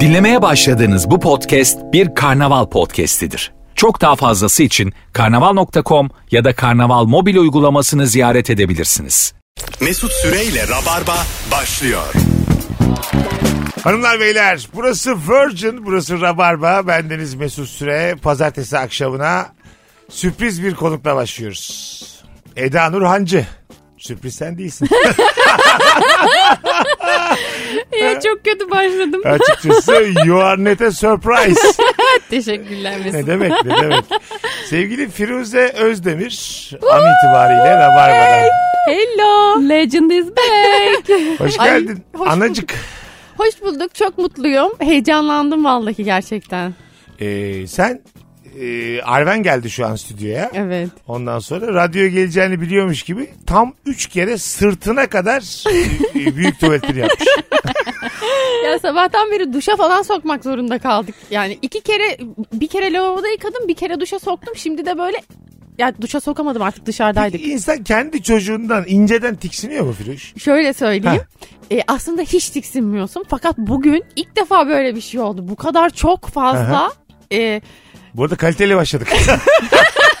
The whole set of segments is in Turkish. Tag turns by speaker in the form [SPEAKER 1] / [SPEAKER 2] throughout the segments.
[SPEAKER 1] Dinlemeye başladığınız bu podcast bir karnaval podcastidir. Çok daha fazlası için karnaval.com ya da karnaval mobil uygulamasını ziyaret edebilirsiniz.
[SPEAKER 2] Mesut Süreyle Rabarba başlıyor.
[SPEAKER 3] Hanımlar beyler burası Virgin burası Rabarba bendeniz Mesut Süre pazartesi akşamına sürpriz bir konukla başlıyoruz. Eda Nur Hancı sürpriz sen değilsin
[SPEAKER 4] Ya çok kötü başladım.
[SPEAKER 3] açıkçası you are not a surprise
[SPEAKER 4] Teşekkürler
[SPEAKER 3] ne
[SPEAKER 4] Mesut.
[SPEAKER 3] demek ne demek. Sevgili Firuze Özdemir an itibariyle Rabarba'da
[SPEAKER 4] Hello. Legend is back.
[SPEAKER 3] hoş
[SPEAKER 4] Ay,
[SPEAKER 3] geldin
[SPEAKER 4] hoş bulduk.
[SPEAKER 3] anacık.
[SPEAKER 4] Hoş bulduk. Çok mutluyum. Heyecanlandım vallahi gerçekten.
[SPEAKER 3] Ee, sen e, Arven geldi şu an stüdyoya.
[SPEAKER 4] Evet.
[SPEAKER 3] Ondan sonra radyoya geleceğini biliyormuş gibi tam 3 kere sırtına kadar e, büyük tuvaletini yapmış.
[SPEAKER 4] Ya sabahtan beri duşa falan sokmak zorunda kaldık. Yani iki kere bir kere lavaboda yıkadım bir kere duşa soktum. Şimdi de böyle ya duşa sokamadım artık dışarıdaydık.
[SPEAKER 3] İnsan kendi çocuğundan inceden tiksiniyor mu Firuş?
[SPEAKER 4] Şöyle söyleyeyim. E, aslında hiç tiksinmiyorsun. Fakat bugün ilk defa böyle bir şey oldu. Bu kadar çok fazla e,
[SPEAKER 3] Bu arada kaliteli başladık.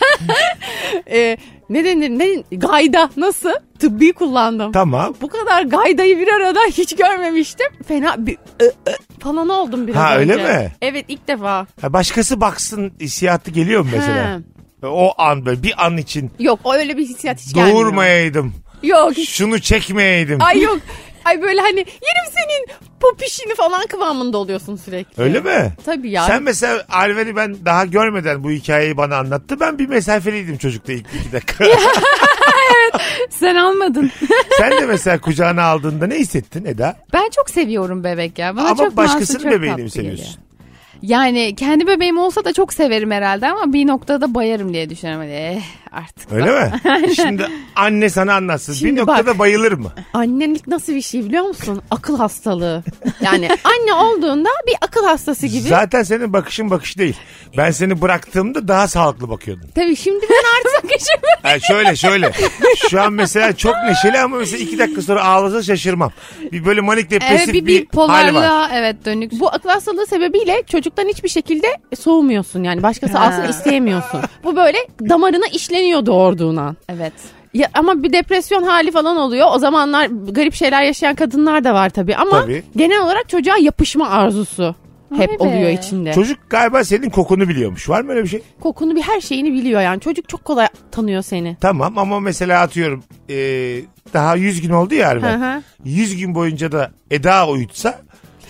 [SPEAKER 4] e, ne denir ne gayda nasıl tıbbi kullandım.
[SPEAKER 3] tamam.
[SPEAKER 4] Bu kadar gaydayı bir arada hiç görmemiştim. Fena bir ı, ı falan oldum biraz
[SPEAKER 3] Ha,
[SPEAKER 4] önce.
[SPEAKER 3] öyle mi?
[SPEAKER 4] Evet ilk defa.
[SPEAKER 3] Ha, başkası baksın hissiyatı geliyor mu mesela? E,
[SPEAKER 4] Ha.
[SPEAKER 3] O an böyle bir an için
[SPEAKER 4] Yok öyle bir hissiyat hiç gelmiyor.
[SPEAKER 3] doğurmayaydım.
[SPEAKER 4] Yok hiç.
[SPEAKER 3] Şunu çekmeyeydim.
[SPEAKER 4] Ay yok. Ay böyle hani yerim senin popişini falan kıvamında oluyorsun sürekli.
[SPEAKER 3] Öyle mi?
[SPEAKER 4] Tabii ya.
[SPEAKER 3] Sen mesela Alven'i ben daha görmeden bu hikayeyi bana anlattı. Ben bir mesafeliydim çocukta ilk iki dakika.
[SPEAKER 5] Sen almadın.
[SPEAKER 3] Sen de mesela kucağına aldığında ne hissettin Eda?
[SPEAKER 5] Ben çok seviyorum bebek ya. Bana
[SPEAKER 3] Ama
[SPEAKER 5] çok
[SPEAKER 3] başkasının
[SPEAKER 5] masum, çok
[SPEAKER 3] bebeğini mi
[SPEAKER 5] tatlı
[SPEAKER 3] seviyorsun?
[SPEAKER 5] geliyor. Yani kendi bebeğim olsa da çok severim herhalde ama bir noktada bayarım diye düşünüyorum. Hani, eh, artık. da.
[SPEAKER 3] Öyle mi? Şimdi anne sana anlatsın. bir
[SPEAKER 4] Şimdi
[SPEAKER 3] noktada
[SPEAKER 4] bak.
[SPEAKER 3] bayılır mı?
[SPEAKER 4] Annelik nasıl bir şey biliyor musun? Akıl hastalığı. Yani anne olduğunda bir akıl hastası gibi.
[SPEAKER 3] Zaten senin bakışın bakış değil. Ben seni bıraktığımda daha sağlıklı bakıyordun.
[SPEAKER 4] Tabii şimdi ben artık
[SPEAKER 3] Yani şöyle şöyle. Şu an mesela çok neşeli ama mesela iki dakika sonra ağlasa şaşırmam. Bir böyle manik depresif
[SPEAKER 5] Evet
[SPEAKER 3] bir,
[SPEAKER 5] eh, bir
[SPEAKER 3] hali var.
[SPEAKER 5] bipolarlığa evet dönük.
[SPEAKER 4] Bu akıl hastalığı sebebiyle çocuktan hiçbir şekilde e, soğumuyorsun yani başkası
[SPEAKER 5] Ha.
[SPEAKER 4] alsın isteyemiyorsun. Bu böyle damarına işleniyor doğurduğun an.
[SPEAKER 5] Evet.
[SPEAKER 4] Ya ama bir depresyon hali falan oluyor. O zamanlar garip şeyler yaşayan kadınlar da var tabii ama
[SPEAKER 3] Tabii.
[SPEAKER 4] genel olarak çocuğa yapışma arzusu hep
[SPEAKER 5] Vay be.
[SPEAKER 4] oluyor içinde.
[SPEAKER 3] Çocuk galiba senin kokunu biliyormuş. Var mı öyle bir şey?
[SPEAKER 4] Kokunu bir her şeyini biliyor yani. Çocuk çok kolay tanıyor seni.
[SPEAKER 3] Tamam ama mesela atıyorum e, daha 100 gün oldu ya
[SPEAKER 4] Hı
[SPEAKER 3] Arven.
[SPEAKER 4] hı.
[SPEAKER 3] 100 gün boyunca da Eda uyutsa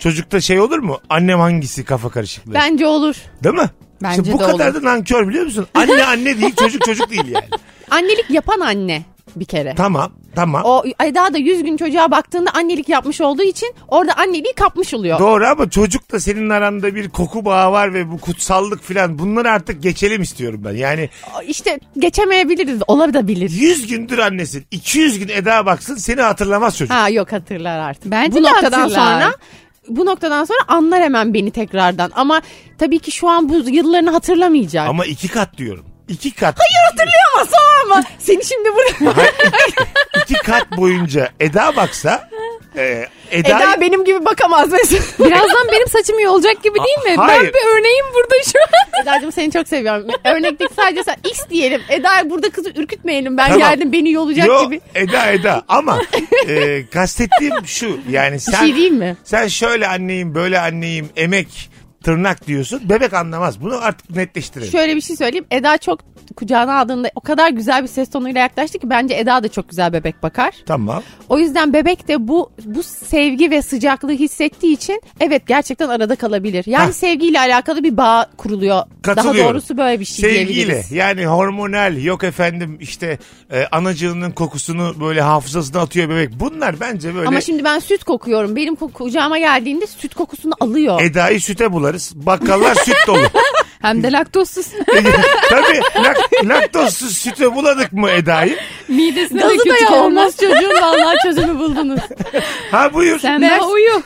[SPEAKER 3] çocukta şey olur mu? Annem hangisi kafa karışıklığı?
[SPEAKER 4] Bence olur.
[SPEAKER 3] Değil mi?
[SPEAKER 5] Bence
[SPEAKER 3] İşte bu
[SPEAKER 5] de
[SPEAKER 3] kadar
[SPEAKER 5] olur.
[SPEAKER 3] da nankör biliyor musun? Anne anne değil çocuk çocuk değil yani.
[SPEAKER 4] Annelik yapan anne bir kere.
[SPEAKER 3] Tamam tamam.
[SPEAKER 4] O Eda da 100 gün çocuğa baktığında annelik yapmış olduğu için orada anneliği kapmış oluyor.
[SPEAKER 3] Doğru ama çocukla senin aranda bir koku bağı var ve bu kutsallık filan bunları artık geçelim istiyorum ben. Yani
[SPEAKER 4] işte geçemeyebiliriz. Olabilir.
[SPEAKER 3] 100 gündür annesin 200 gün Eda baksın seni hatırlamaz çocuk.
[SPEAKER 4] Ha yok hatırlar artık.
[SPEAKER 5] Bence
[SPEAKER 4] bu
[SPEAKER 5] de
[SPEAKER 4] noktadan
[SPEAKER 5] hatırlar.
[SPEAKER 4] sonra bu noktadan sonra anlar hemen beni tekrardan. Ama tabii ki şu an bu yıllarını hatırlamayacak.
[SPEAKER 3] Ama iki kat diyorum. İki kat. Hayır
[SPEAKER 4] Ama sonra ama seni şimdi buraya
[SPEAKER 3] İki kat boyunca Eda baksa e, Eda,
[SPEAKER 4] Eda benim gibi bakamaz mesela.
[SPEAKER 5] Birazdan benim saçım yolacak gibi değil mi?
[SPEAKER 3] Hayır.
[SPEAKER 5] Ben bir örneğim burada şu an.
[SPEAKER 4] Eda'cığım seni çok seviyorum. Örneklik sadece sen X diyelim. Eda burada kızı ürkütmeyelim. Ben
[SPEAKER 3] Tamam.
[SPEAKER 4] geldim beni yolacak
[SPEAKER 3] Yo,
[SPEAKER 4] gibi.
[SPEAKER 3] Eda Eda ama e, kastettiğim şu yani
[SPEAKER 4] Bir
[SPEAKER 3] sen
[SPEAKER 4] şey diyeyim mi?
[SPEAKER 3] Sen şöyle anneyim böyle anneyim emek tırnak diyorsun. Bebek anlamaz. Bunu artık netleştirelim.
[SPEAKER 4] Şöyle bir şey söyleyeyim. Eda çok kucağına aldığında o kadar güzel bir ses tonuyla yaklaştı ki bence Eda da çok güzel bebek bakar.
[SPEAKER 3] Tamam.
[SPEAKER 4] O yüzden bebek de bu bu sevgi ve sıcaklığı hissettiği için evet gerçekten arada kalabilir. Yani
[SPEAKER 3] Hah.
[SPEAKER 4] sevgiyle alakalı bir bağ kuruluyor. Daha
[SPEAKER 3] Katılıyorum.
[SPEAKER 4] doğrusu böyle bir şey
[SPEAKER 3] Sevgiyle
[SPEAKER 4] diyebiliriz.
[SPEAKER 3] yani hormonal yok efendim işte e, anacığının kokusunu böyle hafızasına atıyor bebek. Bunlar bence böyle
[SPEAKER 4] Ama şimdi ben süt kokuyorum. Benim ko- kucağıma geldiğinde süt kokusunu alıyor.
[SPEAKER 3] Eda'yı süte bularız. Bakkallar süt dolu.
[SPEAKER 5] Hem de laktozsuz.
[SPEAKER 3] Tabii lak- laktozsuz süte buladık mı Eda'yı?
[SPEAKER 5] Midesine de
[SPEAKER 4] Gazı da
[SPEAKER 5] kötü
[SPEAKER 4] ya
[SPEAKER 5] olmaz.
[SPEAKER 4] olmaz çocuğun vallahi çözümü buldunuz.
[SPEAKER 3] Ha buyur.
[SPEAKER 5] Sen
[SPEAKER 4] Meğer-
[SPEAKER 5] daha uyu.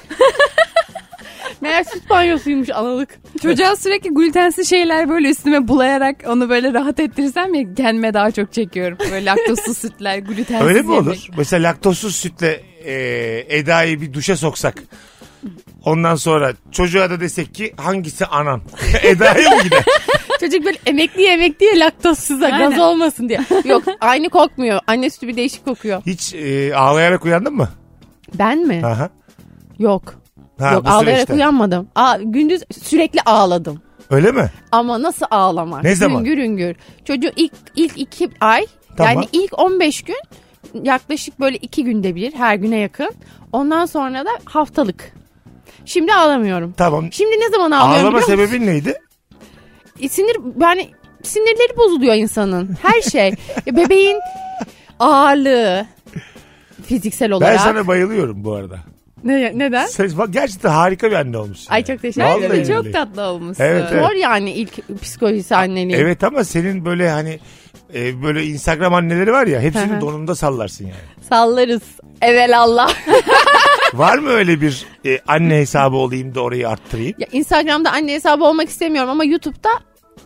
[SPEAKER 4] Meğer süt banyosuymuş analık.
[SPEAKER 5] Çocuğa sürekli glutensiz şeyler böyle üstüme bulayarak onu böyle rahat ettirsem ya kendime daha çok çekiyorum. Böyle laktozsuz sütler, glutensiz
[SPEAKER 3] Öyle mi
[SPEAKER 5] yemek.
[SPEAKER 3] olur? Mesela laktozsuz sütle e, Eda'yı bir duşa soksak. Ondan sonra çocuğa da desek ki hangisi anan? Eda'ya mı gider?
[SPEAKER 4] Çocuk böyle emekli emekli diye laktozsuza gaz olmasın diye. Yok aynı kokmuyor. Anne sütü bir değişik kokuyor.
[SPEAKER 3] Hiç e, ağlayarak uyandın mı?
[SPEAKER 4] Ben mi?
[SPEAKER 3] Aha.
[SPEAKER 4] Yok.
[SPEAKER 3] Ha,
[SPEAKER 4] Yok
[SPEAKER 3] bu
[SPEAKER 4] ağlayarak
[SPEAKER 3] süreçte.
[SPEAKER 4] uyanmadım. Aa, gündüz sürekli ağladım.
[SPEAKER 3] Öyle mi?
[SPEAKER 4] Ama nasıl ağlamak?
[SPEAKER 3] Ne zaman?
[SPEAKER 4] Hüngür hüngür. Çocuğu ilk, ilk iki ay
[SPEAKER 3] Tamam.
[SPEAKER 4] yani ilk 15 gün yaklaşık böyle iki günde bir her güne yakın. Ondan sonra da haftalık. Şimdi ağlamıyorum.
[SPEAKER 3] Tamam.
[SPEAKER 4] Şimdi ne zaman ağlıyorum
[SPEAKER 3] Ağlama
[SPEAKER 4] biliyor musun?
[SPEAKER 3] sebebin neydi?
[SPEAKER 4] E, sinir yani sinirleri bozuluyor insanın. Her şey. Ya bebeğin ağırlığı fiziksel
[SPEAKER 3] Ben
[SPEAKER 4] olarak.
[SPEAKER 3] sana bayılıyorum bu arada.
[SPEAKER 4] Ne, neden?
[SPEAKER 3] Sen bak gerçekten harika bir anne olmuşsun.
[SPEAKER 4] Ay
[SPEAKER 3] yani.
[SPEAKER 4] çok teşekkür
[SPEAKER 3] Vallahi
[SPEAKER 4] ederim.
[SPEAKER 3] billahi.
[SPEAKER 5] Çok tatlı olmuşsun.
[SPEAKER 3] Evet, evet.
[SPEAKER 4] Zor yani ilk psikolojisi anneliğin.
[SPEAKER 3] Evet ama senin böyle hani e, böyle Instagram anneleri var ya
[SPEAKER 4] Hı
[SPEAKER 3] hepsini
[SPEAKER 4] hı.
[SPEAKER 3] donunda sallarsın yani.
[SPEAKER 4] Sallarız. Evel Allah.
[SPEAKER 3] Var mı öyle bir e, anne hesabı olayım da orayı arttırayım?
[SPEAKER 4] Ya Instagram'da anne hesabı olmak istemiyorum ama YouTube'da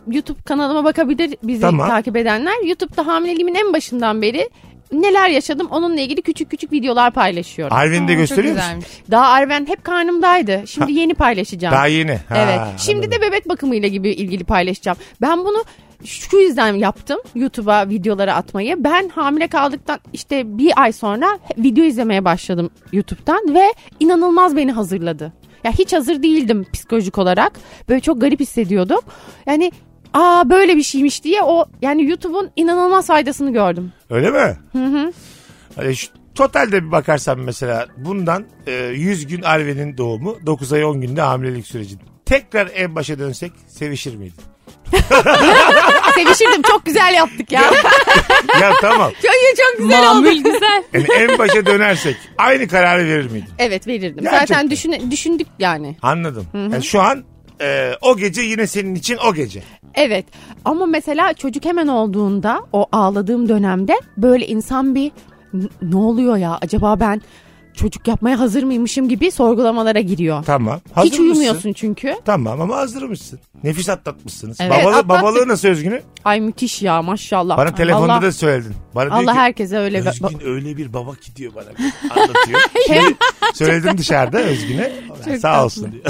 [SPEAKER 4] YouTube kanalıma bakabilir bizi
[SPEAKER 3] Tamam.
[SPEAKER 4] takip edenler. YouTube'da hamileliğimin en başından beri neler yaşadım onunla ilgili küçük küçük videolar paylaşıyorum.
[SPEAKER 3] Arvin'i de
[SPEAKER 5] Aa, çok
[SPEAKER 3] gösteriyor musun?
[SPEAKER 5] güzelmiş.
[SPEAKER 4] Daha Arven hep karnımdaydı. Şimdi yeni paylaşacağım.
[SPEAKER 3] Daha yeni. Ha,
[SPEAKER 4] Evet. Şimdi de bebek bakımıyla gibi ilgili paylaşacağım. Ben bunu şu yüzden yaptım YouTube'a videoları atmayı. Ben hamile kaldıktan işte bir ay sonra video izlemeye başladım YouTube'dan ve inanılmaz beni hazırladı. Ya hiç hazır değildim psikolojik olarak. Böyle çok garip hissediyordum. Yani aa böyle bir şeymiş diye o yani YouTube'un inanılmaz faydasını gördüm.
[SPEAKER 3] Öyle mi? Hı hı. şu, totalde bir bakarsan mesela bundan e, 100 gün Arven'in doğumu 9 ay 10 günde hamilelik süreci. Tekrar en başa dönsek sevişir miydin?
[SPEAKER 4] Sevişirdim çok güzel yaptık ya.
[SPEAKER 3] ya tamam.
[SPEAKER 4] çok, çok güzel oldu.
[SPEAKER 5] Mamül güzel.
[SPEAKER 3] Yani en başa dönersek aynı kararı verir miydin?
[SPEAKER 4] Evet verirdim.
[SPEAKER 3] Gerçekten.
[SPEAKER 4] Zaten düşün, düşündük yani.
[SPEAKER 3] Anladım. Yani şu an e, o gece yine senin için o gece.
[SPEAKER 4] Evet ama mesela çocuk hemen olduğunda o ağladığım dönemde böyle insan bir "N- ne oluyor ya acaba ben çocuk yapmaya hazır mıymışım gibi sorgulamalara giriyor.
[SPEAKER 3] Tamam. Hazır
[SPEAKER 4] Hiç
[SPEAKER 3] mısın?
[SPEAKER 4] uyumuyorsun çünkü.
[SPEAKER 3] Tamam ama hazırmışsın. Nefis atlatmışsınız.
[SPEAKER 5] Evet,
[SPEAKER 3] Babalı,
[SPEAKER 4] atlattık.
[SPEAKER 3] babalığı nasıl özgünü?
[SPEAKER 4] Ay müthiş ya maşallah.
[SPEAKER 3] Bana telefonda
[SPEAKER 4] Allah,
[SPEAKER 3] da söyledin. Bana diyor
[SPEAKER 4] Allah
[SPEAKER 3] ki,
[SPEAKER 4] herkese öyle
[SPEAKER 3] Özgün öyle bir baba ki diyor bana. Anlatıyor. Şey, söyledim dışarıda Özgün'e. Sağ
[SPEAKER 5] tatlı.
[SPEAKER 3] olsun diyor.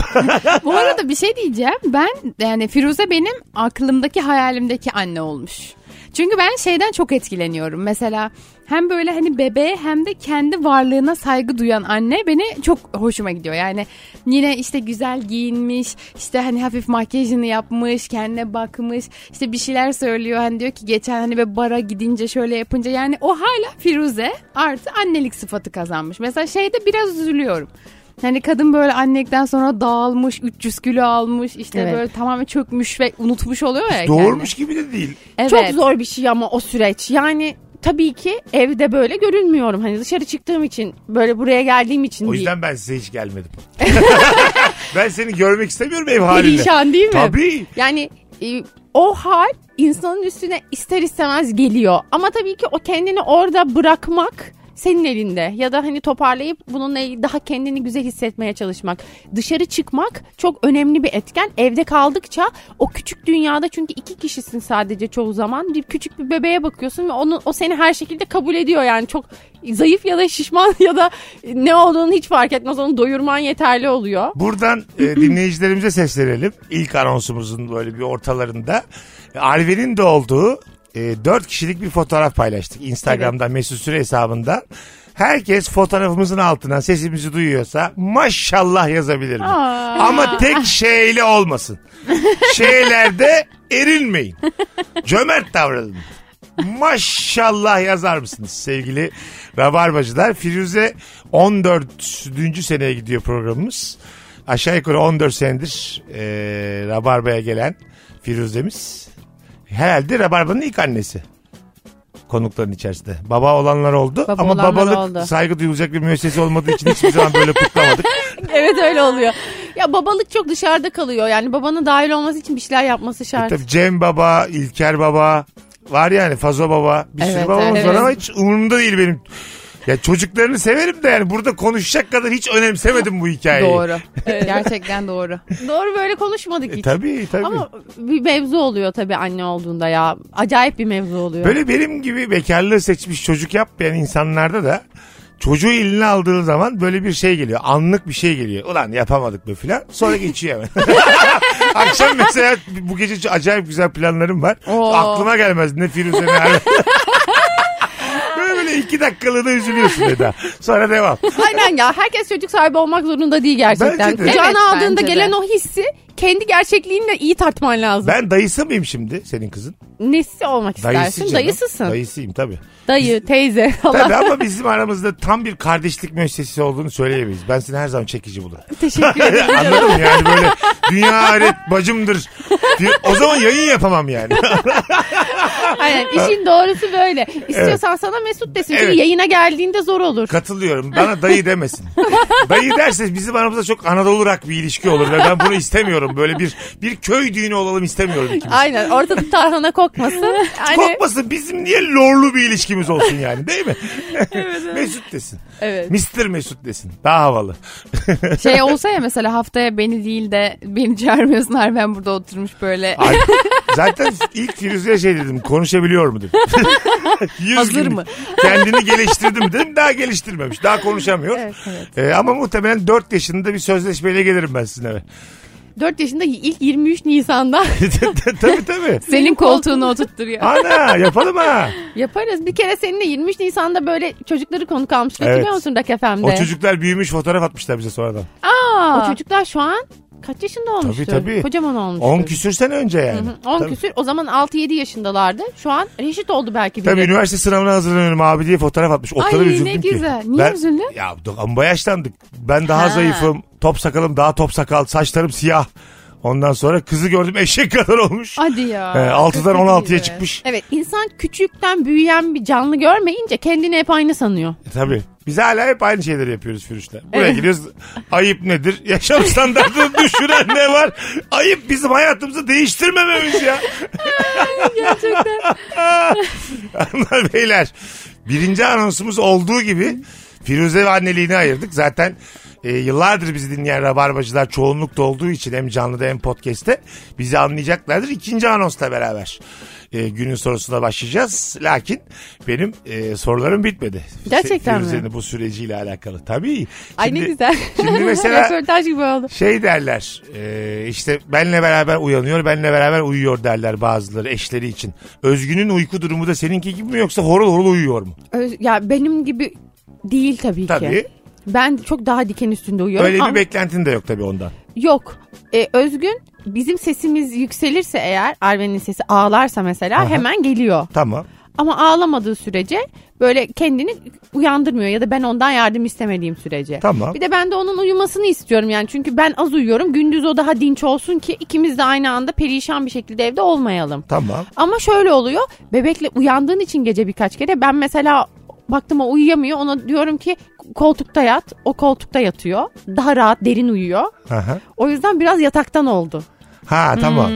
[SPEAKER 5] Bu arada bir şey diyeceğim. Ben yani Firuze benim aklımdaki hayalimdeki anne olmuş. Çünkü ben şeyden çok etkileniyorum. Mesela hem böyle hani bebeğe hem de kendi varlığına saygı duyan anne beni çok hoşuma gidiyor. Yani yine işte güzel giyinmiş, işte hani hafif makyajını yapmış, kendine bakmış, işte bir şeyler söylüyor. Hani diyor ki geçen hani böyle bara gidince şöyle yapınca yani o hala Firuze artı annelik sıfatı kazanmış. Mesela şeyde biraz üzülüyorum. Hani kadın böyle annelikten sonra dağılmış, 300 kilo almış, işte
[SPEAKER 4] Evet.
[SPEAKER 5] böyle tamamen çökmüş ve unutmuş oluyor ya.
[SPEAKER 3] Doğurmuş gibi de değil.
[SPEAKER 5] kendini.
[SPEAKER 4] Çok
[SPEAKER 5] Evet.
[SPEAKER 4] zor bir şey ama o süreç. Yani tabii ki evde böyle görünmüyorum. Hani dışarı çıktığım için böyle buraya geldiğim için
[SPEAKER 3] O
[SPEAKER 4] değil.
[SPEAKER 3] yüzden ben size hiç gelmedim. ben seni görmek istemiyorum ev halinde.
[SPEAKER 4] Perişan değil mi?
[SPEAKER 3] Tabii.
[SPEAKER 4] Yani e, o hal insanın üstüne ister istemez geliyor. Ama tabii ki o kendini orada bırakmak senin elinde ya da hani toparlayıp bununla ilgili daha kendini güzel hissetmeye çalışmak. Dışarı çıkmak çok önemli bir etken. Evde kaldıkça o küçük dünyada çünkü iki kişisin sadece çoğu zaman. Bir küçük bir bebeğe bakıyorsun ve onu o seni her şekilde kabul ediyor yani çok zayıf ya da şişman ya da ne olduğunu hiç fark etmez. Onu doyurman yeterli oluyor.
[SPEAKER 3] Buradan e, dinleyicilerimize seslenelim. İlk anonsumuzun böyle bir ortalarında. Arven'in de olduğu e, 4 kişilik bir fotoğraf paylaştık. Instagram'da Mesut Süre hesabından. Herkes fotoğrafımızın altına sesimizi duyuyorsa maşallah yazabilir mi? Ama tek şeyle olmasın. Şeylerde erinmeyin. Cömert davranın. Maşallah yazar mısınız sevgili Rabarbacılar? Firuze 14. seneye gidiyor programımız. Aşağı yukarı 14 senedir e, Rabarba'ya gelen Firuze'miz. Herhalde Rabarba'nın ilk annesi konukların içerisinde. Baba olanlar oldu
[SPEAKER 4] Baba
[SPEAKER 3] ama
[SPEAKER 4] olanlar
[SPEAKER 3] babalık
[SPEAKER 4] oldu.
[SPEAKER 3] saygı duyulacak bir müessese olmadığı için hiçbir zaman böyle kutlamadık.
[SPEAKER 4] Evet öyle oluyor. Ya babalık çok dışarıda kalıyor. Yani babanın dahil olması için bir şeyler yapması
[SPEAKER 3] E
[SPEAKER 4] şart.
[SPEAKER 3] tabii Cem Baba, İlker Baba var yani Fazo Baba. Bir sürü
[SPEAKER 4] Evet,
[SPEAKER 3] babamız
[SPEAKER 4] evet.
[SPEAKER 3] var ama hiç umurumda değil benim. Ya çocuklarını severim de yani burada konuşacak kadar hiç önemsemedim bu hikayeyi.
[SPEAKER 5] Doğru. Gerçekten doğru.
[SPEAKER 4] Doğru böyle konuşmadık
[SPEAKER 3] E,
[SPEAKER 4] hiç.
[SPEAKER 3] tabii tabii.
[SPEAKER 4] Ama bir mevzu oluyor tabii anne olduğunda ya. Acayip bir mevzu oluyor.
[SPEAKER 3] Böyle benim gibi bekarlığı seçmiş çocuk yapmayan insanlarda da Çocuğu eline aldığın zaman böyle bir şey geliyor. Anlık bir şey geliyor. Ulan yapamadık be filan. Sonra geçiyor hemen. Akşam mesela bu gece çok acayip güzel planlarım var.
[SPEAKER 5] Oo.
[SPEAKER 3] Aklıma gelmez ne Firuze ne Ali. Böyle böyle iki dakikalığına üzülüyorsun Eda. Sonra devam.
[SPEAKER 4] Aynen ya herkes çocuk sahibi olmak zorunda değil gerçekten.
[SPEAKER 3] Bence de.
[SPEAKER 4] Kucağına
[SPEAKER 5] Evet,
[SPEAKER 4] aldığında
[SPEAKER 5] bence de.
[SPEAKER 4] gelen o hissi kendi gerçekliğinle iyi tartman lazım.
[SPEAKER 3] Ben dayısı mıyım şimdi senin kızın?
[SPEAKER 4] Nesi olmak
[SPEAKER 3] Dayısı
[SPEAKER 4] istersin?
[SPEAKER 3] canım.
[SPEAKER 4] Dayısısın.
[SPEAKER 3] Dayısıyım tabii.
[SPEAKER 4] Dayı, teyze falan.
[SPEAKER 3] Tabii ama bizim aramızda tam bir kardeşlik müessesesi olduğunu söyleyemeyiz. Ben seni her zaman çekici bulurum.
[SPEAKER 4] Teşekkür ederim.
[SPEAKER 3] Anladın mı? Yani böyle dünya ahiret bacımdır. diye- O zaman yayın yapamam yani.
[SPEAKER 4] Aynen işin doğrusu böyle. İstiyorsan sana Mesut desin. Çünkü
[SPEAKER 3] Evet.
[SPEAKER 4] yayına geldiğinde zor olur.
[SPEAKER 3] Katılıyorum. Bana dayı demesin. dayı derse bizim aramızda çok Anadolu rak bir ilişki olur ve ben bunu istemiyorum. Böyle bir bir köy düğünü olalım istemiyorum ikimiz.
[SPEAKER 4] Aynen ortada tarhana kokmasın. Hani,
[SPEAKER 3] Korkmasın bizim niye lorlu bir ilişkimiz olsun yani değil mi? Mesut desin.
[SPEAKER 4] Evet.
[SPEAKER 3] Mr. Mesut desin. Daha havalı.
[SPEAKER 5] Şey olsa ya mesela haftaya beni değil de beni çağırmıyorsunlar ben burada oturmuş böyle.
[SPEAKER 3] Ay, zaten ilk Firuze'ye şey dedim. Konuşabiliyor mu dedim. Yüz
[SPEAKER 5] Hazır
[SPEAKER 3] günlük.
[SPEAKER 5] mı?
[SPEAKER 3] Kendini geliştirdim dedim. Daha geliştirmemiş. Daha konuşamıyor. Ee, ama muhtemelen 4 yaşında bir sözleşmeyle gelirim ben sizin eve.
[SPEAKER 4] 4 yaşında ilk 23 Nisan'da
[SPEAKER 3] tabii tabii.
[SPEAKER 5] Senin koltuğunu oturtturuyor.
[SPEAKER 3] Ana yapalım ha.
[SPEAKER 4] yaparız. Bir kere seninle 23 Nisan'da böyle çocukları konuk almıştık.
[SPEAKER 3] Evet.
[SPEAKER 4] Hatırlıyor musun Rock FM'de?
[SPEAKER 3] O çocuklar büyümüş fotoğraf atmışlar bize sonradan.
[SPEAKER 4] O çocuklar şu an kaç yaşında olmuştur?
[SPEAKER 3] tabii.
[SPEAKER 4] Kocaman
[SPEAKER 3] 10
[SPEAKER 4] olmuştur.
[SPEAKER 3] küsür sene önce yani.
[SPEAKER 4] 10
[SPEAKER 3] Tabii.
[SPEAKER 4] küsür. O zaman 6-7 yaşındalardı. Şu an reşit oldu belki biri.
[SPEAKER 3] Tabii üniversite sınavına hazırlanıyorum abi diye fotoğraf atmış. O kadar
[SPEAKER 5] Ay, ne
[SPEAKER 3] üzüldüm ki.
[SPEAKER 5] güzel. Niye üzüldün?
[SPEAKER 3] Ya do- ama yaşlandık. Ben daha
[SPEAKER 5] Ha.
[SPEAKER 3] zayıfım. Top sakalım daha top sakal. Saçlarım siyah. Ondan sonra kızı gördüm eşek kadar olmuş.
[SPEAKER 5] Hadi ya.
[SPEAKER 3] Ee, 6'dan
[SPEAKER 5] Kötü
[SPEAKER 3] 16'ya
[SPEAKER 5] gibi.
[SPEAKER 3] çıkmış.
[SPEAKER 4] Evet insan küçükten büyüyen bir canlı görmeyince kendini hep aynı sanıyor.
[SPEAKER 3] E, Tabii. Biz hala hep aynı şeyleri yapıyoruz Firuş'ta. Buraya gidiyoruz. Ayıp nedir? Yaşam standartını düşüren ne var? Ayıp bizim hayatımızı değiştirmememiz ya. Gerçekten. Hanımlar beyler. Birinci anonsumuz olduğu gibi Firuze ve anneliğini ayırdık. Zaten e, yıllardır bizi dinleyen rabarbacılar çoğunlukta olduğu için hem canlıda hem podcast'te bizi anlayacaklardır. İkinci anonsla beraber e, günün sorusuna başlayacağız. Lakin benim e, sorularım bitmedi.
[SPEAKER 4] Gerçekten mi?
[SPEAKER 3] Firuze'nin bu süreciyle alakalı. Tabii. Şimdi,
[SPEAKER 4] Ay ne güzel.
[SPEAKER 3] Şimdi mesela
[SPEAKER 4] Röportaj gibi oldu.
[SPEAKER 3] şey derler e, işte benle beraber uyanıyor benle beraber uyuyor derler bazıları eşleri için. Özgün'ün uyku durumu da seninki gibi mi yoksa horul horul uyuyor mu?
[SPEAKER 4] Öz- Ya benim gibi değil tabii,
[SPEAKER 3] Tabii.
[SPEAKER 4] ki. Ben çok daha diken üstünde uyuyorum.
[SPEAKER 3] Öyle bir
[SPEAKER 4] ama-
[SPEAKER 3] beklentin de yok tabii ondan.
[SPEAKER 4] Yok. Ee, Özgün bizim sesimiz yükselirse eğer Arven'in sesi ağlarsa mesela
[SPEAKER 3] Aha.
[SPEAKER 4] hemen geliyor.
[SPEAKER 3] Tamam.
[SPEAKER 4] Ama ağlamadığı sürece böyle kendini uyandırmıyor ya da ben ondan yardım istemediğim sürece.
[SPEAKER 3] Tamam.
[SPEAKER 4] Bir de ben de onun uyumasını istiyorum yani çünkü ben az uyuyorum. Gündüz o daha dinç olsun ki ikimiz de aynı anda perişan bir şekilde evde olmayalım.
[SPEAKER 3] Tamam.
[SPEAKER 4] Ama şöyle oluyor. Bebekle uyandığın için gece birkaç kere ben mesela baktım o uyuyamıyor. Ona diyorum ki koltukta yat. O koltukta yatıyor. Daha rahat derin uyuyor.
[SPEAKER 3] Aha.
[SPEAKER 4] O yüzden biraz yataktan oldu.
[SPEAKER 5] Hmm,
[SPEAKER 3] Ha tamam.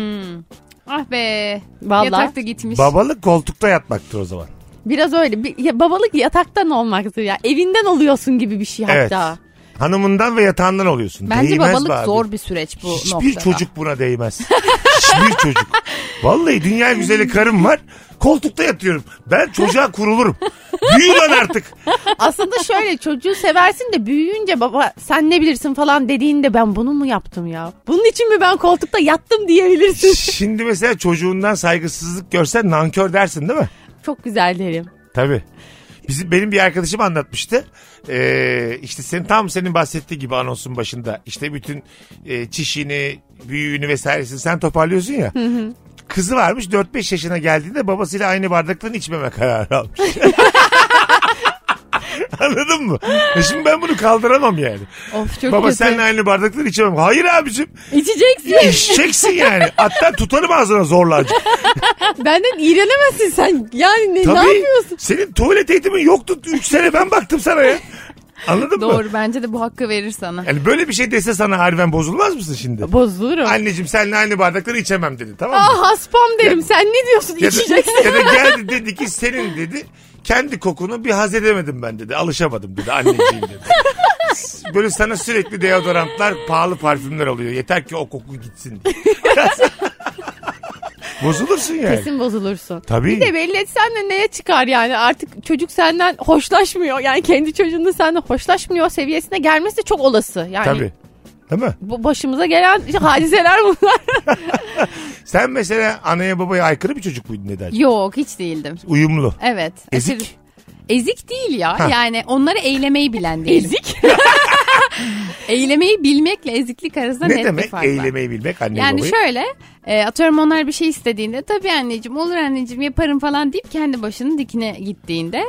[SPEAKER 5] Ah be.
[SPEAKER 4] Vallahi.
[SPEAKER 5] Yatak da gitmiş.
[SPEAKER 3] Babalık koltukta yatmaktır o zaman.
[SPEAKER 4] Biraz öyle. Bir, ya babalık yataktan olmaktır ya. Evinden oluyorsun gibi bir şey
[SPEAKER 3] Evet.
[SPEAKER 4] hatta.
[SPEAKER 3] Hanımından ve yatağından oluyorsun.
[SPEAKER 5] Bence
[SPEAKER 3] Değmez
[SPEAKER 5] babalık
[SPEAKER 3] be abi.
[SPEAKER 5] zor bir süreç bu
[SPEAKER 3] Hiçbir
[SPEAKER 5] noktada.
[SPEAKER 3] çocuk buna değmez. Hiçbir çocuk. Vallahi dünya güzeli karım var. Koltukta yatıyorum. Ben çocuğa kurulurum. Büyü lan artık.
[SPEAKER 4] Aslında şöyle çocuğu seversin de büyüyünce baba sen ne bilirsin falan dediğinde ben bunu mu yaptım ya? Bunun için mi ben koltukta yattım diyebilirsin.
[SPEAKER 3] Şimdi mesela çocuğundan saygısızlık görsen nankör dersin değil mi?
[SPEAKER 4] Çok güzel derim.
[SPEAKER 3] Tabii. Bizim, benim bir arkadaşım anlatmıştı. Ee, işte senin tam senin bahsettiği gibi anonsun başında. İşte bütün e, çişini, büyüğünü vesairesini sen toparlıyorsun ya. Kızı varmış 4-5 yaşına geldiğinde babasıyla aynı bardaktan içmeme kararı almış. Anladın mı? E Şimdi ben bunu kaldıramam yani.
[SPEAKER 5] Of çok
[SPEAKER 3] Baba
[SPEAKER 5] kötü.
[SPEAKER 3] seninle aynı bardaktan içemem. Hayır abicim.
[SPEAKER 5] İçeceksin.
[SPEAKER 3] İçeceksin yani. Hatta tutarım ağzına zorla acı.
[SPEAKER 4] Benden iğrenemezsin sen. Yani ne,
[SPEAKER 3] Tabii.
[SPEAKER 4] ne yapıyorsun?
[SPEAKER 3] Senin tuvalet eğitimin yoktu. 3 sene ben baktım sana ya. Anladın mı?
[SPEAKER 5] Doğru bence de bu hakkı verir sana.
[SPEAKER 3] Yani böyle bir şey dese sana harben bozulmaz mısın şimdi?
[SPEAKER 4] Bozulurum.
[SPEAKER 3] Anneciğim seninle aynı bardakları içemem dedi tamam mı?
[SPEAKER 4] Ah haspam derim. Sen ne diyorsun?
[SPEAKER 3] ya, da,
[SPEAKER 4] İçeceksin.
[SPEAKER 3] ya da geldi dedi ki senin dedi kendi kokunu bir haz edemedim ben dedi. Alışamadım dedi anneciğim dedi. Böyle sana sürekli deodorantlar, pahalı parfümler alıyor. Yeter ki o koku gitsin diye. Bozulursun yani.
[SPEAKER 4] Kesin bozulursun.
[SPEAKER 3] Tabii.
[SPEAKER 4] Bir de belli etsen de neye çıkar yani artık çocuk senden hoşlaşmıyor. Yani kendi çocuğunun senden hoşlaşmıyor seviyesine gelmesi de çok olası. Yani
[SPEAKER 3] Tabii. Değil mi?
[SPEAKER 4] bu başımıza gelen hadiseler bunlar.
[SPEAKER 3] Sen mesela anaya babaya aykırı bir çocuk muydun Eda?
[SPEAKER 5] Yok hiç değildim.
[SPEAKER 3] Uyumlu.
[SPEAKER 5] Evet.
[SPEAKER 3] Ezik.
[SPEAKER 5] Aşırı- Ezik değil ya. Yani onları eylemeyi bilen değil.
[SPEAKER 4] Ezik.
[SPEAKER 5] Eylemeyi bilmekle eziklik arasında
[SPEAKER 3] Ne
[SPEAKER 5] net bir
[SPEAKER 3] demek
[SPEAKER 5] fark var.
[SPEAKER 3] eylemeyi bilmek anne
[SPEAKER 5] Yani
[SPEAKER 3] babayı?
[SPEAKER 5] şöyle e, atıyorum onlar bir şey istediğinde tabii anneciğim olur anneciğim yaparım falan deyip kendi başının dikine gittiğinde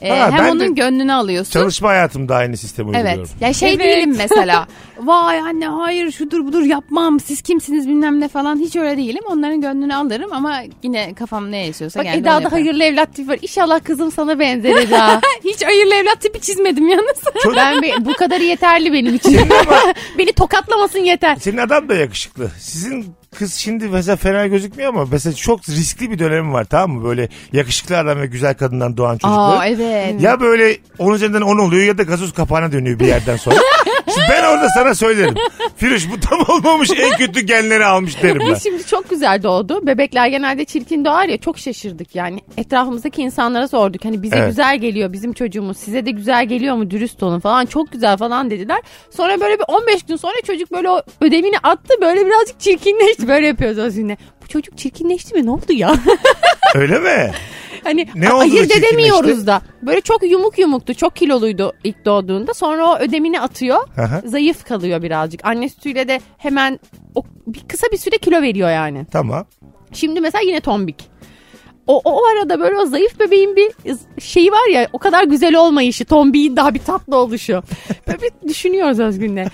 [SPEAKER 5] e,
[SPEAKER 3] Ha, ben
[SPEAKER 5] hem
[SPEAKER 3] de
[SPEAKER 5] onun gönlünü alıyorsun.
[SPEAKER 3] Çalışma hayatımda aynı sistemi uyguluyorum.
[SPEAKER 5] Evet. Ya şey
[SPEAKER 4] Evet.
[SPEAKER 5] değilim mesela. Vay anne hayır şudur budur yapmam. Siz kimsiniz bilmem ne falan. Hiç öyle değilim. Onların gönlünü alırım ama yine kafam ne esiyorsa
[SPEAKER 4] Bak
[SPEAKER 5] kendi onu
[SPEAKER 4] Eda'da
[SPEAKER 5] yaparım.
[SPEAKER 4] hayırlı evlat tipi var. İnşallah kızım sana benzer Eda.
[SPEAKER 5] Hiç hayırlı evlat tipi çizmedim yalnız.
[SPEAKER 4] ben be- bu kadarı yeterli benim için. Beni tokatlamasın yeter.
[SPEAKER 3] Senin adam da yakışıklı. Sizin kız şimdi mesela fena gözükmüyor ama mesela çok riskli bir dönemi var tamam mı? Böyle yakışıklı adam ve güzel kadından doğan çocuklar.
[SPEAKER 5] Aa evet.
[SPEAKER 3] Ya böyle 10 üzerinden 10 oluyor ya da gazoz kapağına dönüyor bir yerden sonra. Şimdi ben orada sana söylerim. Firuş bu tam olmamış en kötü genleri almış derim ben.
[SPEAKER 4] Biz şimdi çok güzel doğdu. Bebekler genelde çirkin doğar ya çok şaşırdık yani. Etrafımızdaki insanlara sorduk. Hani bize
[SPEAKER 3] Evet.
[SPEAKER 4] güzel geliyor bizim çocuğumuz. Size de güzel geliyor mu dürüst olun falan. Çok güzel falan dediler. Sonra böyle bir 15 gün sonra çocuk böyle o ödevini attı. Böyle birazcık çirkinleşti. Böyle yapıyoruz Özgün'le. Bu çocuk çirkinleşti mi? Ne oldu ya?
[SPEAKER 3] Öyle mi?
[SPEAKER 4] Hani
[SPEAKER 3] Ne
[SPEAKER 4] a-
[SPEAKER 3] oldu da
[SPEAKER 4] ayırt
[SPEAKER 3] çirkinleşti?
[SPEAKER 4] edemiyoruz da. Böyle çok yumuk yumuktu. Çok kiloluydu ilk doğduğunda. Sonra o ödemini atıyor.
[SPEAKER 3] Aha.
[SPEAKER 4] Zayıf kalıyor birazcık. Anne sütüyle de hemen o, bir kısa bir süre kilo veriyor yani.
[SPEAKER 3] Tamam.
[SPEAKER 4] Şimdi mesela yine tombik. O, o arada böyle o zayıf bebeğin bir şeyi var ya o kadar güzel olmayışı tombiğin daha bir tatlı oluşu. Böyle bir düşünüyoruz Özgün'le. Ya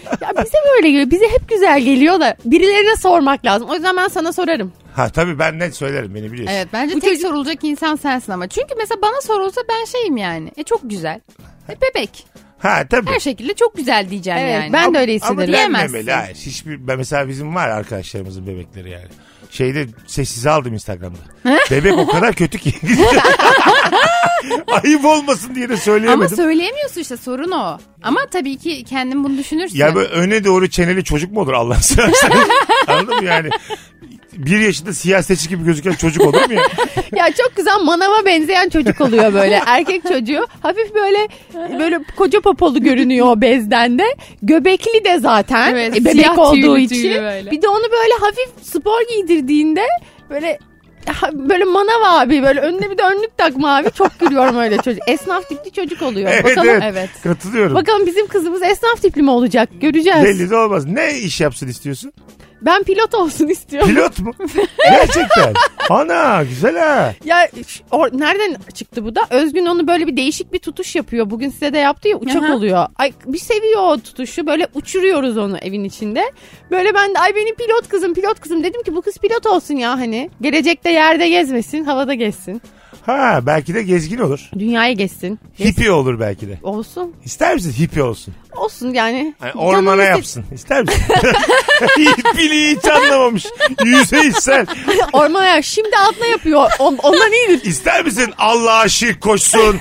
[SPEAKER 4] bize böyle geliyor bize hep güzel geliyor da birilerine sormak lazım. O yüzden ben sana sorarım.
[SPEAKER 3] Ha tabii ben net söylerim beni biliyorsun.
[SPEAKER 5] Evet bence
[SPEAKER 4] Bu
[SPEAKER 5] tek
[SPEAKER 4] çocuk-
[SPEAKER 5] sorulacak insan sensin ama. Çünkü mesela bana sorulsa ben şeyim yani. E çok güzel. E bebek.
[SPEAKER 3] Ha tabii.
[SPEAKER 5] Her şekilde çok güzel diyeceğim
[SPEAKER 4] Evet,
[SPEAKER 5] yani.
[SPEAKER 4] ben de öyle
[SPEAKER 3] Ama
[SPEAKER 4] hissederim.
[SPEAKER 5] Diyemezsin.
[SPEAKER 3] denmemeli. Hayır. Hiçbir, ben mesela bizim var arkadaşlarımızın bebekleri yani. Şeyde sessize aldım Instagram'da. Bebek o kadar kötü ki. Ayıp olmasın diye de
[SPEAKER 5] Ama
[SPEAKER 3] söyleyemedim.
[SPEAKER 5] söyleyemiyorsun işte sorun o. Ama tabii ki kendin bunu düşünürsün.
[SPEAKER 3] ya böyle öne doğru çeneli çocuk mu olur Allah'ın seversen? Anladın mı yani? Bir yaşında siyasetçi gibi gözüken çocuk olur mu ya?
[SPEAKER 4] Ya çok güzel manava benzeyen çocuk oluyor böyle. Erkek çocuğu hafif böyle böyle koca popolu görünüyor o bezden de. Göbekli de zaten
[SPEAKER 5] Evet,
[SPEAKER 4] e, bebek
[SPEAKER 5] siyah
[SPEAKER 4] olduğu
[SPEAKER 5] tüylü
[SPEAKER 4] için.
[SPEAKER 5] tüylü böyle.
[SPEAKER 4] Bir de onu böyle hafif spor giydirdiğinde böyle ha- böyle manav abi böyle önüne bir de önlük takma abi çok gülüyorum öyle çocuk. Esnaf tipli çocuk oluyor.
[SPEAKER 3] Evet,
[SPEAKER 4] bakalım
[SPEAKER 3] evet.
[SPEAKER 4] evet.
[SPEAKER 3] Katılıyorum.
[SPEAKER 4] Bakalım bizim kızımız esnaf tipli mi olacak? Göreceğiz.
[SPEAKER 3] Belli de olmaz. Ne iş yapsın istiyorsun?
[SPEAKER 4] Ben pilot olsun istiyorum.
[SPEAKER 3] Pilot mu? Gerçekten. Ana güzel ha.
[SPEAKER 4] Ya ş- or- nereden çıktı bu da? Özgün onu böyle bir değişik bir tutuş yapıyor. Bugün size de yaptı ya uçak
[SPEAKER 5] Aha.
[SPEAKER 4] oluyor. Ay bir seviyor o tutuşu. Böyle uçuruyoruz onu evin içinde. Böyle ben de ay benim pilot kızım pilot kızım dedim ki bu kız pilot olsun ya hani. Gelecekte yerde gezmesin, havada gezsin.
[SPEAKER 3] Ha belki de gezgin olur.
[SPEAKER 4] Dünyayı gezsin.
[SPEAKER 3] Hippie olur belki de.
[SPEAKER 4] Olsun.
[SPEAKER 3] İster misin hippie olsun?
[SPEAKER 4] Olsun yani.
[SPEAKER 3] Hani ormana
[SPEAKER 4] Canımız-
[SPEAKER 3] yapsın. İster misin? Hippiliği hiç anlamamış. Yüzeysel.
[SPEAKER 4] Ormana yap. Şimdi atla yapıyor. On- ondan iyidir.
[SPEAKER 3] İster misin Allah'a şirk koşsun?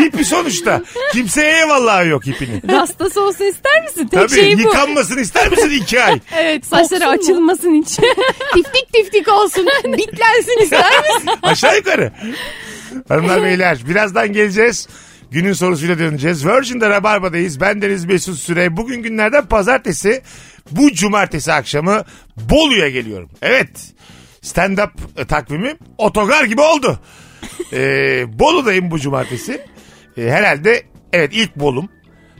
[SPEAKER 3] Hippi sonuçta. Kimseye eyvallah yok hippinin.
[SPEAKER 5] Rastası olsun ister misin? Tek
[SPEAKER 3] Tabii
[SPEAKER 5] şey bu.
[SPEAKER 3] yıkanmasını ister misin iki ay?
[SPEAKER 5] Evet saçları
[SPEAKER 4] Koksun mu?
[SPEAKER 5] açılmasın hiç.
[SPEAKER 4] Tiftik tiftik olsun. Bitlensin ister misin?
[SPEAKER 3] Aşağı yukarı. Hanımlar beyler birazdan geleceğiz. Günün sorusuyla döneceğiz. Virgin'de Rabarba'dayız. Ben Deniz Mesut Süre. Bugün günlerden pazartesi. Bu cumartesi akşamı Bolu'ya geliyorum. Evet. Stand-up e, takvimim otogar gibi oldu. Ee, Bolu'dayım bu cumartesi. Ee, herhalde evet ilk Bolum.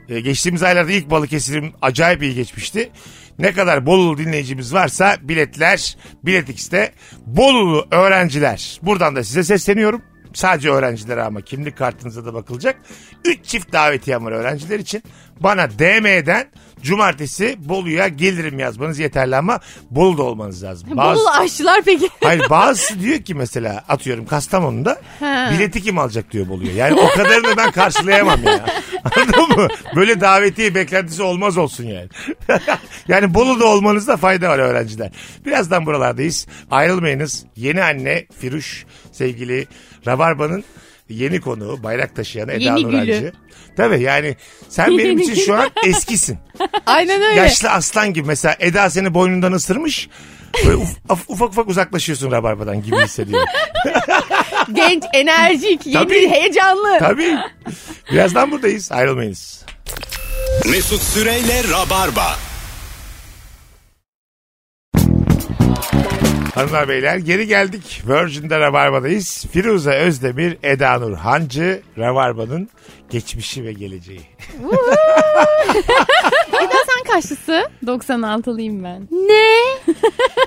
[SPEAKER 3] Ee, geçtiğimiz aylarda ilk Balıkesir'im acayip iyi geçmişti. Ne kadar Bolulu dinleyicimiz varsa biletler Bilet X'te. Bolulu öğrenciler. Buradan da size sesleniyorum. Sadece öğrencilere ama kimlik kartınıza da bakılacak. 3 çift davetiyem var öğrenciler için. Bana DM'den cumartesi Bolu'ya gelirim yazmanız yeterli ama Bolu'da olmanız lazım. Bazı-
[SPEAKER 4] Bolu aşçılar peki.
[SPEAKER 3] Hayır bazısı diyor ki mesela atıyorum Kastamonu'da
[SPEAKER 4] Ha.
[SPEAKER 3] bileti kim alacak diyor buluyor. Yani o kadarını da ben karşılayamam ya. Anladın mı? Böyle davetiye beklentisi olmaz olsun yani. yani Bolu'da olmanızda fayda var öğrenciler. Birazdan buralardayız. Ayrılmayınız. Yeni anne Firuş sevgili Rabarba'nın yeni konuğu bayrak taşıyan Eda
[SPEAKER 4] Yeni gülü.
[SPEAKER 3] Nurancı. Tabii yani sen benim için şu an eskisin.
[SPEAKER 4] Aynen öyle.
[SPEAKER 3] Yaşlı aslan gibi mesela Eda seni boynundan ısırmış. Böyle uf- af- ufak ufak uzaklaşıyorsun rabarbadan gibi hissediyorum.
[SPEAKER 4] Genç, enerjik, yeni,
[SPEAKER 3] Tabii.
[SPEAKER 4] heyecanlı.
[SPEAKER 3] Tabii. Birazdan buradayız. Ayrılmayınız.
[SPEAKER 2] Mesut Süreyle Rabarba.
[SPEAKER 3] Hanımlar beyler geri geldik. Virgin'de Rabarba'dayız. Firuze Özdemir, Eda Nur Hancı, Rabarba'nın geçmişi ve geleceği.
[SPEAKER 5] Sen kaçlısı? 96'lıyım ben.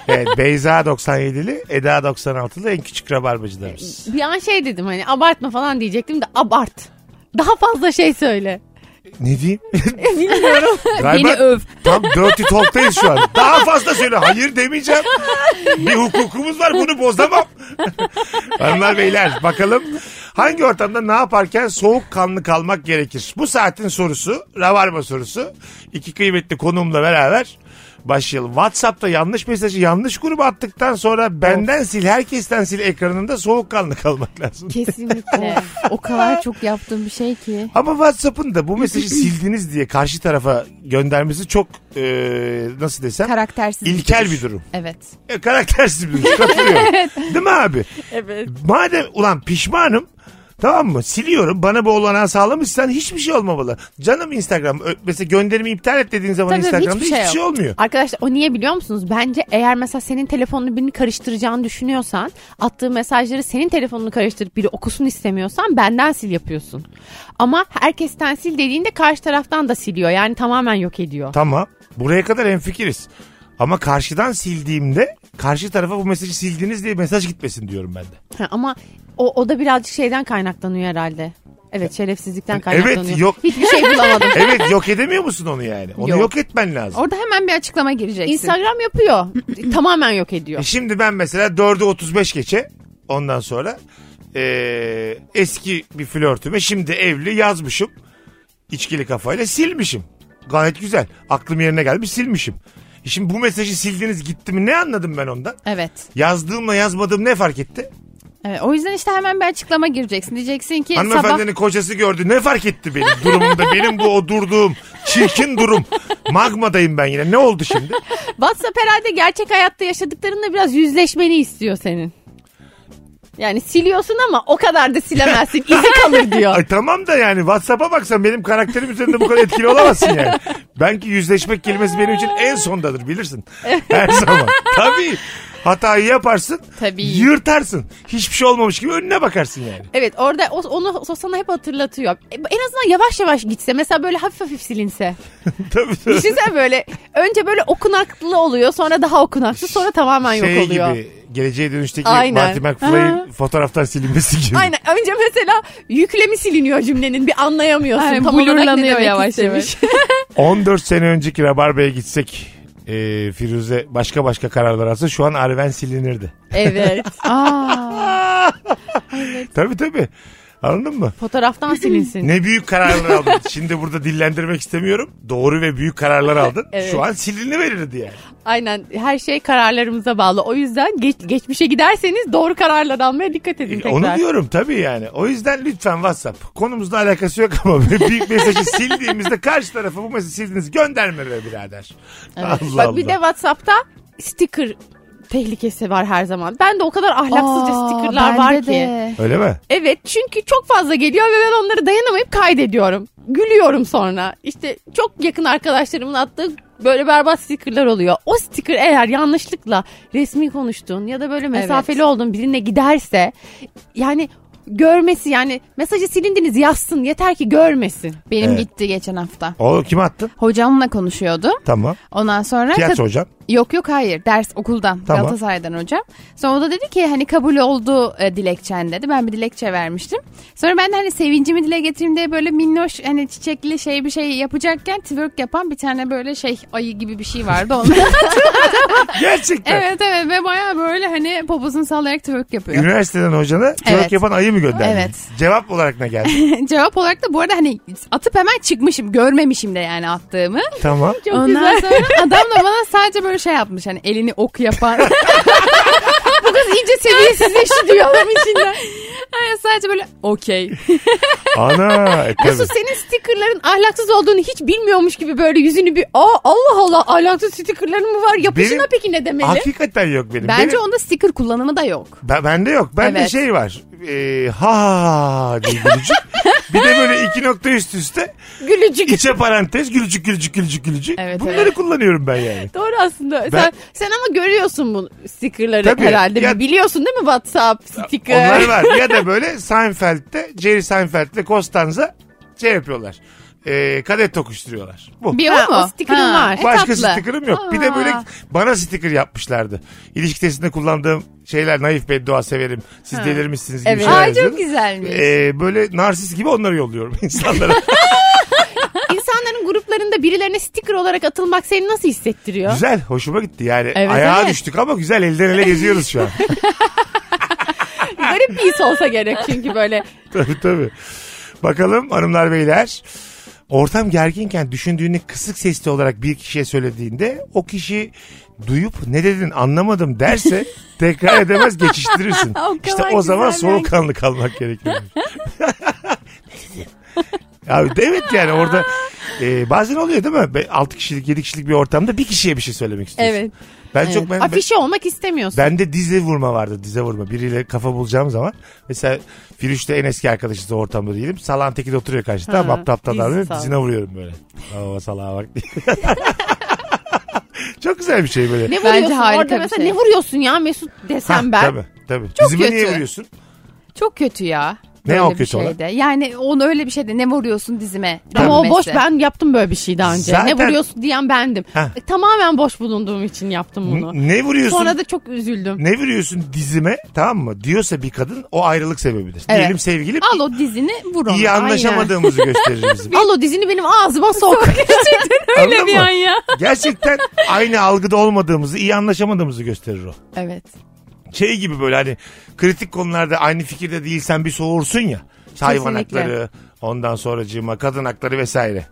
[SPEAKER 3] Evet, Beyza 97'li, Eda 96'lı en küçük Rabarbacılarımız.
[SPEAKER 4] Bir an şey dedim hani abartma falan diyecektim de abart. Daha fazla şey söyle.
[SPEAKER 3] Ne diyeyim?
[SPEAKER 4] Bilmiyorum.
[SPEAKER 3] Galiba
[SPEAKER 5] Beni öv.
[SPEAKER 3] Tam dirty talk'tayız şu an. Daha fazla söyle. Hayır demeyeceğim. Bir hukukumuz var bunu bozamam. Hanımlar beyler bakalım hangi ortamda ne yaparken soğukkanlı kalmak gerekir? Bu saatin sorusu, ravarma sorusu. İki kıymetli konuğumla beraber başlayalım. WhatsApp'ta yanlış mesajı yanlış gruba attıktan sonra benden sil, herkesten sil ekranında soğukkanlı kalmak lazım.
[SPEAKER 5] Kesinlikle. o kadar çok yaptığım bir şey ki.
[SPEAKER 3] Ama WhatsApp'ın da bu mesajı sildiniz diye karşı tarafa göndermesi çok e, nasıl desem
[SPEAKER 5] Karaktersiz.
[SPEAKER 3] ilkel bir durum.
[SPEAKER 5] Evet.
[SPEAKER 3] E, karaktersiz bir durum. Katılıyorum. Değil mi abi? Evet. Madem ulan pişmanım Tamam mı? Siliyorum. Bana bu olanağı sağlamışsan hiçbir şey olmamalı. Canım Instagram. ö- Mesela gönderimi iptal et dediğin zaman
[SPEAKER 5] Tabii,
[SPEAKER 3] Instagram'da hiçbir,
[SPEAKER 5] hiçbir şey
[SPEAKER 3] şey, olmuyor.
[SPEAKER 4] Arkadaşlar o niye biliyor musunuz? Bence eğer mesela senin telefonunu birini karıştıracağını düşünüyorsan, attığı mesajları senin telefonunu karıştırıp biri okusun istemiyorsan benden sil yapıyorsun. Ama herkesten sil dediğinde karşı taraftan da siliyor. Yani tamamen yok ediyor.
[SPEAKER 3] Tamam. Buraya kadar hemfikiriz. Ama karşıdan sildiğimde karşı tarafa bu mesajı sildiniz diye mesaj gitmesin diyorum ben de.
[SPEAKER 4] Ha, ama o, o da birazcık şeyden kaynaklanıyor herhalde. Evet şerefsizlikten kaynaklanıyor.
[SPEAKER 3] yok.
[SPEAKER 4] Hiçbir şey bulamadım.
[SPEAKER 3] Evet yok edemiyor musun onu yani? Onu yok,
[SPEAKER 5] Yok.
[SPEAKER 3] etmen lazım.
[SPEAKER 5] Orada hemen bir açıklama gireceksin.
[SPEAKER 4] Instagram yapıyor. tamamen yok ediyor.
[SPEAKER 3] E şimdi ben mesela 4'e 35 geçe ondan sonra e, eski bir flörtüme şimdi evli yazmışım. İçkili kafayla silmişim. Gayet güzel. Aklım yerine gelmiş silmişim. E Şimdi bu mesajı sildiniz gitti mi ne anladım ben ondan?
[SPEAKER 5] Evet.
[SPEAKER 3] Yazdığımla yazmadığım ne fark etti?
[SPEAKER 5] evet. O yüzden işte hemen bir açıklama gireceksin. Diyeceksin ki sabah
[SPEAKER 3] Hanımefendinin kocası gördü ne fark etti benim durumumda? benim bu o durduğum çirkin durum. Magmadayım ben yine ne oldu şimdi?
[SPEAKER 4] WhatsApp herhalde gerçek hayatta yaşadıklarınla biraz yüzleşmeni istiyor senin. Yani siliyorsun ama o kadar da silemezsin. İzi kalır diyor.
[SPEAKER 3] Ay tamam da yani WhatsApp'a baksan benim karakterim üzerinde bu kadar etkili olamazsın yani. Ben ki yüzleşmek kelimesi benim için en sondadır bilirsin. Her zaman. Tabii. Hatayı yaparsın.
[SPEAKER 5] Tabii.
[SPEAKER 3] Yırtarsın. Hiçbir şey olmamış gibi önüne bakarsın yani.
[SPEAKER 4] Evet orada o, onu o sana hep hatırlatıyor. E, En azından yavaş yavaş gitse. Mesela böyle hafif hafif silinse.
[SPEAKER 3] Tabii.
[SPEAKER 4] Düşünsene böyle. Önce böyle okunaklı oluyor. Sonra daha okunaklı. Sonra tamamen
[SPEAKER 3] şey
[SPEAKER 4] yok oluyor.
[SPEAKER 3] gibi. Geleceğe dönüşteki
[SPEAKER 4] Aynen.
[SPEAKER 3] Marty McFly'in fotoğraftan silinmesi gibi.
[SPEAKER 4] Aynen. Önce mesela yüklemi siliniyor cümlenin. Bir anlayamıyorsun.
[SPEAKER 5] Aynen,
[SPEAKER 4] tam olarak ne
[SPEAKER 5] blurlanıyor
[SPEAKER 4] demek
[SPEAKER 5] yavaş
[SPEAKER 4] istemiş.
[SPEAKER 3] 14 sene önceki Rabarba'ya gitsek e, Firuze başka başka kararlar alsa şu an Arven silinirdi.
[SPEAKER 4] evet.
[SPEAKER 5] Aa,
[SPEAKER 3] Tabii tabii. Anladın mı?
[SPEAKER 4] Fotoğraftan silinsin.
[SPEAKER 3] Ne büyük kararlar aldın. Şimdi burada dillendirmek istemiyorum. Doğru ve büyük kararlar aldın.
[SPEAKER 4] Evet.
[SPEAKER 3] Şu an silini verirdi yani.
[SPEAKER 4] Aynen her şey kararlarımıza bağlı. O yüzden geç, geçmişe giderseniz doğru kararlar almaya dikkat edin tekrar.
[SPEAKER 3] E, Onu diyorum tabii yani. O yüzden lütfen WhatsApp. Konumuzla alakası yok ama büyük mesajı sildiğimizde karşı tarafa bu mesajı sildiniz gönderme be birader. Allah
[SPEAKER 4] Bak
[SPEAKER 3] Allah.
[SPEAKER 4] bir de WhatsApp'ta sticker tehlikesi var her zaman. Ben de o kadar ahlaksızca
[SPEAKER 5] Aa,
[SPEAKER 4] stickerlar
[SPEAKER 5] bende
[SPEAKER 4] var ki.
[SPEAKER 5] de.
[SPEAKER 3] Öyle mi?
[SPEAKER 4] Evet çünkü çok fazla geliyor ve ben onları dayanamayıp kaydediyorum. Gülüyorum sonra. İşte çok yakın arkadaşlarımın attığı böyle berbat stickerlar oluyor. O sticker eğer yanlışlıkla resmi konuştuğun ya da böyle mesafeli olduğun birine giderse yani görmesi yani mesajı silindiniz yazsın yeter ki görmesin.
[SPEAKER 5] Benim
[SPEAKER 3] Evet.
[SPEAKER 5] gitti geçen hafta.
[SPEAKER 3] Oğlum kim attın?
[SPEAKER 5] Hocamla konuşuyordu.
[SPEAKER 3] Tamam.
[SPEAKER 5] Ondan sonra
[SPEAKER 3] Tiyatro
[SPEAKER 5] kad-
[SPEAKER 3] hocam.
[SPEAKER 5] Yok yok hayır ders okuldan
[SPEAKER 3] Tamam.
[SPEAKER 5] Galatasaray'dan hocam. Sonra o da dedi ki hani kabul oldu e, dilekçen dedi. Ben bir dilekçe vermiştim. Sonra ben de hani sevincimi dile getireyim diye böyle minnoş hani çiçekli şey bir şey yapacakken twerk yapan bir tane böyle şey ayı gibi bir şey vardı. Onu.
[SPEAKER 3] Gerçekten.
[SPEAKER 5] evet evet ve baya böyle hani poposunu sallayarak twerk yapıyor.
[SPEAKER 3] Üniversiteden hocana twerk
[SPEAKER 5] Evet.
[SPEAKER 3] yapan ayı mı gönderdin?
[SPEAKER 5] Evet.
[SPEAKER 3] Cevap olarak ne geldi?
[SPEAKER 5] Cevap olarak da bu arada hani atıp hemen çıkmışım görmemişim de yani attığımı.
[SPEAKER 3] tamam.
[SPEAKER 4] Çok
[SPEAKER 5] Ondan
[SPEAKER 4] güzel.
[SPEAKER 5] sonra adam da bana sadece böyle şey yapmış hani elini ok yapar.
[SPEAKER 4] Kız iyice seviyesizleşti diyor adam içinden.
[SPEAKER 5] Ay, sadece böyle okey.
[SPEAKER 3] Ana. e, tabii.
[SPEAKER 4] Mesut senin stickerların ahlaksız olduğunu hiç bilmiyormuş gibi böyle yüzünü bir aa Allah Allah ahlaksız stickerların mı var yapışına
[SPEAKER 3] Benim-
[SPEAKER 4] peki ne demeli?
[SPEAKER 3] Hakikaten yok benim.
[SPEAKER 5] Bence
[SPEAKER 3] benim,
[SPEAKER 5] onda sticker kullanımı da yok.
[SPEAKER 3] ben, bende yok. Bende
[SPEAKER 5] Evet.
[SPEAKER 3] şey var. Ee, ha ha ha diye gülücük. bir de böyle iki nokta üst üste.
[SPEAKER 4] Gülücük.
[SPEAKER 3] İçe parantez gülücük gülücük gülücük gülücük.
[SPEAKER 5] Evet,
[SPEAKER 3] Bunları
[SPEAKER 5] evet.
[SPEAKER 3] kullanıyorum ben yani.
[SPEAKER 4] Doğru aslında. Sen, sen ama görüyorsun bu stickerları
[SPEAKER 3] Tabii.
[SPEAKER 4] herhalde.
[SPEAKER 3] Ya-
[SPEAKER 4] Biliyorsun değil mi WhatsApp sticker?
[SPEAKER 3] Onlar var. Ya da böyle Seinfeld'de Jerry Seinfeld'le Costanza şey yapıyorlar. Ee, kadet tokuşturuyorlar. Bu.
[SPEAKER 5] Bir
[SPEAKER 4] Ha,
[SPEAKER 5] o mu?
[SPEAKER 4] o sticker'ın var.
[SPEAKER 5] e,
[SPEAKER 3] Başka
[SPEAKER 5] tatlı.
[SPEAKER 3] sticker'ım yok. Bir de böyle
[SPEAKER 5] Aa.
[SPEAKER 3] bana sticker yapmışlardı. İlişki testinde kullandığım şeyler naif beddua severim. Siz delirmişsiniz gibi
[SPEAKER 5] Evet.
[SPEAKER 3] şeyler
[SPEAKER 5] Ay, çok
[SPEAKER 3] yazıyordum.
[SPEAKER 5] güzelmiş.
[SPEAKER 3] Ee, böyle narsist gibi onları yolluyorum insanlara.
[SPEAKER 4] İnsanların gruplarında birilerine sticker olarak atılmak seni nasıl hissettiriyor?
[SPEAKER 3] güzel. Hoşuma gitti yani.
[SPEAKER 5] Evet,
[SPEAKER 3] Ayağa
[SPEAKER 5] evet.
[SPEAKER 3] düştük ama güzel elden ele geziyoruz şu an.
[SPEAKER 4] Garip bir his olsa gerek çünkü böyle.
[SPEAKER 3] tabii tabii. Bakalım hanımlar beyler. Ortam gerginken düşündüğünü kısık sesli olarak bir kişiye söylediğinde o kişi duyup ne dedin anlamadım derse tekrar edemez geçiştirirsin.
[SPEAKER 5] O
[SPEAKER 3] işte
[SPEAKER 5] kadar
[SPEAKER 3] o zaman
[SPEAKER 5] güzel yani.
[SPEAKER 3] soğukkanlı kalmak gerekir. Abi evet yani orada e, bazen oluyor değil mi? Be- 6 kişilik 7 kişilik bir ortamda bir kişiye bir şey söylemek istiyorsun.
[SPEAKER 4] Evet.
[SPEAKER 3] Ben çok ben, ben-
[SPEAKER 4] Afişe olmak istemiyorsun.
[SPEAKER 3] Bende dize vurma vardı dize vurma. Biriyle kafa bulacağım zaman. Mesela Firuş'ta en eski arkadaşız o ortamda diyelim. Salağın teki de oturuyor karşıda.
[SPEAKER 4] Ha,
[SPEAKER 3] Tamam aptal
[SPEAKER 4] diz
[SPEAKER 3] davranıp
[SPEAKER 4] sal.
[SPEAKER 3] dizine vuruyorum böyle. Baba salağa bak diye. Çok güzel bir şey böyle.
[SPEAKER 4] Ne
[SPEAKER 5] Bence
[SPEAKER 4] vuruyorsun
[SPEAKER 5] harika
[SPEAKER 4] orada
[SPEAKER 5] bir
[SPEAKER 4] mesela
[SPEAKER 5] şey.
[SPEAKER 4] ne vuruyorsun ya Mesut
[SPEAKER 3] Ha,
[SPEAKER 4] desem ben.
[SPEAKER 3] Tabii tabii. Dizime niye
[SPEAKER 5] kötü.
[SPEAKER 3] vuruyorsun?
[SPEAKER 5] Çok kötü ya.
[SPEAKER 3] Ne
[SPEAKER 5] Böyle
[SPEAKER 3] o
[SPEAKER 5] bir
[SPEAKER 3] kötü olan?
[SPEAKER 5] şeyde. Yani onu öyle bir şeyde ne vuruyorsun dizime?
[SPEAKER 4] Ama o
[SPEAKER 5] denmesi.
[SPEAKER 4] boş ben yaptım böyle bir şey daha önce.
[SPEAKER 3] Zaten-
[SPEAKER 4] Ne vuruyorsun diyen bendim.
[SPEAKER 3] Ha.
[SPEAKER 4] E, Tamamen boş bulunduğum için yaptım bunu.
[SPEAKER 3] N- Ne vuruyorsun?
[SPEAKER 4] Sonra da çok üzüldüm.
[SPEAKER 3] Ne vuruyorsun dizime tamam mı? Diyorsa bir kadın o ayrılık sebebidir.
[SPEAKER 5] Evet.
[SPEAKER 3] Diyelim sevgilim
[SPEAKER 5] Al o dizini vur onu.
[SPEAKER 3] iyi anlaşamadığımızı gösterir bizim.
[SPEAKER 4] Al o dizini benim ağzıma sok.
[SPEAKER 3] Anladın
[SPEAKER 5] Öyle bir
[SPEAKER 3] mı?
[SPEAKER 5] an ya.
[SPEAKER 3] Gerçekten aynı algıda olmadığımızı, iyi anlaşamadığımızı gösterir o.
[SPEAKER 5] Evet.
[SPEAKER 3] şey gibi böyle hani kritik konularda aynı fikirde değilsen bir soğursun ya. İşte Hayvan
[SPEAKER 5] Kesinlikle.
[SPEAKER 3] hakları, ondan sonracığıma kadın hakları vesaire.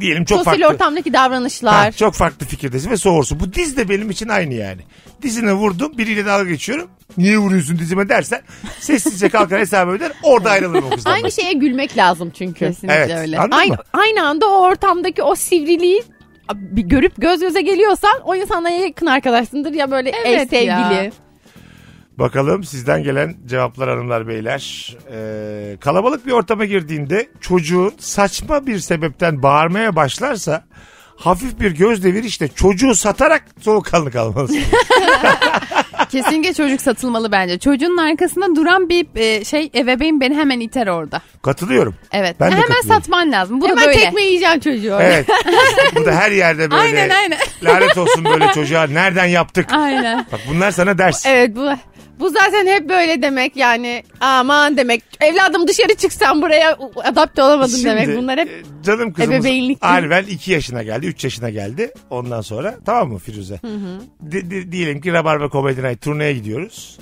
[SPEAKER 3] Diyelim çok
[SPEAKER 4] Sosyal
[SPEAKER 3] farklı.
[SPEAKER 4] ortamdaki davranışlar.
[SPEAKER 3] Ha, çok farklı fikirdesin ve soğursun. Bu diz de benim için aynı yani. Dizine vurdum, biriyle dalga geçiyorum. Niye vuruyorsun dizime dersen sessizce kalkar hesabı öder, orada ayrılırım o kızdan.
[SPEAKER 4] Aynı şey şeye gülmek lazım çünkü.
[SPEAKER 5] Kesinlikle
[SPEAKER 3] Evet.
[SPEAKER 5] öyle.
[SPEAKER 3] Anladın
[SPEAKER 4] Aynı,
[SPEAKER 3] mı?
[SPEAKER 4] aynı anda o ortamdaki o sivriliği bir görüp göz göze geliyorsan o insanla ya yakın arkadaşsındır ya böyle ev
[SPEAKER 5] Evet ya.
[SPEAKER 4] sevgili.
[SPEAKER 3] Bakalım sizden gelen cevaplar hanımlar beyler. Ee, kalabalık bir ortama girdiğinde çocuğun saçma bir sebepten bağırmaya başlarsa hafif bir göz devirişle çocuğu satarak soğukkanlı kalmalısın.
[SPEAKER 5] Kesinlikle çocuk satılmalı bence. Çocuğun arkasında duran bir e, şey ebeveyn beni hemen iter orada.
[SPEAKER 3] Katılıyorum.
[SPEAKER 5] Evet.
[SPEAKER 3] Ben de
[SPEAKER 5] hemen
[SPEAKER 3] katılıyorum.
[SPEAKER 5] satman lazım. Bu da
[SPEAKER 4] Hemen
[SPEAKER 5] böyle.
[SPEAKER 4] tekme yiyeceksin çocuğu.
[SPEAKER 3] Evet. Bu da her yerde böyle.
[SPEAKER 5] Aynen, aynen.
[SPEAKER 3] Lanet olsun böyle çocuğa. Nereden yaptık?
[SPEAKER 5] Aynen.
[SPEAKER 3] Bak bunlar sana ders.
[SPEAKER 4] Evet bu bu zaten hep böyle demek yani aman demek evladım dışarı çıksan buraya adapte olamadın
[SPEAKER 3] Şimdi,
[SPEAKER 4] demek bunlar hep
[SPEAKER 3] e, canım kızımız
[SPEAKER 4] ebeveynlik değil.
[SPEAKER 3] Arvel 2 yaşına geldi 3 yaşına geldi ondan sonra tamam mı Firuze? Di- di- diyelim ki Rabarba Comedy Night turneye gidiyoruz.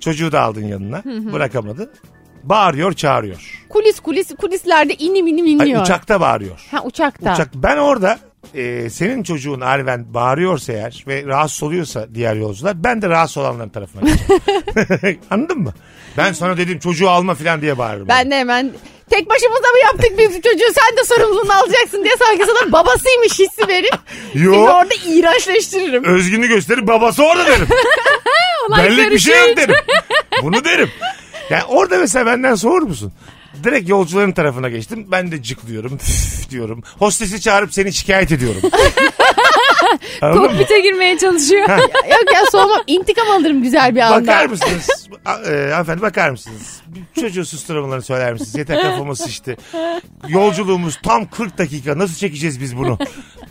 [SPEAKER 3] Çocuğu da aldın yanına bırakamadın. Bağırıyor çağırıyor.
[SPEAKER 4] kulis kulis kulislerde inim inim
[SPEAKER 3] Ay,
[SPEAKER 4] inliyor.
[SPEAKER 3] uçakta bağırıyor.
[SPEAKER 4] Ha uçakta.
[SPEAKER 3] Uçak ben orada e, senin çocuğun Arven bağırıyorsa eğer ve rahatsız oluyorsa diğer yolcular ben de rahatsız olanların tarafına geçeceğim. Anladın mı? Ben sana dedim çocuğu alma falan diye bağırırım.
[SPEAKER 4] Ben de hemen tek başımıza mı yaptık biz bu çocuğu sen de sorumluluğunu alacaksın diye sanki sana babasıymış hissi verip
[SPEAKER 3] Yo.
[SPEAKER 4] seni orada iğrençleştiririm.
[SPEAKER 3] özgünü gösterir babası orada derim. Benlik bir şey yok derim. Bunu derim. Yani orada mesela benden soğur musun? Direkt yolcuların tarafına geçtim. Ben de cıklıyorum. Üf diyorum. Hostesi çağırıp seni şikayet ediyorum. Anladın mı?
[SPEAKER 5] Kokpite girmeye çalışıyor.
[SPEAKER 4] Yok ya soğumam intikam alırım güzel bir anda.
[SPEAKER 3] Bakar mısınız? A- e, hanımefendi bakar mısınız? Bir Çocuğu susturmalarını söyler misiniz? Yeter kafama sıçtı. Yolculuğumuz tam 40 dakika. Nasıl çekeceğiz biz bunu?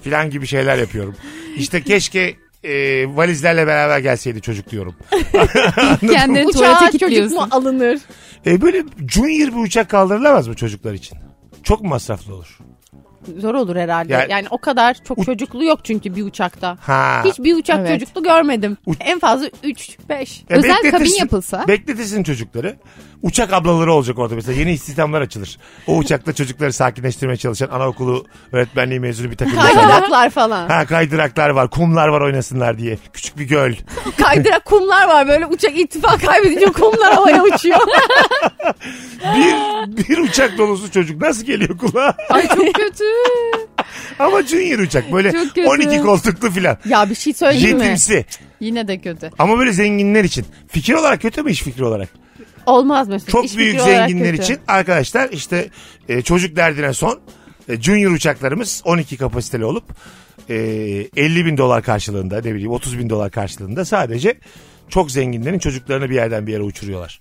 [SPEAKER 3] Filan gibi şeyler yapıyorum. İşte keşke e, valizlerle beraber gelseydi çocuk diyorum.
[SPEAKER 5] Kendini
[SPEAKER 4] Uçağa
[SPEAKER 5] tuvalete
[SPEAKER 4] çocuk mu
[SPEAKER 5] kilitliyorsun.
[SPEAKER 4] alınır?
[SPEAKER 3] E böyle junior bir uçak kaldırılamaz mı çocuklar için? Çok mu masraflı olur?
[SPEAKER 4] zor olur herhalde.
[SPEAKER 3] Ya-
[SPEAKER 4] yani o kadar çok çocuklu yok çünkü bir uçakta.
[SPEAKER 3] Ha.
[SPEAKER 4] Hiç bir uçak
[SPEAKER 5] Evet.
[SPEAKER 4] çocuklu görmedim. En fazla 3 5.
[SPEAKER 3] Ya
[SPEAKER 5] özel
[SPEAKER 3] E, bekletirsin-
[SPEAKER 5] kabin yapılsa?
[SPEAKER 3] Bekletirsin çocukları. Uçak ablaları olacak orada mesela. Yeni istihdamlar açılır. O uçakta çocukları sakinleştirmeye çalışan anaokulu öğretmenliği mezunu bir takım insanlar.
[SPEAKER 4] Kaydıraklar falan.
[SPEAKER 3] Ha kaydıraklar var, kumlar var oynasınlar diye. Küçük bir göl.
[SPEAKER 4] Kaydırak kumlar var böyle uçak ittifak kaybedince kumlar havaya uçuyor.
[SPEAKER 3] Bir, bir uçak dolusu çocuk nasıl geliyor kulağa?
[SPEAKER 5] Ay çok kötü.
[SPEAKER 3] Ama Junior uçak böyle
[SPEAKER 5] Çok kötü.
[SPEAKER 3] 12 koltuklu filan.
[SPEAKER 4] ya bir şey söyleyeyim mi?
[SPEAKER 3] Jetimsi.
[SPEAKER 5] Yine de kötü.
[SPEAKER 3] Ama böyle zenginler için. Fikir olarak kötü mü iş fikri olarak?
[SPEAKER 4] Olmaz Mesut.
[SPEAKER 3] Çok
[SPEAKER 4] İş
[SPEAKER 3] büyük
[SPEAKER 4] fikri olarak
[SPEAKER 3] zenginler
[SPEAKER 4] kötü.
[SPEAKER 3] için arkadaşlar işte e, çocuk derdine son e, Junior uçaklarımız 12 kapasiteli olup e, 50 bin dolar karşılığında ne bileyim 30 bin dolar karşılığında sadece çok zenginlerin çocuklarını bir yerden bir yere uçuruyorlar.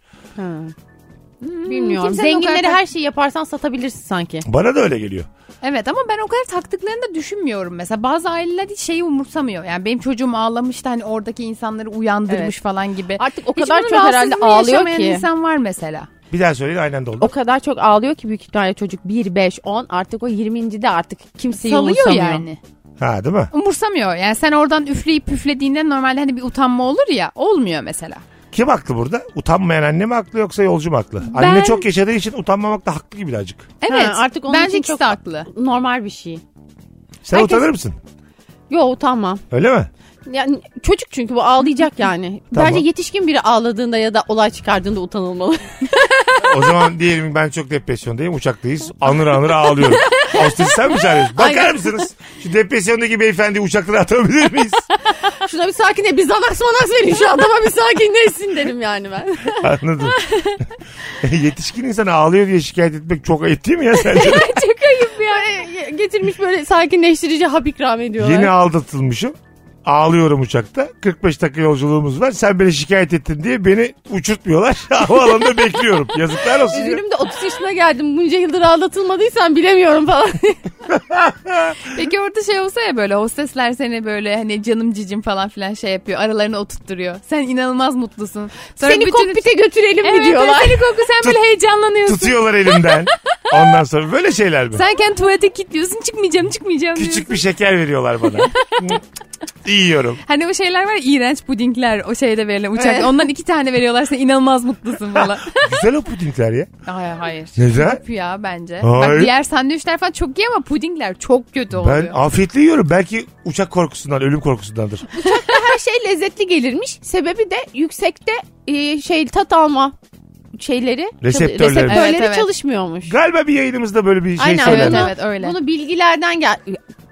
[SPEAKER 4] Bilmiyorum.
[SPEAKER 5] Kimsenin o
[SPEAKER 4] Zenginleri
[SPEAKER 5] kadar-
[SPEAKER 4] her şeyi yaparsan satabilirsin sanki.
[SPEAKER 3] Bana da öyle geliyor.
[SPEAKER 5] Evet ama ben o kadar taktıklarını da düşünmüyorum. Mesela bazı aileler hiç şeyi umursamıyor. Yani benim çocuğum ağlamıştı hani oradaki insanları uyandırmış
[SPEAKER 4] Evet.
[SPEAKER 5] falan gibi.
[SPEAKER 4] Artık o
[SPEAKER 5] Hiç
[SPEAKER 4] kadar
[SPEAKER 5] bunun
[SPEAKER 4] çok herhalde
[SPEAKER 5] rahatsızlığını
[SPEAKER 4] ağlıyor
[SPEAKER 5] yaşamayan
[SPEAKER 4] ki.
[SPEAKER 5] insan var mesela.
[SPEAKER 3] Bir daha söyleyin aynen doldu.
[SPEAKER 4] O kadar çok ağlıyor ki büyük ihtimalle çocuk 1, 5, 10 artık o 20. de artık kimseyi
[SPEAKER 5] Salıyor
[SPEAKER 4] umursamıyor.
[SPEAKER 5] yani.
[SPEAKER 3] Ha değil mi?
[SPEAKER 5] Umursamıyor. Yani sen oradan üfleyip püflediğinde normalde hani bir utanma olur ya. Olmuyor mesela.
[SPEAKER 3] Kim haklı burada? Utanmayan anne mi haklı yoksa yolcu mu haklı?
[SPEAKER 5] Ben-
[SPEAKER 3] Anne çok yaşadığı için utanmamak da haklı gibi birazcık.
[SPEAKER 5] Evet.
[SPEAKER 4] Ha, artık onun
[SPEAKER 5] bence
[SPEAKER 4] için
[SPEAKER 5] ikisi
[SPEAKER 4] çok-
[SPEAKER 5] de haklı.
[SPEAKER 4] Normal bir şey.
[SPEAKER 3] Sen
[SPEAKER 4] Herkes-
[SPEAKER 3] utanır mısın?
[SPEAKER 4] Yo utanmam.
[SPEAKER 3] Öyle mi?
[SPEAKER 4] Yani çocuk çünkü bu ağlayacak yani.
[SPEAKER 3] Tamam.
[SPEAKER 4] Bence yetişkin biri ağladığında ya da olay çıkardığında utanılmalı.
[SPEAKER 3] O zaman diyelim ben çok depresyondayım uçaktayız. Anır anır ağlıyorum. Hostes sen mi çağırıyorsun? Bakar
[SPEAKER 4] Aynen.
[SPEAKER 3] mısınız? Şu depresyondaki beyefendi uçaklara atabilir miyiz?
[SPEAKER 4] Şuna bir sakinle bir zanaks manaks verin şu adama bir sakinleşsin derim yani ben.
[SPEAKER 3] Anladım. Yetişkin insan ağlıyor diye şikayet etmek çok ayıp değil mi ya sence?
[SPEAKER 4] çok ayıp ya. Getirmiş böyle sakinleştirici hap ikram ediyorlar.
[SPEAKER 3] Yeni aldatılmışım. Ağlıyorum uçakta. 45 dakika yolculuğumuz var. Sen beni şikayet ettin diye beni uçurtmuyorlar. Havaalanında bekliyorum. Yazıklar olsun. ya.
[SPEAKER 4] Üzgünüm de 30 yaşına geldim. Bunca yıldır aldatılmadıysan bilemiyorum falan.
[SPEAKER 5] Peki orada şey olsa ya böyle hostesler seni böyle hani canım cicim falan filan şey yapıyor. Aralarına oturtturuyor. Sen inanılmaz mutlusun. Sonra
[SPEAKER 4] Seni
[SPEAKER 5] bütün-
[SPEAKER 4] kokpite götürelim
[SPEAKER 5] Evet,
[SPEAKER 4] mi diyorlar.
[SPEAKER 5] evet, seni kokuyor. Sen böyle heyecanlanıyorsun.
[SPEAKER 3] Tutuyorlar elimden. Ondan sonra böyle şeyler mi?
[SPEAKER 5] Sen kendi tuvalete kilitliyorsun çıkmayacağım çıkmayacağım diyorsun.
[SPEAKER 3] Küçük bir şeker veriyorlar bana. İyi yiyorum.
[SPEAKER 5] Hani o şeyler var ya iğrenç pudingler o şeyde verilen uçak.
[SPEAKER 4] Evet.
[SPEAKER 5] Ondan iki tane veriyorlar sen inanılmaz mutlusun falan.
[SPEAKER 3] Güzel o pudingler ya.
[SPEAKER 5] hayır hayır.
[SPEAKER 3] Neden?
[SPEAKER 5] Yok ya bence.
[SPEAKER 3] Hayır.
[SPEAKER 5] Bak diğer sandviçler falan çok iyi ama pudingler çok kötü oluyor.
[SPEAKER 3] Ben afiyetle yiyorum. Belki uçak korkusundan, ölüm korkusundandır.
[SPEAKER 4] Her şey lezzetli gelirmiş. Sebebi de yüksekte e, şey tat alma şeyleri
[SPEAKER 3] Reseptörleri.
[SPEAKER 4] reseptörleri
[SPEAKER 5] Evet, evet.
[SPEAKER 4] çalışmıyormuş.
[SPEAKER 3] Galiba bir yayınımızda böyle bir şey
[SPEAKER 4] Aynen,
[SPEAKER 3] söylendi.
[SPEAKER 4] bunu-
[SPEAKER 5] evet, öyle.
[SPEAKER 4] Bunu bilgilerden gel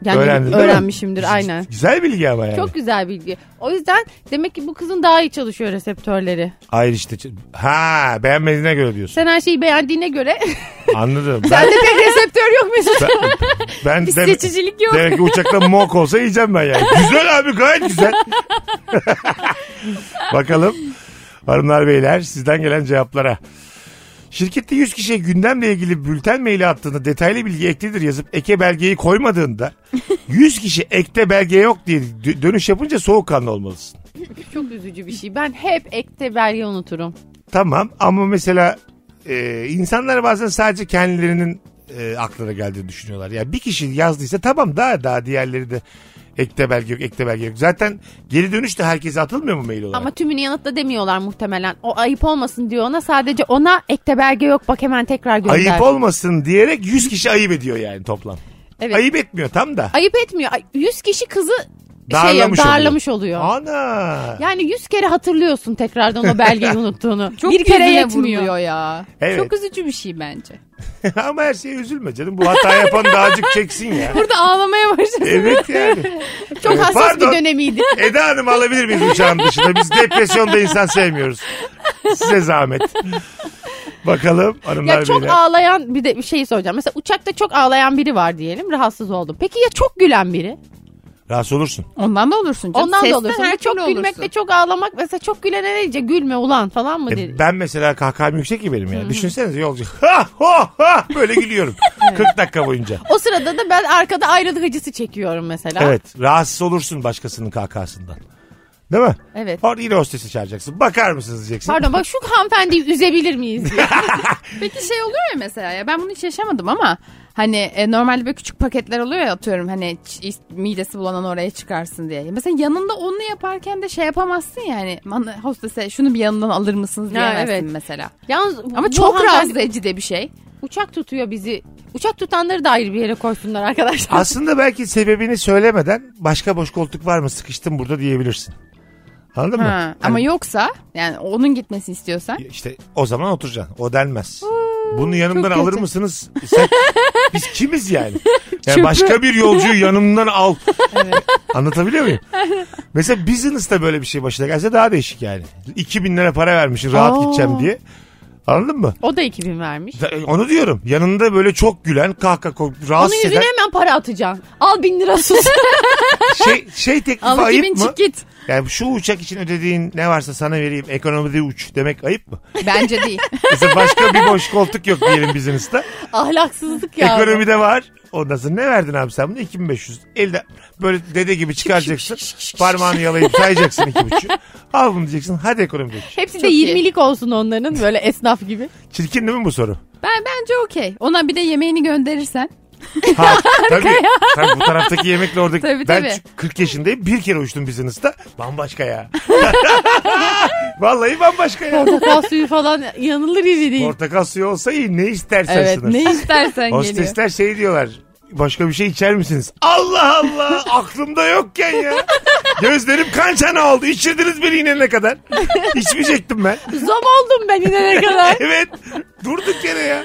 [SPEAKER 4] yani
[SPEAKER 3] Öğrendin, değil mi?
[SPEAKER 4] öğrenmişimdir aynen.
[SPEAKER 3] Güzel bilgi ama yani.
[SPEAKER 4] Çok güzel bilgi. O yüzden demek ki bu kızın daha iyi çalışıyor reseptörleri.
[SPEAKER 3] Hayır işte. Ha beğenmediğine göre diyorsun.
[SPEAKER 4] Sen her şeyi beğendiğine göre
[SPEAKER 3] Anladım. Ben,
[SPEAKER 4] sende pek reseptör yok Mesut.
[SPEAKER 3] ben, ben
[SPEAKER 5] Bir
[SPEAKER 3] dem-
[SPEAKER 5] seçicilik yok.
[SPEAKER 3] demek ki uçakta mok olsa yiyeceğim ben yani. Güzel abi gayet güzel. Bakalım hanımlar beyler sizden gelen cevaplara. Şirkette 100 kişiye gündemle ilgili bülten maili attığında detaylı bilgi eklidir yazıp eke belgeyi koymadığında 100 kişi ekte belge yok diye dö- dönüş yapınca soğukkanlı olmalısın.
[SPEAKER 4] Çok üzücü bir şey. Ben hep ekte belge unuturum.
[SPEAKER 3] Tamam ama mesela e, insanlar bazen sadece kendilerinin e, aklına geldiğini düşünüyorlar. Ya bir kişi yazdıysa tamam daha daha diğerleri de ekte belge yok ekte belge yok. Zaten geri dönüş de herkese atılmıyor mu mail olarak?
[SPEAKER 4] Ama tümünü yanıtla demiyorlar muhtemelen. O ayıp olmasın diyor ona. Sadece ona ekte belge yok. Bak hemen tekrar gönder.
[SPEAKER 3] Ayıp olmasın diyerek 100 kişi ayıp ediyor yani toplam.
[SPEAKER 4] Evet.
[SPEAKER 3] Ayıp etmiyor tam da.
[SPEAKER 4] Ayıp etmiyor. Ay- 100 kişi kızı şey,
[SPEAKER 3] Darlamış oluyor.
[SPEAKER 4] darlamış oluyor.
[SPEAKER 3] Ana.
[SPEAKER 4] Yani 100 kere hatırlıyorsun tekrardan o belgeyi unuttuğunu.
[SPEAKER 5] Çok
[SPEAKER 4] bir kere
[SPEAKER 5] yüzüne
[SPEAKER 4] yetmiyor.
[SPEAKER 5] vuruluyor ya.
[SPEAKER 3] Evet.
[SPEAKER 5] Çok üzücü bir şey bence.
[SPEAKER 3] ama her şeye üzülme canım. Bu hata yapan daha azıcık çeksin ya.
[SPEAKER 5] Burada ağlamaya başladım.
[SPEAKER 3] Evet yani.
[SPEAKER 4] Çok
[SPEAKER 3] Ee,
[SPEAKER 4] hassas
[SPEAKER 3] pardon.
[SPEAKER 4] bir dönemiydi.
[SPEAKER 3] Eda Hanım alabilir miyiz uçağın dışında? Biz depresyonda insan sevmiyoruz. Size zahmet. Bakalım hanımlar
[SPEAKER 4] Ya çok
[SPEAKER 3] beyler.
[SPEAKER 4] ağlayan bir de bir şey soracağım. Mesela uçakta çok ağlayan biri var diyelim. Rahatsız oldum. Peki ya çok gülen biri?
[SPEAKER 3] Rahatsız olursun.
[SPEAKER 5] Ondan da olursun canım.
[SPEAKER 4] Ondan
[SPEAKER 5] Sesten
[SPEAKER 4] da olursun.
[SPEAKER 5] her
[SPEAKER 4] Çok
[SPEAKER 5] türlü
[SPEAKER 4] gülmekle
[SPEAKER 5] olursun.
[SPEAKER 4] çok ağlamak mesela çok gülene ne diyecek? Gülme ulan falan mı dedi?
[SPEAKER 3] E, ben mesela kahkaham yüksek ki benim ya. Düşünsenize yolcu. Ha ho ha böyle gülüyorum. 40 dakika boyunca.
[SPEAKER 4] O sırada da ben arkada ayrılık acısı çekiyorum mesela.
[SPEAKER 3] Evet rahatsız olursun başkasının kahkahasından. Değil mi?
[SPEAKER 4] Evet.
[SPEAKER 3] Orada yine hostesi çağıracaksın. Bakar mısınız diyeceksin.
[SPEAKER 4] Pardon bak şu hanımefendiyi üzebilir miyiz diye.
[SPEAKER 5] Peki şey oluyor ya mesela ya ben bunu hiç yaşamadım ama Hani e, normalde böyle küçük paketler oluyor ya atıyorum hani ç- midesi bulanan oraya çıkarsın diye. Mesela yanında onu yaparken de şey yapamazsın yani. "Man- Hostese şunu bir yanından alır mısınız
[SPEAKER 4] Ha,
[SPEAKER 5] diyemezsin
[SPEAKER 4] evet.
[SPEAKER 5] mesela.
[SPEAKER 4] Yalnız
[SPEAKER 5] Ama
[SPEAKER 4] bu
[SPEAKER 5] çok
[SPEAKER 4] hanımefendi
[SPEAKER 5] rahatsız edici de bir şey.
[SPEAKER 4] Uçak tutuyor bizi. Uçak tutanları da ayrı bir yere koysunlar arkadaşlar.
[SPEAKER 3] Aslında belki sebebini söylemeden başka boş koltuk var mı sıkıştım burada diyebilirsin. Anladın mı?
[SPEAKER 5] Ha,
[SPEAKER 3] Hani
[SPEAKER 5] Ama yoksa yani onun gitmesini istiyorsan.
[SPEAKER 3] İşte o zaman oturacaksın. O denmez. Bunu yanımdan
[SPEAKER 5] çok
[SPEAKER 3] alır
[SPEAKER 5] kötü.
[SPEAKER 3] mısınız? Sen- biz kimiz yani? yani başka bir yolcuyu yanımdan al. Anlatabiliyor muyum? Mesela business'ta böyle bir şey başına gelse daha değişik yani. 2000 lira para vermişsin rahat
[SPEAKER 5] Aa.
[SPEAKER 3] gideceğim diye. Anladın mı?
[SPEAKER 4] O da 2000 vermiş.
[SPEAKER 3] Da- Onu diyorum. Yanında böyle çok gülen, kahkaha kok-
[SPEAKER 4] Onun
[SPEAKER 3] rahatsız
[SPEAKER 4] yüzüne
[SPEAKER 3] eden
[SPEAKER 4] hemen para atacaksın. Al bin lira sus.
[SPEAKER 3] şey, şey teklifi
[SPEAKER 5] Al
[SPEAKER 3] ayıp
[SPEAKER 5] 2000
[SPEAKER 3] mı?
[SPEAKER 5] çık git.
[SPEAKER 3] Yani şu uçak için ödediğin ne varsa sana vereyim ekonomide uç demek ayıp mı?
[SPEAKER 5] Bence değil.
[SPEAKER 3] Mesela başka bir boş koltuk yok diyelim business'ta.
[SPEAKER 4] Ahlaksızlık ya.
[SPEAKER 3] Ekonomide var. Ondan sonra ne verdin abi sen bunu? 2500. Elde böyle dede gibi çıkaracaksın. parmağını yalayıp sayacaksın 2,5. Al bunu diyeceksin. Hadi ekonomide uç.
[SPEAKER 4] Hepsi de
[SPEAKER 5] Çok iyi.
[SPEAKER 4] 20'lik olsun onların böyle esnaf gibi.
[SPEAKER 3] Çirkin değil mi bu soru?
[SPEAKER 5] Ben bence okey. Ona bir de yemeğini gönderirsen.
[SPEAKER 3] Ha, tabii. tabii. bu taraftaki yemekle oradaki.
[SPEAKER 5] Tabii,
[SPEAKER 3] ben
[SPEAKER 5] tabii.
[SPEAKER 3] çünkü 40 yaşındayım. Bir kere uçtum business'ta. Bambaşka ya. Vallahi bambaşka ya.
[SPEAKER 4] Portakal suyu falan yanılır izi değil.
[SPEAKER 3] Portakal suyu olsa iyi ne istersen
[SPEAKER 5] Evet
[SPEAKER 3] sınır.
[SPEAKER 5] ne istersen geliyor.
[SPEAKER 3] Hostesler şey diyorlar. Başka bir şey içer misiniz? Allah Allah aklımda yokken ya. Gözlerim kan çana oldu. İçirdiniz beni inene kadar. İçmeyecektim ben.
[SPEAKER 4] Zam oldum ben inene kadar.
[SPEAKER 3] Evet. Durduk yere ya.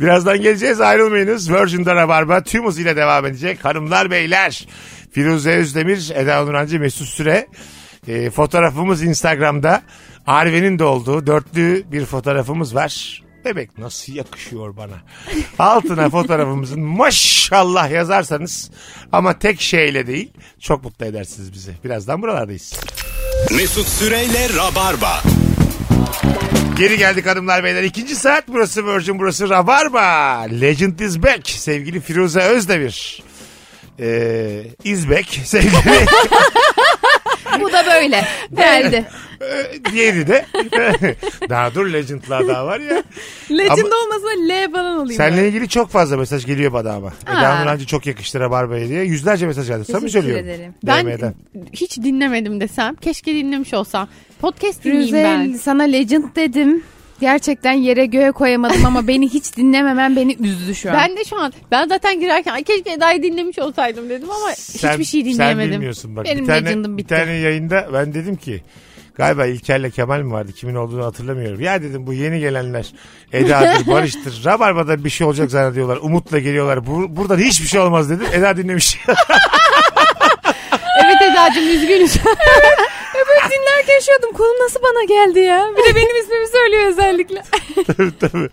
[SPEAKER 3] Birazdan geleceğiz ayrılmayınız. Virgin'de Rabarba tüm hızıyla devam edecek. Hanımlar beyler. Firuze Özdemir, Eda Nurancı, Mesut Süre. Ee, fotoğrafımız Instagram'da. Arve'nin de olduğu dörtlü bir fotoğrafımız var. Bebek nasıl yakışıyor bana. Altına fotoğrafımızın maşallah yazarsanız ama tek şeyle değil çok mutlu edersiniz bizi. Birazdan buralardayız.
[SPEAKER 2] Mesut Süreyle Rabarba.
[SPEAKER 3] Geri geldik hanımlar beyler. İkinci saat burası Virgin burası Rabarba. Legend is back. Sevgili Firuze Özdemir. Ee, is back. Sevgili
[SPEAKER 5] Bu da böyle. Geldi.
[SPEAKER 3] Ee, diğeri de. daha dur Legend'lar daha var ya.
[SPEAKER 5] Legend olmasa L falan olayım. ben.
[SPEAKER 3] Seninle ilgili çok fazla mesaj geliyor bana ama. Eda
[SPEAKER 5] Aa.
[SPEAKER 3] Nurancı çok yakıştı Rabarba'ya diye. Yüzlerce mesaj geldi. Sana mı
[SPEAKER 5] Teşekkür
[SPEAKER 3] söylüyorum?
[SPEAKER 5] ederim.
[SPEAKER 4] Ben
[SPEAKER 3] DM'den.
[SPEAKER 4] hiç dinlemedim desem. Keşke dinlemiş olsam. Podcast dinleyeyim ben.
[SPEAKER 5] Rüzel sana legend dedim. Gerçekten yere göğe koyamadım ama beni hiç dinlememen beni üzdü şu an.
[SPEAKER 4] Ben de şu an ben zaten girerken "Ay, keşke Eda'yı dinlemiş olsaydım dedim ama
[SPEAKER 3] Sen-
[SPEAKER 4] hiçbir şey
[SPEAKER 3] Sen
[SPEAKER 4] dinleyemedim.
[SPEAKER 3] bilmiyorsun bak.
[SPEAKER 5] Benim
[SPEAKER 3] bir tane,
[SPEAKER 5] legend'ım
[SPEAKER 3] bir
[SPEAKER 5] bitti.
[SPEAKER 3] tane yayında ben dedim ki galiba İlker'le Kemal mi vardı kimin olduğunu hatırlamıyorum. Ya dedim bu yeni gelenler Eda'dır Barış'tır Rabarba'da bir şey olacak zannediyorlar. Umut'la geliyorlar. Bu, buradan hiçbir şey olmaz dedim. Eda dinlemiş.
[SPEAKER 4] evet Eda'cığım üzgünüz.
[SPEAKER 5] dinlerken şey oldum konu nasıl bana geldi ya? Bir de benim ismimi söylüyor özellikle.
[SPEAKER 3] tabii tabii.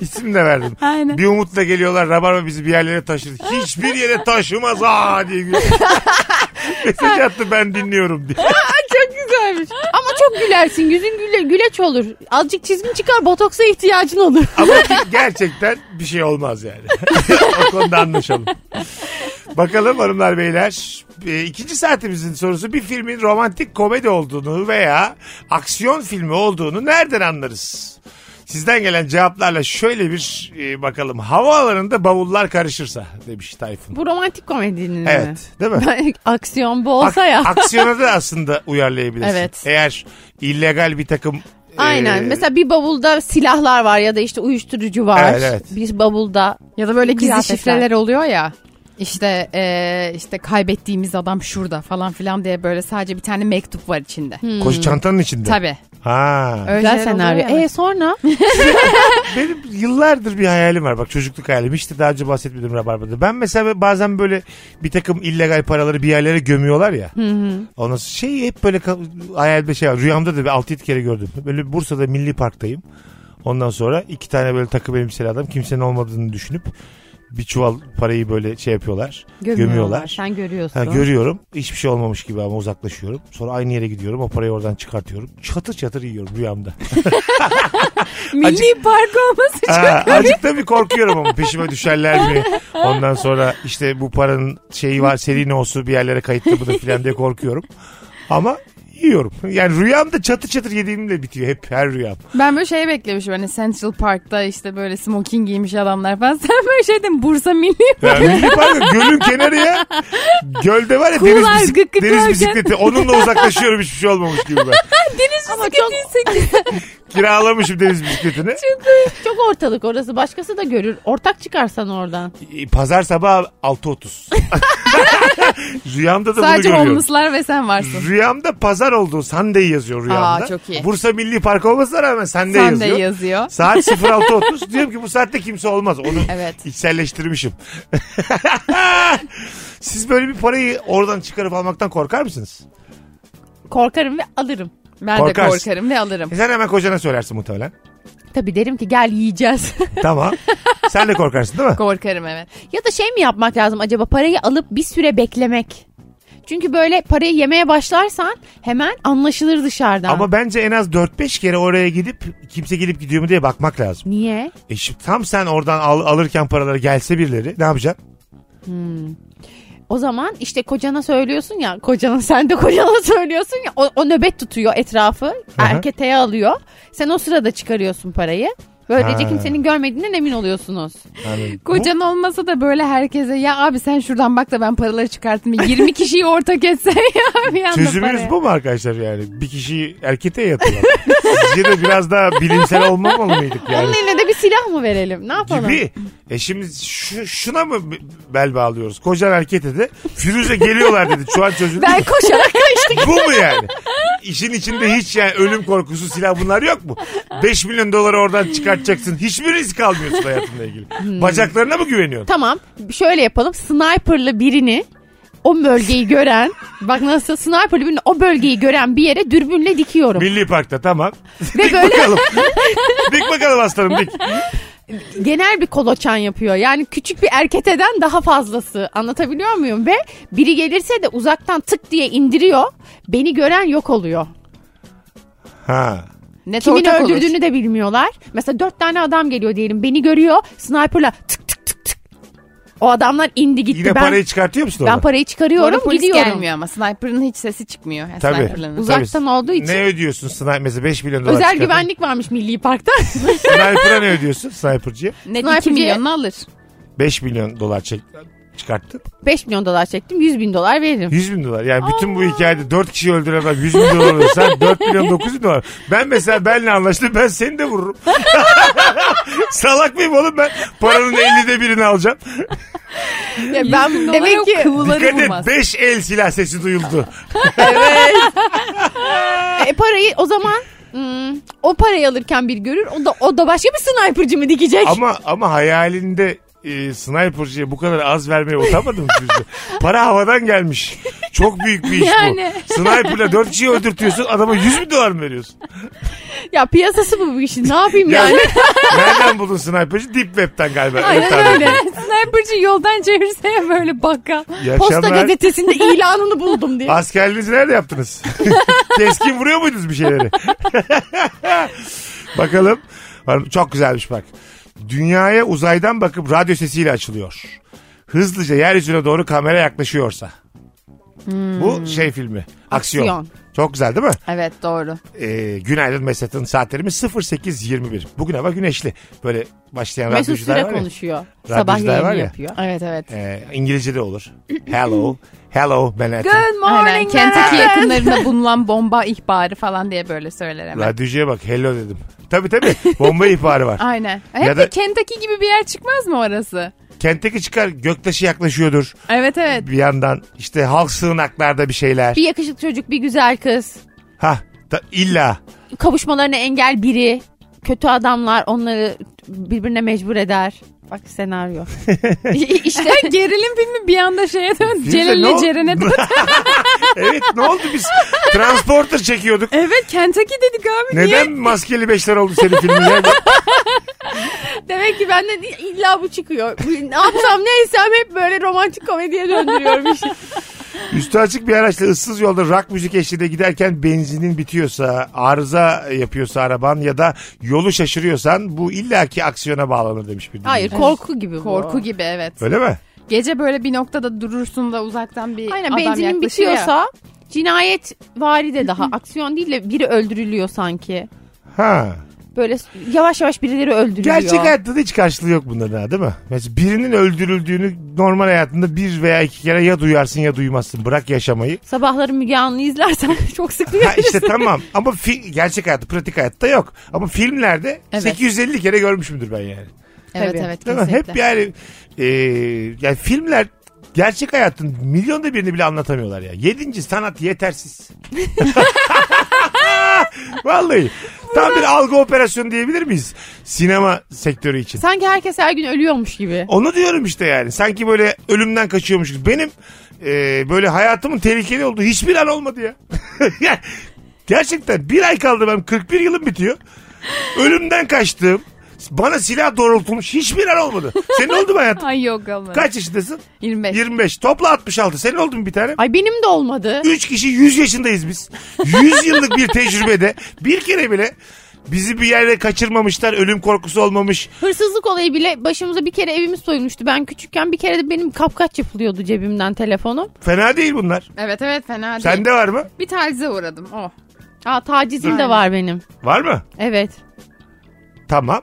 [SPEAKER 3] İsim de verdim.
[SPEAKER 5] Aynen.
[SPEAKER 3] Bir Umut'la geliyorlar Rabarba bizi bir yerlere taşır. Hiçbir yere taşımaz ha diye gülüyor. Mesaj attı ben dinliyorum diye.
[SPEAKER 4] çok güzelmiş. Ama çok gülersin. Yüzün güle, güleç olur. Azıcık çizgin çıkar botoksa ihtiyacın olur.
[SPEAKER 3] Ama ki- gerçekten bir şey olmaz yani. o konuda anlaşalım. Bakalım hanımlar beyler. E, ikinci saatimizin sorusu bir filmin romantik komedi olduğunu veya aksiyon filmi olduğunu nereden anlarız? Sizden gelen cevaplarla şöyle bir e, bakalım. Havaalanında bavullar karışırsa demiş Tayfun.
[SPEAKER 4] Bu romantik komedinin mi?
[SPEAKER 3] Evet değil mi?
[SPEAKER 4] Ben- Aksiyon bu olsa
[SPEAKER 3] Ak-
[SPEAKER 4] ya.
[SPEAKER 3] Aksiyona da aslında uyarlayabilirsin.
[SPEAKER 4] Evet.
[SPEAKER 3] Eğer illegal bir takım e,
[SPEAKER 4] Aynen. Mesela bir bavulda silahlar var ya da işte uyuşturucu var.
[SPEAKER 3] Evet, evet.
[SPEAKER 4] Bir bavulda
[SPEAKER 5] Ya da böyle gizli
[SPEAKER 4] Kıyafetler.
[SPEAKER 5] şifreler oluyor ya. İşte eee, işte kaybettiğimiz adam şurada falan filan diye böyle sadece bir tane mektup var içinde.
[SPEAKER 3] koş çantanın içinde.
[SPEAKER 5] Tabii.
[SPEAKER 3] Ha.
[SPEAKER 5] Öyle
[SPEAKER 4] güzel
[SPEAKER 5] şeyler
[SPEAKER 4] senaryo.
[SPEAKER 5] oluyor ya.
[SPEAKER 4] E sonra
[SPEAKER 3] Benim yıllardır bir hayalim var. Bak çocukluk hayalim. Hiç de daha önce bahsetmedim Rabarba'da. Ben mesela bazen böyle bir takım illegal paraları bir yerlere gömüyorlar ya. Ondan sonra şey hep böyle ka- hayalimde şey var. Rüyamda da bir 6-7 kere gördüm. Böyle Bursa'da Milli Park'tayım. Ondan sonra iki tane böyle takım elbiseli adam kimsenin olmadığını düşünüp bir çuval parayı böyle şey yapıyorlar. Gömüyorlar.
[SPEAKER 4] Sen görüyorsun.
[SPEAKER 3] Ha, görüyorum. Hiçbir şey olmamış gibi ama uzaklaşıyorum. Sonra aynı yere gidiyorum. O parayı oradan çıkartıyorum. Çatır çatır yiyorum rüyamda.
[SPEAKER 5] Milli park olması çok
[SPEAKER 3] Ha, azıcık da bir korkuyorum ama peşime düşerler mi? Ondan sonra işte bu paranın şeyi var seri nosu bir yerlere kayıtlı bu da filan diye korkuyorum. Ama yiyorum. Yani rüyamda çatır çatır yediğimle bitiyor hep her rüyam.
[SPEAKER 5] Ben böyle şey beklemişim hani Central Park'ta işte böyle smoking giymiş adamlar falan. Sen böyle şey dedin Bursa Milli
[SPEAKER 3] Ya milli park gölün kenarı ya. Gölde var ya
[SPEAKER 5] Kuğular,
[SPEAKER 3] deniz, bisik-
[SPEAKER 5] gık gık
[SPEAKER 3] deniz
[SPEAKER 5] varken.
[SPEAKER 3] bisikleti. Onunla uzaklaşıyorum hiçbir şey olmamış gibi ben.
[SPEAKER 5] Deniz bisikletiyse
[SPEAKER 3] Kiralamışım deniz bisikletini.
[SPEAKER 4] Çok ortalık orası. Başkası da görür. Ortak çıkarsan oradan.
[SPEAKER 3] E, Pazar sabahı 6.30. Rüyamda da bunu
[SPEAKER 5] sadece
[SPEAKER 3] görüyorum.
[SPEAKER 5] homeless'lar ve sen varsın.
[SPEAKER 3] Rüyamda pazar olduğu Sunday yazıyor rüyamda.
[SPEAKER 5] Aa, çok iyi.
[SPEAKER 3] Bursa Milli Park olmasına rağmen Sunday,
[SPEAKER 5] Sen de
[SPEAKER 3] yazıyor.
[SPEAKER 5] yazıyor.
[SPEAKER 3] Saat 06.30 diyorum ki bu saatte kimse olmaz. Onu
[SPEAKER 5] Evet.
[SPEAKER 3] içselleştirmişim. Siz böyle bir parayı oradan çıkarıp almaktan korkar mısınız?
[SPEAKER 4] Korkarım ve alırım.
[SPEAKER 5] Ben de
[SPEAKER 3] Korkarsın.
[SPEAKER 5] korkarım ve alırım.
[SPEAKER 3] E sen hemen kocana söylersin muhtemelen.
[SPEAKER 4] Tabii derim ki gel yiyeceğiz.
[SPEAKER 3] Tamam. Sen de korkarsın değil mi?
[SPEAKER 5] Korkarım evet.
[SPEAKER 4] ya da şey mi yapmak lazım acaba parayı alıp bir süre beklemek. Çünkü böyle parayı yemeye başlarsan hemen anlaşılır dışarıdan.
[SPEAKER 3] Ama bence en az 4-5 kere oraya gidip kimse gelip gidiyor mu diye bakmak lazım.
[SPEAKER 4] Niye?
[SPEAKER 3] E şimdi tam sen oradan al- alırken paraları gelse birileri ne yapacaksın?
[SPEAKER 4] O zaman işte kocana söylüyorsun ya kocana sen de kocana söylüyorsun ya o, o nöbet tutuyor etrafı erketeye alıyor. Sen o sırada çıkarıyorsun parayı. Böylece
[SPEAKER 3] Ha.
[SPEAKER 4] kimsenin görmediğinden emin oluyorsunuz.
[SPEAKER 3] Yani
[SPEAKER 5] Kocan olmasa da böyle herkese ya abi sen şuradan bak da ben paraları çıkarttım. 20 kişiyi ortak etse ya bir
[SPEAKER 3] bu-
[SPEAKER 5] anda
[SPEAKER 3] çözümünüz
[SPEAKER 5] paraya.
[SPEAKER 3] bu mu arkadaşlar yani? Bir kişiyi erkete yatıyor. Sizce de biraz daha bilimsel olmamalı mıydık yani?
[SPEAKER 4] Onun eline de bir silah mı verelim? Ne yapalım?
[SPEAKER 3] Gibi. E şimdi şu, şuna mı bel bağlıyoruz? Kocan erkek dedi. Firuze geliyorlar dedi. Şu an çözüldü.
[SPEAKER 5] Ben koşarak
[SPEAKER 3] Bu mu yani? İşin içinde hiç yani ölüm korkusu silah bunlar yok mu? 5 milyon doları oradan çıkartacaksın. Hiçbir risk almıyorsun hayatınla ilgili. Bacaklarına mı güveniyorsun?
[SPEAKER 4] Tamam şöyle yapalım sniperlı birini o bölgeyi gören bak nasıl sniperlı birini o bölgeyi gören bir yere dürbünle dikiyorum.
[SPEAKER 3] Milli Park'ta tamam.
[SPEAKER 4] Ve böyle
[SPEAKER 3] Bakalım. dik bakalım aslanım dik.
[SPEAKER 4] genel bir koloçan yapıyor. Yani küçük bir erketeden daha fazlası. Anlatabiliyor muyum? Ve biri gelirse de uzaktan tık diye indiriyor. Beni gören yok oluyor.
[SPEAKER 3] Ha.
[SPEAKER 5] Net
[SPEAKER 4] Kimin
[SPEAKER 5] ortak olur.
[SPEAKER 4] öldürdüğünü de bilmiyorlar. Mesela dört tane adam geliyor diyelim. Beni görüyor. Sniperla tık tık tık tık. O adamlar indi gitti.
[SPEAKER 3] Yine
[SPEAKER 4] ben,
[SPEAKER 3] parayı çıkartıyor musun
[SPEAKER 4] ben
[SPEAKER 3] orada?
[SPEAKER 4] parayı
[SPEAKER 5] Bu arada
[SPEAKER 4] çıkarıyorum
[SPEAKER 5] polis
[SPEAKER 4] gidiyorum.
[SPEAKER 5] gelmiyor ama sniper'ın hiç sesi çıkmıyor. Yani
[SPEAKER 3] Tabii.
[SPEAKER 5] sniper'ların.
[SPEAKER 3] Uzak-
[SPEAKER 4] Uzaktan olduğu için.
[SPEAKER 3] Ne ödüyorsun sniper? Mesela 5 milyon dolar
[SPEAKER 4] Özel
[SPEAKER 3] çıkartın.
[SPEAKER 4] güvenlik varmış Milli Park'ta.
[SPEAKER 3] Sniper'a ne ödüyorsun sniper'cıya?
[SPEAKER 5] Net 2
[SPEAKER 4] Sniper'cı-
[SPEAKER 5] milyonunu alır.
[SPEAKER 3] 5 milyon dolar çek çıkarttın.
[SPEAKER 4] 5 milyon dolar çektim 100 bin dolar veririm.
[SPEAKER 3] 100 bin dolar. Yani bütün bu hikayede 4 kişi öldüren adam 100 bin dolar olursa 4 milyon 9 bin dolar. Ben mesela benle anlaştım ben seni de vururum. Salak mıyım oğlum ben? Paranın 50'de birini alacağım.
[SPEAKER 4] Ya ben demek ki
[SPEAKER 5] kıvıları
[SPEAKER 3] Dikkat
[SPEAKER 5] bulmaz.
[SPEAKER 3] et 5 el silah sesi duyuldu.
[SPEAKER 4] E, parayı o zaman hmm, o parayı alırken bir görür. O da o da başka bir sniper'cı mı dikecek?
[SPEAKER 3] ama ama hayalinde e, sniperciye bu kadar az vermeye utanmadın mı Firuze? Para havadan gelmiş. Çok büyük bir iş
[SPEAKER 5] Yani.
[SPEAKER 3] bu. Sniper'la 4 kişiyi öldürtüyorsun adama 100 bin dolar mı veriyorsun?
[SPEAKER 4] Ya piyasası bu bu işin. Ne yapayım yani?
[SPEAKER 3] Nereden buldun sniperci? Deep Web'den galiba. Evet,
[SPEAKER 5] Aynen
[SPEAKER 3] tabii.
[SPEAKER 5] öyle. Sniper'cı yoldan çevirse ya böyle bakkal.
[SPEAKER 3] İyi
[SPEAKER 4] Posta
[SPEAKER 3] akşamlar.
[SPEAKER 4] gazetesinde ilanını buldum diye.
[SPEAKER 3] Askerliğinizi nerede yaptınız? Keskin vuruyor muydunuz bir şeyleri? Bakalım. Var- Çok güzelmiş bak. Dünyaya uzaydan bakıp radyo sesiyle açılıyor. Hızlıca yeryüzüne doğru kamera yaklaşıyorsa. Bu şey filmi. Aksiyon.
[SPEAKER 4] Hmm. Aksiyon.
[SPEAKER 3] Çok güzel değil mi?
[SPEAKER 5] Evet doğru.
[SPEAKER 3] Ee, günaydın Mesut'un saatlerimiz 08.21. Bugün hava güneşli. Böyle başlayan
[SPEAKER 4] Mesut
[SPEAKER 3] radyocular
[SPEAKER 4] Süre
[SPEAKER 3] var ya.
[SPEAKER 4] konuşuyor.
[SPEAKER 3] Radyocular
[SPEAKER 4] Sabah
[SPEAKER 3] var
[SPEAKER 4] yayını
[SPEAKER 3] ya.
[SPEAKER 4] yapıyor.
[SPEAKER 5] Evet evet.
[SPEAKER 3] Ee, İngilizce de olur. Hello. Hello Manhattan.
[SPEAKER 5] Aynen Kentucky yakınlarında bulunan bomba ihbarı falan diye böyle söyler hemen.
[SPEAKER 3] Radyocuya bak hello dedim. Tabii tabii bomba ihbarı var.
[SPEAKER 5] Aynen. Hep
[SPEAKER 3] Ya
[SPEAKER 5] ya
[SPEAKER 3] da-
[SPEAKER 5] Kentucky gibi bir yer çıkmaz mı orası?
[SPEAKER 3] Kentteki çıkar göktaşı yaklaşıyordur
[SPEAKER 5] Evet evet.
[SPEAKER 3] bir yandan. işte halk sığınaklarda bir şeyler.
[SPEAKER 4] Bir yakışıklı çocuk, bir güzel kız.
[SPEAKER 3] Ha ta, illa.
[SPEAKER 4] Kavuşmalarına engel biri. Kötü adamlar onları birbirine mecbur eder. Bak senaryo. işte
[SPEAKER 5] Gerilim filmi bir anda şeye döndü.
[SPEAKER 3] Firuze, ne
[SPEAKER 5] Celal'le
[SPEAKER 3] ol-
[SPEAKER 5] Ceren'e döndü.
[SPEAKER 3] Evet ne oldu biz transporter çekiyorduk.
[SPEAKER 5] Evet Kentucky dedik abi.
[SPEAKER 3] Neden maskeli beşler oldu senin filmin? ya?
[SPEAKER 4] demek ki benden illa bu çıkıyor. Bu- Ne yapsam neysem hep böyle romantik komediye döndürüyorum işi.
[SPEAKER 3] Üstü açık bir araçla ıssız yolda rock müzik eşliğinde giderken benzinin bitiyorsa, arıza yapıyorsa araban ya da yolu şaşırıyorsan bu illaki aksiyona bağlanır demiş bir
[SPEAKER 4] Hayır
[SPEAKER 3] dinleyici.
[SPEAKER 4] korku gibi bu.
[SPEAKER 5] Korku gibi evet.
[SPEAKER 3] Öyle mi?
[SPEAKER 5] Gece böyle bir noktada durursun da uzaktan bir
[SPEAKER 4] Aynen
[SPEAKER 5] adam
[SPEAKER 4] benzinin
[SPEAKER 5] yaklaşıyor ya.
[SPEAKER 4] bitiyorsa Cinayet vari de daha aksiyon değil de biri öldürülüyor sanki.
[SPEAKER 3] Ha.
[SPEAKER 4] Böyle yavaş yavaş birileri öldürülüyor.
[SPEAKER 3] Gerçek hayatta da hiç karşılığı yok bunların ha değil mi? Mesela birinin öldürüldüğünü normal hayatında bir veya iki kere ya duyarsın ya duymazsın. Bırak yaşamayı.
[SPEAKER 4] Sabahları Müge Anlı izlersen çok sık
[SPEAKER 3] Ha
[SPEAKER 4] duyuyorsun.
[SPEAKER 3] işte tamam ama fi- gerçek hayatta pratik hayatta yok. Ama filmlerde
[SPEAKER 5] Evet.
[SPEAKER 3] 850 kere görmüşümdür ben yani.
[SPEAKER 5] Evet
[SPEAKER 4] Tabii.
[SPEAKER 5] evet
[SPEAKER 3] Değil mi?
[SPEAKER 5] kesinlikle.
[SPEAKER 3] Hep yani, e, yani filmler gerçek hayatın milyonda birini bile anlatamıyorlar ya. Yedinci sanat yetersiz. Vallahi. Tam bir algı operasyonu diyebilir miyiz? Sinema sektörü için.
[SPEAKER 4] Sanki herkes her gün ölüyormuş gibi.
[SPEAKER 3] Onu diyorum işte yani. Sanki böyle ölümden kaçıyormuş gibi. Benim e, böyle hayatımın tehlikeli olduğu hiçbir an olmadı ya. Yani Gerçekten bir ay kaldı benim 41 yılım bitiyor. Ölümden kaçtığım, bana silah doğrultulmuş hiçbir an olmadı. Senin oldu mu hayatım?
[SPEAKER 5] Ay yok ama.
[SPEAKER 3] Kaç yaşındasın?
[SPEAKER 5] 25.
[SPEAKER 3] 25. Topla 66. Senin oldu mu bir tane?
[SPEAKER 4] Ay benim de olmadı.
[SPEAKER 3] 3 kişi 100 yaşındayız biz. 100 yıllık bir tecrübede bir kere bile bizi bir yere kaçırmamışlar. Ölüm korkusu olmamış.
[SPEAKER 4] Hırsızlık olayı bile başımıza bir kere evimiz soyulmuştu. Ben küçükken bir kere de benim kapkaç yapılıyordu cebimden telefonu.
[SPEAKER 3] Fena değil bunlar.
[SPEAKER 5] Evet evet fena değil.
[SPEAKER 3] Sende var mı?
[SPEAKER 5] Bir tacize uğradım oh. o.
[SPEAKER 4] Aa tacizim de
[SPEAKER 5] Aynen.
[SPEAKER 4] var benim.
[SPEAKER 3] Var mı?
[SPEAKER 4] Evet.
[SPEAKER 3] Tamam.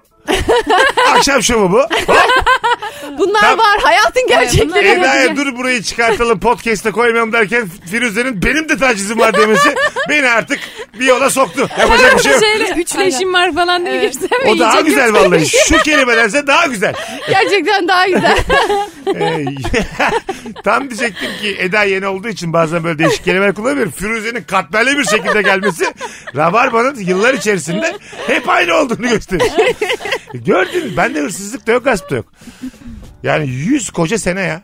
[SPEAKER 3] Akşam şovu bu.
[SPEAKER 4] Bunlar var hayatın gerçekleri.
[SPEAKER 5] bunlar-
[SPEAKER 3] Eda'ya dur burayı çıkartalım podcast'e koymayalım derken Firuze'nin benim de tacizim var demesi beni artık bir yola soktu. Yapacak bir şey yok.
[SPEAKER 5] Şeyle üçleşim var falan diye girsem
[SPEAKER 4] şey
[SPEAKER 3] O daha güzel vallahi. Şu kelimedense daha güzel.
[SPEAKER 4] Gerçekten daha güzel.
[SPEAKER 3] Ee, Tam diyecektim ki Eda yeni olduğu için bazen böyle değişik kelimeler kullanabilir. Firuze'nin katmerli bir şekilde gelmesi Rabarba'nın yıllar içerisinde hep aynı olduğunu gösterir. Gördün mü? Bende hırsızlık da yok, gasp da yok. Yani yüz koca sene ya.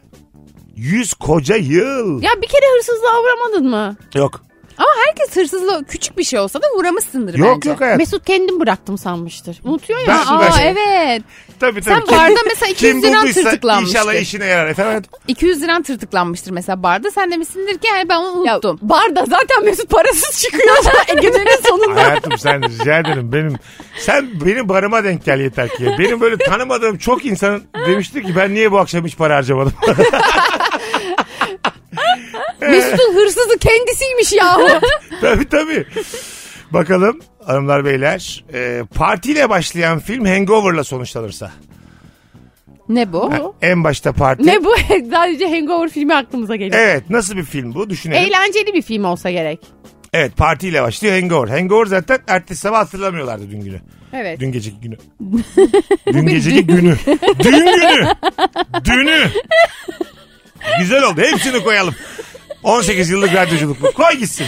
[SPEAKER 3] Yüz koca yıl.
[SPEAKER 4] ya bir kere hırsızlığa uğramadın mı?
[SPEAKER 3] Yok.
[SPEAKER 5] Ama herkes hırsızlığı küçük bir şey olsa da uğramışsındır
[SPEAKER 3] Yok
[SPEAKER 5] bence.
[SPEAKER 3] yok hayat.
[SPEAKER 4] Mesut kendim bıraktım sanmıştır. Unutuyor ya.
[SPEAKER 3] Ben-
[SPEAKER 5] Aa
[SPEAKER 3] Ben-
[SPEAKER 5] evet.
[SPEAKER 3] Tabii tabii.
[SPEAKER 5] Sen barda mesela
[SPEAKER 3] kim
[SPEAKER 5] 200 liran
[SPEAKER 3] bulduysa
[SPEAKER 5] tırtıklanmıştır.
[SPEAKER 3] İnşallah işine yarar efendim.
[SPEAKER 5] 200 liran tırtıklanmıştır mesela barda. Sen demişsindir ki yani ben onu
[SPEAKER 4] Ya
[SPEAKER 5] unuttum.
[SPEAKER 4] barda zaten Mesut parasız çıkıyor. Gecenin sonunda.
[SPEAKER 3] Hayatım sen rica ederim benim. Sen benim barıma denk gel yeter ki. Benim böyle tanımadığım çok insan demişti ki ben niye bu akşam hiç para harcamadım.
[SPEAKER 4] Mesut'un hırsızı kendisiymiş yahu.
[SPEAKER 3] tabii tabii. Bakalım hanımlar beyler. E, partiyle başlayan film Hangover'la sonuçlanırsa.
[SPEAKER 5] Ne bu?
[SPEAKER 3] Ha, en başta parti.
[SPEAKER 4] ne bu? Sadece Hangover filmi aklımıza geliyor.
[SPEAKER 3] Evet nasıl bir film bu düşünelim.
[SPEAKER 4] Eğlenceli bir film olsa gerek.
[SPEAKER 3] evet partiyle başlıyor Hangover. Hangover zaten ertesi sabah hatırlamıyorlardı dün günü.
[SPEAKER 4] Evet.
[SPEAKER 3] Dün geceki günü. dün geceki günü. Dün günü. Dünü. Güzel oldu. Hepsini koyalım. 18 yıllık radyoculuk bu. Koy gitsin.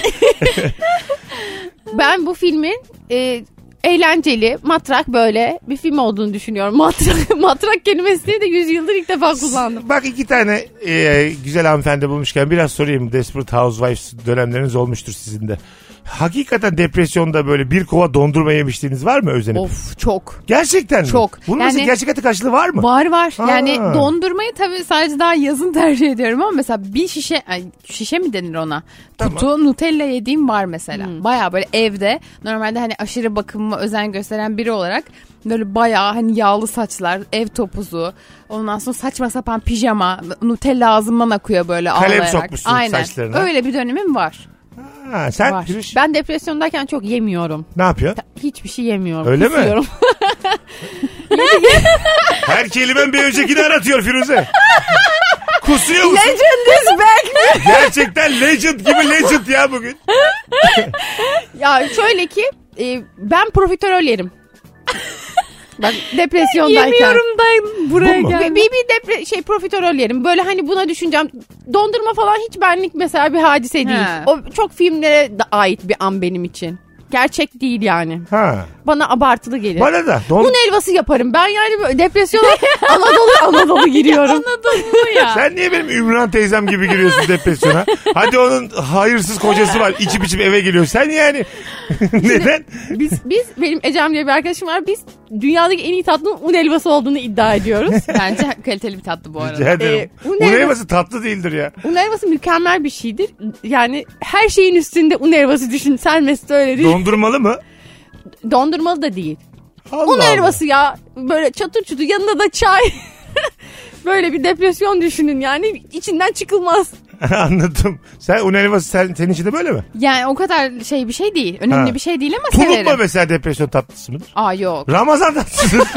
[SPEAKER 4] Ben bu filmin e, eğlenceli, matrak böyle bir film olduğunu düşünüyorum. Matrak, matrak kelimesini de yüzyıldır ilk defa kullandım.
[SPEAKER 3] Bak iki tane e, güzel hanımefendi bulmuşken biraz sorayım. Desperate Housewives dönemleriniz olmuştur sizin de. Hakikaten depresyonda böyle bir kova dondurma yemişliğiniz var mı özenip?
[SPEAKER 5] Of çok.
[SPEAKER 3] Gerçekten mi?
[SPEAKER 5] Çok.
[SPEAKER 3] Bunun mesela
[SPEAKER 5] Yani-
[SPEAKER 3] gerçek hayatı karşılığı var mı?
[SPEAKER 5] Var var. Yani
[SPEAKER 3] Ha.
[SPEAKER 5] dondurmayı tabii sadece daha yazın tercih ediyorum ama mesela bir şişe ay, şişe mi denir ona?
[SPEAKER 3] Tamam.
[SPEAKER 5] Kutu Nutella yediğim var mesela. Baya böyle evde normalde hani aşırı bakımıma özen gösteren biri olarak böyle baya hani yağlı saçlar, ev topuzu, ondan sonra saçma sapan pijama, Nutella ağzımdan akıyor böyle
[SPEAKER 3] Kalem
[SPEAKER 5] ağlayarak.
[SPEAKER 3] sokmuşsun
[SPEAKER 5] Aynen.
[SPEAKER 3] saçlarına.
[SPEAKER 5] Öyle bir dönemim var.
[SPEAKER 3] Ha, sen
[SPEAKER 5] Var.
[SPEAKER 3] Gülüş,
[SPEAKER 4] Ben depresyondayken çok yemiyorum.
[SPEAKER 3] ne yapıyorsun?
[SPEAKER 4] Hiçbir şey yemiyorum.
[SPEAKER 3] Öyle mi?
[SPEAKER 4] Kusuyorum.
[SPEAKER 3] Her kelimen bir öncekini aratıyor Firuze. Kusuyor musun?
[SPEAKER 4] Legend is back.
[SPEAKER 3] Gerçekten legend gibi legend ya bugün.
[SPEAKER 4] ya şöyle ki e, ben profiterol yerim. Bak depresyondayken.
[SPEAKER 5] Yemiyorum da buraya
[SPEAKER 3] Bu mu?
[SPEAKER 5] gel.
[SPEAKER 4] Bir, bir, bir depre- şey profiterol yerim. Böyle hani buna düşüneceğim. Dondurma falan hiç benlik mesela bir hadise değil.
[SPEAKER 5] He.
[SPEAKER 4] O çok filmlere de ait bir an benim için. Gerçek değil yani.
[SPEAKER 3] Ha.
[SPEAKER 4] Bana abartılı gelir.
[SPEAKER 3] Bana da. Don-
[SPEAKER 4] Un helvası yaparım. Ben yani böyle depresyona Anadolu Anadolu giriyorum.
[SPEAKER 3] Sen niye benim Ümran teyzem gibi giriyorsun depresyona? Hadi onun hayırsız kocası var. İçip içip eve geliyor. Sen yani neden?
[SPEAKER 4] Biz biz benim Ecem diye bir arkadaşım var. Biz dünyadaki en iyi tatlının un helvası olduğunu iddia ediyoruz.
[SPEAKER 5] Bence kaliteli bir tatlı bu
[SPEAKER 3] Rica
[SPEAKER 5] arada.
[SPEAKER 3] ederim.
[SPEAKER 4] Ee, bu
[SPEAKER 3] bu
[SPEAKER 4] ne-
[SPEAKER 3] helvası tatlı değildir ya.
[SPEAKER 4] un helvası mükemmel bir şeydir. Yani her şeyin üstünde un helvası düşün. Sen Mesut öyle değil.
[SPEAKER 3] Dondurmalı mı?
[SPEAKER 4] Dondurmalı da değil.
[SPEAKER 3] Allah
[SPEAKER 4] Un
[SPEAKER 3] Allah.
[SPEAKER 4] helvası ya. Böyle çatır çutur yanında da çay. Böyle bir depresyon düşünün yani içinden çıkılmaz.
[SPEAKER 3] Anladım. Sen un helvası sen, senin için de böyle mi?
[SPEAKER 5] Yani o kadar şey bir şey değil. Önemli
[SPEAKER 3] Ha.
[SPEAKER 5] bir şey değil ama severim.
[SPEAKER 3] Tulumba mesela depresyon tatlısı mıdır?
[SPEAKER 5] Aa yok.
[SPEAKER 3] Ramazan tatlısı.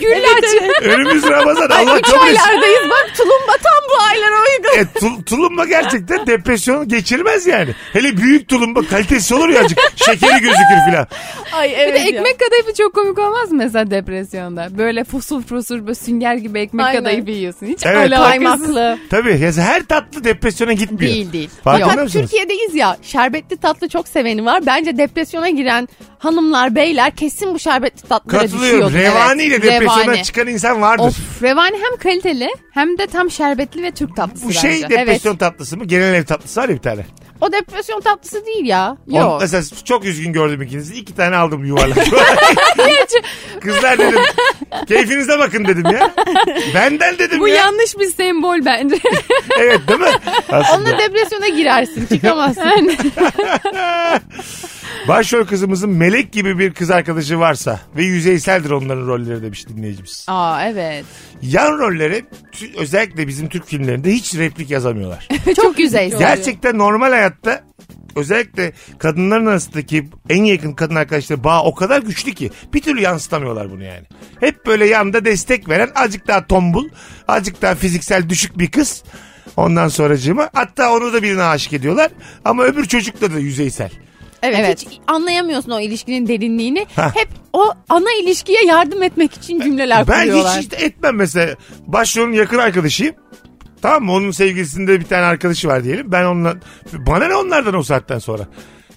[SPEAKER 5] Güllaç.
[SPEAKER 3] Önümüz Ramazan. Allah
[SPEAKER 4] Üç
[SPEAKER 3] kabul etsin.
[SPEAKER 4] aylardayız bak tulumba tam bu aylara uygun.
[SPEAKER 3] E, tul- tulumba gerçekten depresyonu geçirmez yani. Hele büyük tulumba kalitesi olur ya azıcık. Şekeri gözükür filan.
[SPEAKER 4] Ay
[SPEAKER 5] Bir
[SPEAKER 4] evet
[SPEAKER 5] de
[SPEAKER 4] ya.
[SPEAKER 5] ekmek kadayıfı çok komik olmaz mı mesela depresyonda? Böyle fusul fusul böyle sünger gibi ekmek
[SPEAKER 4] Aynen.
[SPEAKER 5] kadayıfı yiyorsun. Hiç
[SPEAKER 3] Evet.
[SPEAKER 5] öyle alakasız.
[SPEAKER 4] kaymaklı.
[SPEAKER 3] Tabii ya her tatlı depresyona gitmiyor.
[SPEAKER 5] Değil, değil.
[SPEAKER 3] Farkında
[SPEAKER 5] Yok.
[SPEAKER 4] Fakat
[SPEAKER 3] mısınız?
[SPEAKER 4] Türkiye'deyiz ya şerbetli tatlı çok seveni var. Bence depresyona giren hanımlar beyler kesin bu şerbetli tatlılara düşüyor.
[SPEAKER 3] Katılıyorum. Revani ile
[SPEAKER 5] şey evet.
[SPEAKER 3] depresyona
[SPEAKER 5] Revani.
[SPEAKER 3] çıkan insan vardır.
[SPEAKER 5] Of revani hem kaliteli hem de tam şerbetli ve Türk tatlısı
[SPEAKER 3] Bu şey
[SPEAKER 5] bence.
[SPEAKER 3] depresyon tatlısı mı? Genel ev tatlısı var ya bir tane.
[SPEAKER 4] O depresyon tatlısı değil ya.
[SPEAKER 5] Yok.
[SPEAKER 3] Onu- mesela çok üzgün gördüm ikinizi. İki tane aldım yuvarlak. Kızlar dedim. Keyfinize bakın dedim ya. Benden dedim
[SPEAKER 5] Bu
[SPEAKER 3] ya.
[SPEAKER 5] yanlış bir sembol bence.
[SPEAKER 3] Evet değil mi? Aslında.
[SPEAKER 4] Onunla depresyona girersin çıkamazsın.
[SPEAKER 3] Başrol kızımızın melek gibi bir kız arkadaşı varsa ve yüzeyseldir onların rolleri demiş dinleyicimiz.
[SPEAKER 5] Aa evet.
[SPEAKER 3] Yan rolleri tü- özellikle bizim Türk filmlerinde hiç replik yazamıyorlar.
[SPEAKER 5] Çok yüzeysel.
[SPEAKER 3] Gerçekten normal hayatta özellikle kadınların arasındaki en yakın kadın arkadaşları bağ o kadar güçlü ki bir türlü yansıtamıyorlar bunu yani. Hep böyle yanda destek veren azıcık daha tombul, azıcık daha fiziksel düşük bir kız. Ondan sonracığıma hatta onu da birine aşık ediyorlar ama öbür çocukla da yüzeysel.
[SPEAKER 4] Evet,
[SPEAKER 5] Evet.
[SPEAKER 4] Hiç anlayamıyorsun o ilişkinin derinliğini. Hep o ana ilişkiye yardım etmek için cümleler
[SPEAKER 3] Ben
[SPEAKER 4] kuruyorlar.
[SPEAKER 3] hiç işte etmem mesela. Başrolün yakın arkadaşıyım. Tamam mı? Onun sevgilisinde bir tane arkadaşı var diyelim. Ben onunla... Bana ne onlardan o saatten sonra?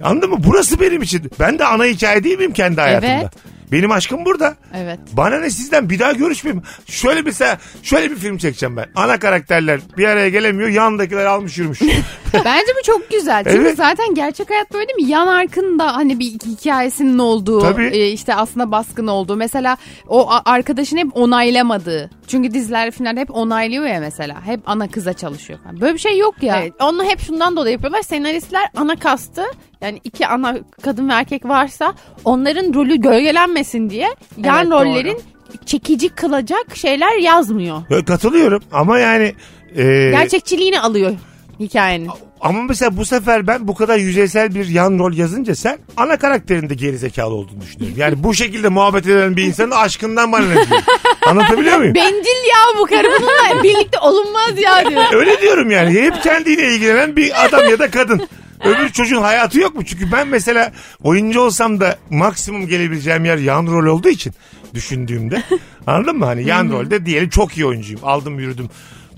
[SPEAKER 3] Anladın mı? Burası benim için. Ben de ana hikaye değil miyim kendi hayatımda?
[SPEAKER 5] Evet.
[SPEAKER 3] Benim aşkım burada.
[SPEAKER 5] Evet.
[SPEAKER 3] Bana ne sizden bir daha görüşmeyeyim. Şöyle mesela şöyle bir film çekeceğim ben. Ana karakterler bir araya gelemiyor. Yandakiler almış yürümüş.
[SPEAKER 5] Bence bu çok güzel. Çünkü
[SPEAKER 3] Evet.
[SPEAKER 5] zaten gerçek hayat böyle değil mi? Yan arkında hani bir hikayesinin olduğu,
[SPEAKER 3] Tabii.
[SPEAKER 5] e, işte aslında baskın olduğu. Mesela o a- arkadaşını hep onaylamadığı. Çünkü diziler filmler hep onaylıyor ya mesela. Hep ana kıza çalışıyor. falan. Böyle bir şey yok ya.
[SPEAKER 4] Evet, onu hep şundan dolayı yapıyorlar. Senaristler ana kastı yani iki ana kadın ve erkek varsa onların rolü gölgelenmesin diye yan
[SPEAKER 5] Evet,
[SPEAKER 4] rollerin çekici kılacak şeyler yazmıyor.
[SPEAKER 3] Ya Katılıyorum ama yani... e,
[SPEAKER 4] Gerçekçiliğini alıyor hikayenin.
[SPEAKER 3] Ama mesela bu sefer ben bu kadar yüzeysel bir yan rol yazınca sen ana karakterinde geri zekalı olduğunu düşünüyorum. Yani bu şekilde muhabbet eden bir insanın aşkından bana ne diyeyim? Anlatabiliyor muyum?
[SPEAKER 4] Bencil ya bu karı bununla birlikte olunmaz ya diyor.
[SPEAKER 3] Öyle diyorum yani. Hep kendiyle ilgilenen bir adam ya da kadın. Öbür çocuğun hayatı yok mu? Çünkü ben mesela oyuncu olsam da maksimum gelebileceğim yer yan rol olduğu için düşündüğümde. Anladın mı? Hani yan rolde diyelim çok iyi oyuncuyum. Aldım yürüdüm.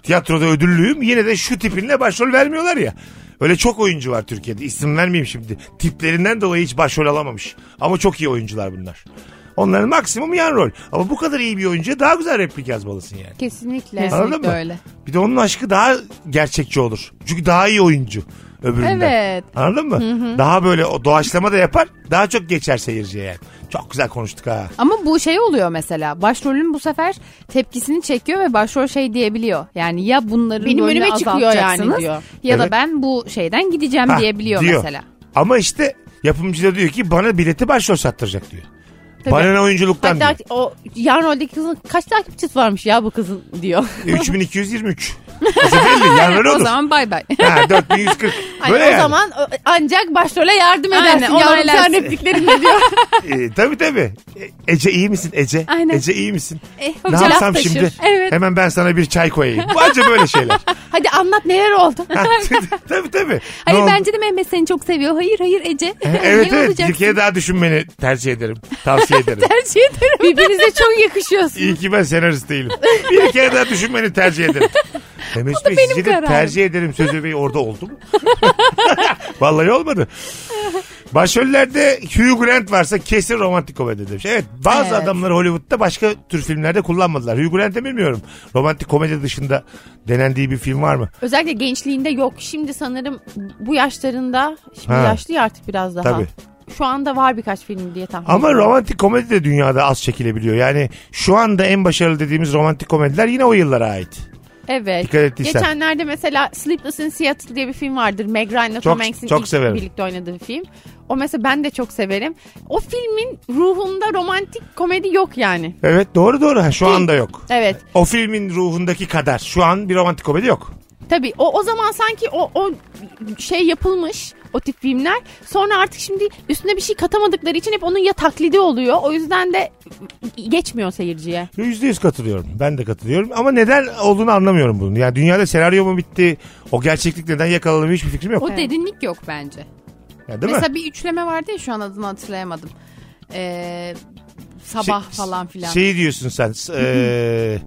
[SPEAKER 3] Tiyatroda ödüllüyüm. Yine de şu tipinle başrol vermiyorlar ya. Öyle çok oyuncu var Türkiye'de. İsim vermeyeyim şimdi. Tiplerinden dolayı hiç başrol alamamış. Ama çok iyi oyuncular bunlar. Onların maksimum yan rol. Ama bu kadar iyi bir oyuncuya daha güzel replik yazmalısın yani.
[SPEAKER 4] Kesinlikle.
[SPEAKER 3] Anladın
[SPEAKER 5] Kesinlikle
[SPEAKER 3] mı?
[SPEAKER 5] öyle.
[SPEAKER 3] Bir de onun aşkı daha gerçekçi olur. Çünkü daha iyi oyuncu öbüründen.
[SPEAKER 5] Evet.
[SPEAKER 3] Anladın mı? Daha böyle o doğaçlama da yapar. Daha çok geçer seyirciye yani. Çok güzel konuştuk ha.
[SPEAKER 5] Ama bu şey oluyor mesela. Başrolün bu sefer tepkisini çekiyor ve başrol şey diyebiliyor. Yani ya bunların
[SPEAKER 4] Benim
[SPEAKER 5] rolünü
[SPEAKER 4] önüme çıkıyor yani
[SPEAKER 5] azaltacaksınız
[SPEAKER 4] diyor.
[SPEAKER 5] ya da
[SPEAKER 3] Evet.
[SPEAKER 5] ben bu şeyden gideceğim
[SPEAKER 3] Ha,
[SPEAKER 5] diyebiliyor
[SPEAKER 3] diyor.
[SPEAKER 5] mesela.
[SPEAKER 3] Ama işte yapımcı da diyor ki bana bileti başrol sattıracak diyor.
[SPEAKER 4] Tabii.
[SPEAKER 3] Bana ne oyunculuktan
[SPEAKER 4] Hatta o yan roldeki kızın kaç takipçisi varmış ya bu kızın diyor.
[SPEAKER 3] diyor. 3223. Mesela belli yanları
[SPEAKER 5] O
[SPEAKER 3] olur.
[SPEAKER 5] zaman bay bay.
[SPEAKER 3] Ha, 4140.
[SPEAKER 4] Hani
[SPEAKER 3] Böyle
[SPEAKER 4] o
[SPEAKER 3] yani.
[SPEAKER 4] zaman ö- ancak başrole yardım
[SPEAKER 5] Aynen,
[SPEAKER 4] edersin. Yavrum
[SPEAKER 5] onaylarsın.
[SPEAKER 4] sen repliklerinde diyor.
[SPEAKER 3] Ee, tabii tabii. E- Ece iyi misin Ece?
[SPEAKER 5] Aynen.
[SPEAKER 3] Ece iyi misin?
[SPEAKER 5] Eh,
[SPEAKER 3] ne
[SPEAKER 5] hocam.
[SPEAKER 3] yapsam
[SPEAKER 5] Laf taşır.
[SPEAKER 3] şimdi?
[SPEAKER 5] Evet.
[SPEAKER 3] Hemen ben sana bir çay koyayım. Bu Anca böyle şeyler.
[SPEAKER 4] Hadi anlat neler oldu.
[SPEAKER 3] Ha, tabii tabii. Ne
[SPEAKER 5] Hayır
[SPEAKER 3] oldu? E,
[SPEAKER 5] bence de Mehmet seni çok seviyor. Hayır hayır Ece.
[SPEAKER 3] Evet
[SPEAKER 5] Ne
[SPEAKER 3] evet
[SPEAKER 5] olacaksın?
[SPEAKER 3] bir kere daha düşünmeni tercih ederim. Tavsiye ederim.
[SPEAKER 5] Tercih ederim.
[SPEAKER 4] Birbirinize çok yakışıyorsunuz.
[SPEAKER 3] İyi ki ben senarist değilim. Bir kere daha düşünmeni tercih ederim. Mehmet Bey
[SPEAKER 5] benim
[SPEAKER 3] sizce de
[SPEAKER 5] kararım.
[SPEAKER 3] tercih ederim sözü Bey orada oldu mu? Vallahi olmadı. Başrollerde Hugh Grant varsa kesin romantik komedi demiş. Evet bazı
[SPEAKER 5] Evet.
[SPEAKER 3] adamları Hollywood'da başka tür filmlerde kullanmadılar. Hugh Grant'ı bilmiyorum. Romantik komedi dışında denendiği bir film var mı?
[SPEAKER 4] Özellikle gençliğinde yok. Şimdi sanırım bu yaşlarında, şimdi
[SPEAKER 3] Ha.
[SPEAKER 4] yaşlı ya artık biraz daha.
[SPEAKER 3] Tabii.
[SPEAKER 4] Şu anda var birkaç film diye tahmin
[SPEAKER 3] Ama
[SPEAKER 4] ediyorum.
[SPEAKER 3] romantik komedi de dünyada az çekilebiliyor. Yani şu anda en başarılı dediğimiz romantik komediler yine o yıllara ait.
[SPEAKER 4] Evet.
[SPEAKER 3] Dikkat ettiysen.
[SPEAKER 4] Geçenlerde mesela Sleepless in Seattle diye bir film vardır. Meg Ryan'la Tom
[SPEAKER 3] Çok-
[SPEAKER 4] Hanks'in
[SPEAKER 3] çok
[SPEAKER 4] ilk
[SPEAKER 3] severim.
[SPEAKER 4] birlikte oynadığı film. O mesela ben de çok severim. O filmin ruhunda romantik komedi yok yani.
[SPEAKER 3] Evet doğru doğru. Ha, şu anda yok.
[SPEAKER 4] Evet.
[SPEAKER 3] O filmin ruhundaki kadar. Şu an bir romantik komedi yok.
[SPEAKER 4] Tabii o, o zaman sanki o, o şey yapılmış o tip filmler. Sonra artık şimdi üstüne bir şey katamadıkları için hep onun ya taklidi oluyor. O yüzden de geçmiyor seyirciye.
[SPEAKER 3] Yüzde yüz katılıyorum. Ben de katılıyorum. Ama neden olduğunu anlamıyorum bunun. Yani dünyada senaryo mu bitti? O gerçeklik neden yakalanamıyor hiçbir fikrim yok.
[SPEAKER 5] O derinlik yok bence.
[SPEAKER 3] Yani değil mi?
[SPEAKER 5] Mesela bir üçleme vardı ya şu an adını hatırlayamadım. Ee, sabah
[SPEAKER 3] Şey-
[SPEAKER 5] falan filan.
[SPEAKER 3] Şeyi diyorsun sen. s- eee,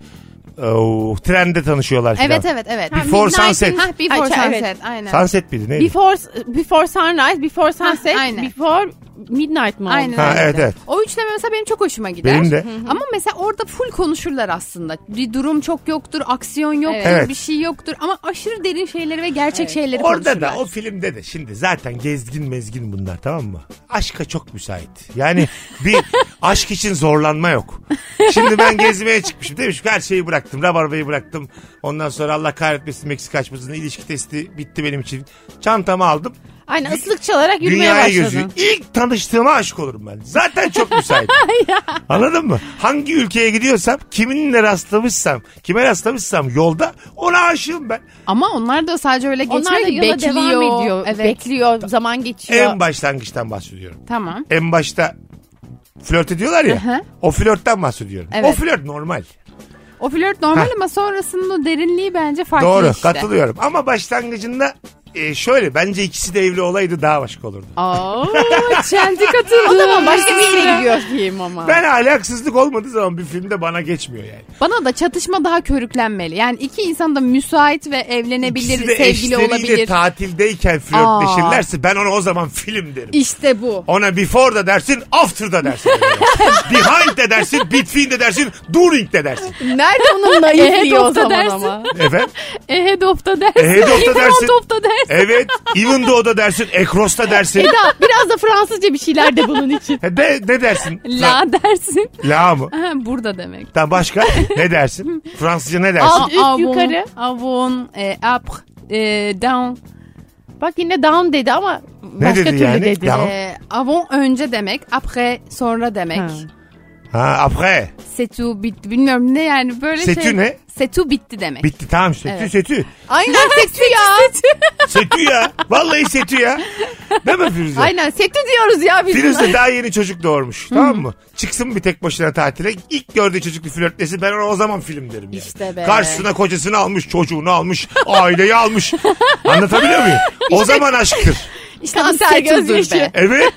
[SPEAKER 3] oh, trende tanışıyorlar filan.
[SPEAKER 5] evet evet evet.
[SPEAKER 4] Ha,
[SPEAKER 3] Before
[SPEAKER 4] Midnight in-
[SPEAKER 3] Sunset.
[SPEAKER 5] Hah Before
[SPEAKER 4] Ay,
[SPEAKER 5] Sunset
[SPEAKER 4] evet.
[SPEAKER 5] aynen.
[SPEAKER 3] Sunset miydi neydi?
[SPEAKER 4] Before, before Sunrise, Before Sunset,
[SPEAKER 5] Hah, aynen.
[SPEAKER 4] Before Midnight mı oldu?
[SPEAKER 5] Aynen
[SPEAKER 3] Ha,
[SPEAKER 5] öyle.
[SPEAKER 3] evet, evet.
[SPEAKER 5] O üçleme mesela benim çok hoşuma gider.
[SPEAKER 3] Benim de.
[SPEAKER 5] Ama mesela orada full konuşurlar aslında. Bir durum çok yoktur, aksiyon yoktur,
[SPEAKER 3] Evet.
[SPEAKER 5] bir şey yoktur. Ama aşırı derin şeyleri ve gerçek şeyleri
[SPEAKER 3] Orada
[SPEAKER 5] konuşurlar.
[SPEAKER 3] da o filmde de şimdi zaten gezgin mezgin bunlar tamam mı? Aşka çok müsait. Yani bir aşk için zorlanma yok. Şimdi ben gezmeye çıkmışım demiş ki her şeyi bıraktım. Rabarbayı bıraktım. Ondan sonra Allah kahretmesin Meksika açmasının ilişki testi bitti benim için. Çantamı aldım.
[SPEAKER 4] Aynen ıslık çalarak yürümeye
[SPEAKER 3] Dünyaya
[SPEAKER 4] başladın.
[SPEAKER 3] gözü. İlk tanıştığıma aşık olurum ben. Zaten çok müsait. Anladın mı? Hangi ülkeye gidiyorsam, kiminle rastlamışsam, kime rastlamışsam yolda ona aşığım ben.
[SPEAKER 5] Ama onlar da sadece öyle geçmiyor
[SPEAKER 4] Onlar da
[SPEAKER 5] ki
[SPEAKER 4] yola
[SPEAKER 5] bekliyor.
[SPEAKER 4] devam ediyor.
[SPEAKER 5] Evet.
[SPEAKER 4] Bekliyor, zaman geçiyor.
[SPEAKER 3] En başlangıçtan bahsediyorum.
[SPEAKER 5] Tamam.
[SPEAKER 3] en başta flört ediyorlar ya.
[SPEAKER 5] Aha.
[SPEAKER 3] O flörtten bahsediyorum.
[SPEAKER 5] Evet.
[SPEAKER 3] O flört normal.
[SPEAKER 5] O flört normal
[SPEAKER 3] Hah.
[SPEAKER 5] ama sonrasının o derinliği bence farklı
[SPEAKER 3] Doğru
[SPEAKER 5] işte.
[SPEAKER 3] katılıyorum. Ama başlangıcında e, şöyle bence ikisi de evli olaydı daha başka olurdu.
[SPEAKER 5] Aa, çeltik atıldı.
[SPEAKER 4] O zaman başka bir yere gidiyor film ama.
[SPEAKER 3] Ben hala haksızlık olmadığı zaman bir filmde bana geçmiyor yani.
[SPEAKER 5] Bana da çatışma daha körüklenmeli. Yani iki insan da müsait ve evlenebilir,
[SPEAKER 3] İkisi de
[SPEAKER 5] sevgili
[SPEAKER 3] eşleriyle
[SPEAKER 5] olabilir.
[SPEAKER 3] tatildeyken flörtleşirlerse ben ona o zaman film derim.
[SPEAKER 5] işte bu.
[SPEAKER 3] Ona before da dersin, after da dersin. Behind de dersin, between de dersin, during de dersin.
[SPEAKER 4] Nerede onun
[SPEAKER 5] naifliği
[SPEAKER 4] naifliği
[SPEAKER 5] o
[SPEAKER 4] o zaman
[SPEAKER 5] zaman
[SPEAKER 4] ama?
[SPEAKER 3] Efendim?
[SPEAKER 5] Ahead of the dersin.
[SPEAKER 3] Ahead of the dersin.
[SPEAKER 5] Front of the dersin.
[SPEAKER 3] Evet. Even though da dersin, across da dersin.
[SPEAKER 4] Eda biraz da Fransızca bir şeyler de bunun için.
[SPEAKER 3] He, De, ne dersin?
[SPEAKER 5] La dersin.
[SPEAKER 3] La mı?
[SPEAKER 5] Ha, burada demek.
[SPEAKER 3] Tamam başka ne dersin? Fransızca ne dersin?
[SPEAKER 4] Alt, üst, yukarı.
[SPEAKER 5] Avon, e, up, e, down.
[SPEAKER 4] Bak yine down dedi ama başka
[SPEAKER 3] dedi
[SPEAKER 4] türlü
[SPEAKER 3] yani?
[SPEAKER 4] dedi.
[SPEAKER 3] Down.
[SPEAKER 5] E, avon önce demek. Après sonra demek.
[SPEAKER 4] Ha.
[SPEAKER 3] Ha après.
[SPEAKER 5] Setu bitti. Bilmiyorum ne yani böyle
[SPEAKER 3] Setu
[SPEAKER 5] şey.
[SPEAKER 3] ne?
[SPEAKER 5] Setu bitti demek.
[SPEAKER 3] Bitti tamam setü
[SPEAKER 5] Evet.
[SPEAKER 3] setü.
[SPEAKER 5] Aynen setu ya.
[SPEAKER 3] Setü ya. Vallahi setü ya. Değil mi Firuze?
[SPEAKER 4] Aynen sekti diyoruz ya biz. buna.
[SPEAKER 3] Firuze daha yeni çocuk doğurmuş tamam mı? Çıksın bir tek başına tatile. İlk gördüğü çocukla flörtlesin ben ona o zaman film derim yani.
[SPEAKER 5] İşte be.
[SPEAKER 3] Karşısına kocasını almış, çocuğunu almış, aileyi almış. Anlatabiliyor muyum? O zaman aşktır.
[SPEAKER 5] işte
[SPEAKER 4] Kanser gözyaşı.
[SPEAKER 5] be.
[SPEAKER 3] Evet.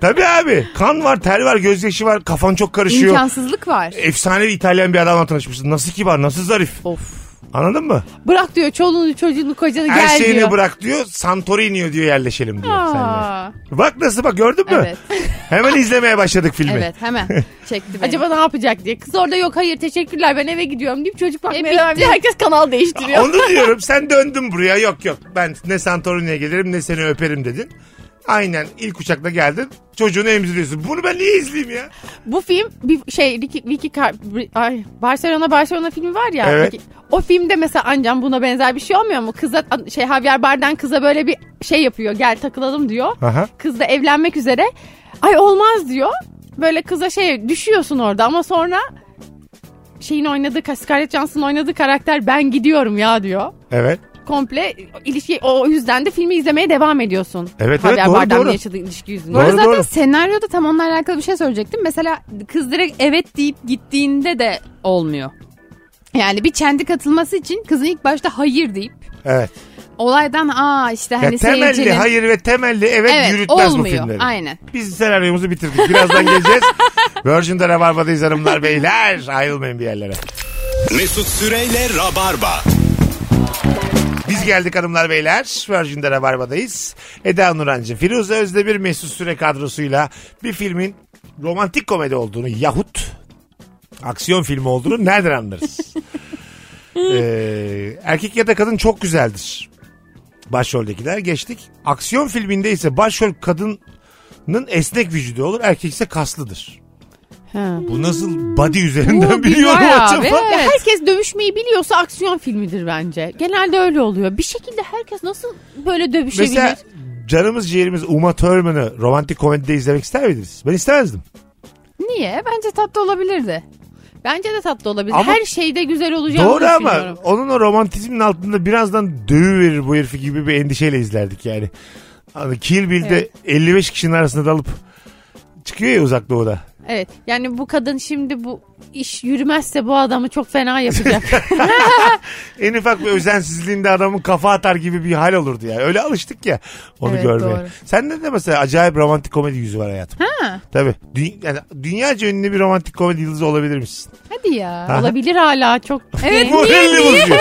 [SPEAKER 3] Tabii abi. Kan var, tel var, gözyaşı var, kafan çok karışıyor.
[SPEAKER 5] İmkansızlık var.
[SPEAKER 3] Efsane bir İtalyan bir adamla tanışmışsın. Nasıl kibar, nasıl zarif.
[SPEAKER 4] Of.
[SPEAKER 3] Anladın mı?
[SPEAKER 4] Bırak diyor çoluğunu çocuğunu kocanı
[SPEAKER 3] Her
[SPEAKER 4] gel
[SPEAKER 3] şeyini
[SPEAKER 4] diyor.
[SPEAKER 3] bırak diyor. Santorini'ye diyor yerleşelim diyor. seninle.
[SPEAKER 5] Aa,
[SPEAKER 3] Bak nasıl bak gördün mü?
[SPEAKER 5] Evet.
[SPEAKER 3] Hemen izlemeye başladık filmi.
[SPEAKER 5] evet hemen çekti beni.
[SPEAKER 4] Acaba ne yapacak diye. Kız orada yok hayır teşekkürler ben eve gidiyorum deyip çocuk bakmaya
[SPEAKER 5] bitti.
[SPEAKER 4] devam ediyor. Herkes kanal değiştiriyor.
[SPEAKER 3] Onu diyorum sen döndün buraya yok yok ben ne Santorini'ye gelirim ne seni öperim dedin. Aynen ilk uçakla geldin çocuğunu emziriyorsun. Bunu ben niye izleyeyim ya?
[SPEAKER 4] Bu film bir şey Ricky, Ricky Car- Bri- ay, Barcelona Barcelona filmi var ya.
[SPEAKER 3] Evet.
[SPEAKER 4] Ricky- o filmde mesela ancam buna benzer bir şey olmuyor mu? Kıza şey Javier Bardem kıza böyle bir şey yapıyor. Gel takılalım diyor.
[SPEAKER 3] Aha.
[SPEAKER 4] Kız da evlenmek üzere. Ay olmaz diyor. Böyle kıza şey düşüyorsun orada ama sonra şeyin oynadığı Scarlett Johansson'ın oynadığı karakter ben gidiyorum ya diyor.
[SPEAKER 3] Evet.
[SPEAKER 4] Komple ilişki o yüzden de filmi izlemeye devam ediyorsun.
[SPEAKER 3] Evet,
[SPEAKER 4] Javier
[SPEAKER 3] evet, doğru,
[SPEAKER 4] Bardem'le
[SPEAKER 3] doğru.
[SPEAKER 4] yaşadığı ilişki
[SPEAKER 5] Bu
[SPEAKER 4] yüzünden.
[SPEAKER 5] arada
[SPEAKER 3] Doğru,
[SPEAKER 5] zaten
[SPEAKER 3] doğru.
[SPEAKER 5] senaryoda tam onunla alakalı bir şey söyleyecektim. Mesela kız direkt evet deyip gittiğinde de olmuyor. Yani bir kendi katılması için kızın ilk başta hayır deyip
[SPEAKER 3] Evet.
[SPEAKER 5] olaydan aa işte
[SPEAKER 3] Ya
[SPEAKER 5] hani
[SPEAKER 3] temelli
[SPEAKER 5] seyircinin...
[SPEAKER 3] hayır ve temelli evet,
[SPEAKER 5] Evet
[SPEAKER 3] yürütmez bu
[SPEAKER 5] olmuyor
[SPEAKER 3] filmleri.
[SPEAKER 5] aynen.
[SPEAKER 3] Biz senaryomuzu bitirdik. Birazdan geleceğiz. Virgin'de Rabarba'dayız hanımlar beyler. Ayrılmayın bir yerlere.
[SPEAKER 2] Mesut Süreyle Rabarba.
[SPEAKER 3] Biz geldik hanımlar beyler. Virgin'de Rabarba'dayız. Eda Nurancı, Firuze Özdemir, Mesut Süre kadrosuyla bir filmin romantik komedi olduğunu yahut aksiyon filmi olduğunu nereden anlarız? Ee, erkek ya da kadın çok güzeldir. Başroldekiler geçtik. Aksiyon filminde ise başrol kadının esnek vücudu olur, erkek ise kaslıdır.
[SPEAKER 4] Ha.
[SPEAKER 3] Bu nasıl body üzerinden
[SPEAKER 5] Bu bir
[SPEAKER 3] biliyorum
[SPEAKER 5] bayağı
[SPEAKER 3] acaba?
[SPEAKER 5] bir-
[SPEAKER 4] Ya
[SPEAKER 5] Evet.
[SPEAKER 4] herkes dövüşmeyi biliyorsa aksiyon filmidir bence. Genelde öyle oluyor. Bir şekilde herkes nasıl böyle dövüşebilir?
[SPEAKER 3] Mesela canımız ciğerimiz Uma Thurman'ı romantik komedide izlemek ister miydiniz? Ben istemezdim.
[SPEAKER 5] Niye? Bence tatlı olabilirdi.
[SPEAKER 4] Bence de tatlı olabilir.
[SPEAKER 3] Ama-
[SPEAKER 4] Her şeyde güzel olacağını
[SPEAKER 3] Doğru ama
[SPEAKER 4] düşünüyorum.
[SPEAKER 3] onun o romantizmin altında birazdan dövüverir bu herifi gibi bir endişeyle izlerdik yani. Hani Kill Bill'de
[SPEAKER 4] Evet.
[SPEAKER 3] 55 kişinin arasında dalıp çıkıyor ya uzak doğuda.
[SPEAKER 4] Evet. Yani bu kadın şimdi bu iş yürümezse bu adamı çok fena yapacak.
[SPEAKER 3] En ufak bir özensizliğinde adamın kafa atar gibi bir hal olurdu yani. Öyle alıştık ya onu
[SPEAKER 5] Evet,
[SPEAKER 3] görmeye.
[SPEAKER 5] doğru.
[SPEAKER 3] Sende de mesela acayip romantik komedi yüzü var hayatım.
[SPEAKER 5] Ha,
[SPEAKER 3] Tabii. Dü- yani dünyaca ünlü bir romantik komedi yıldızı olabilir misin?
[SPEAKER 5] hadi ya.
[SPEAKER 3] Ha.
[SPEAKER 4] Olabilir hala çok.
[SPEAKER 5] Evet,
[SPEAKER 3] Moralini bozuyor.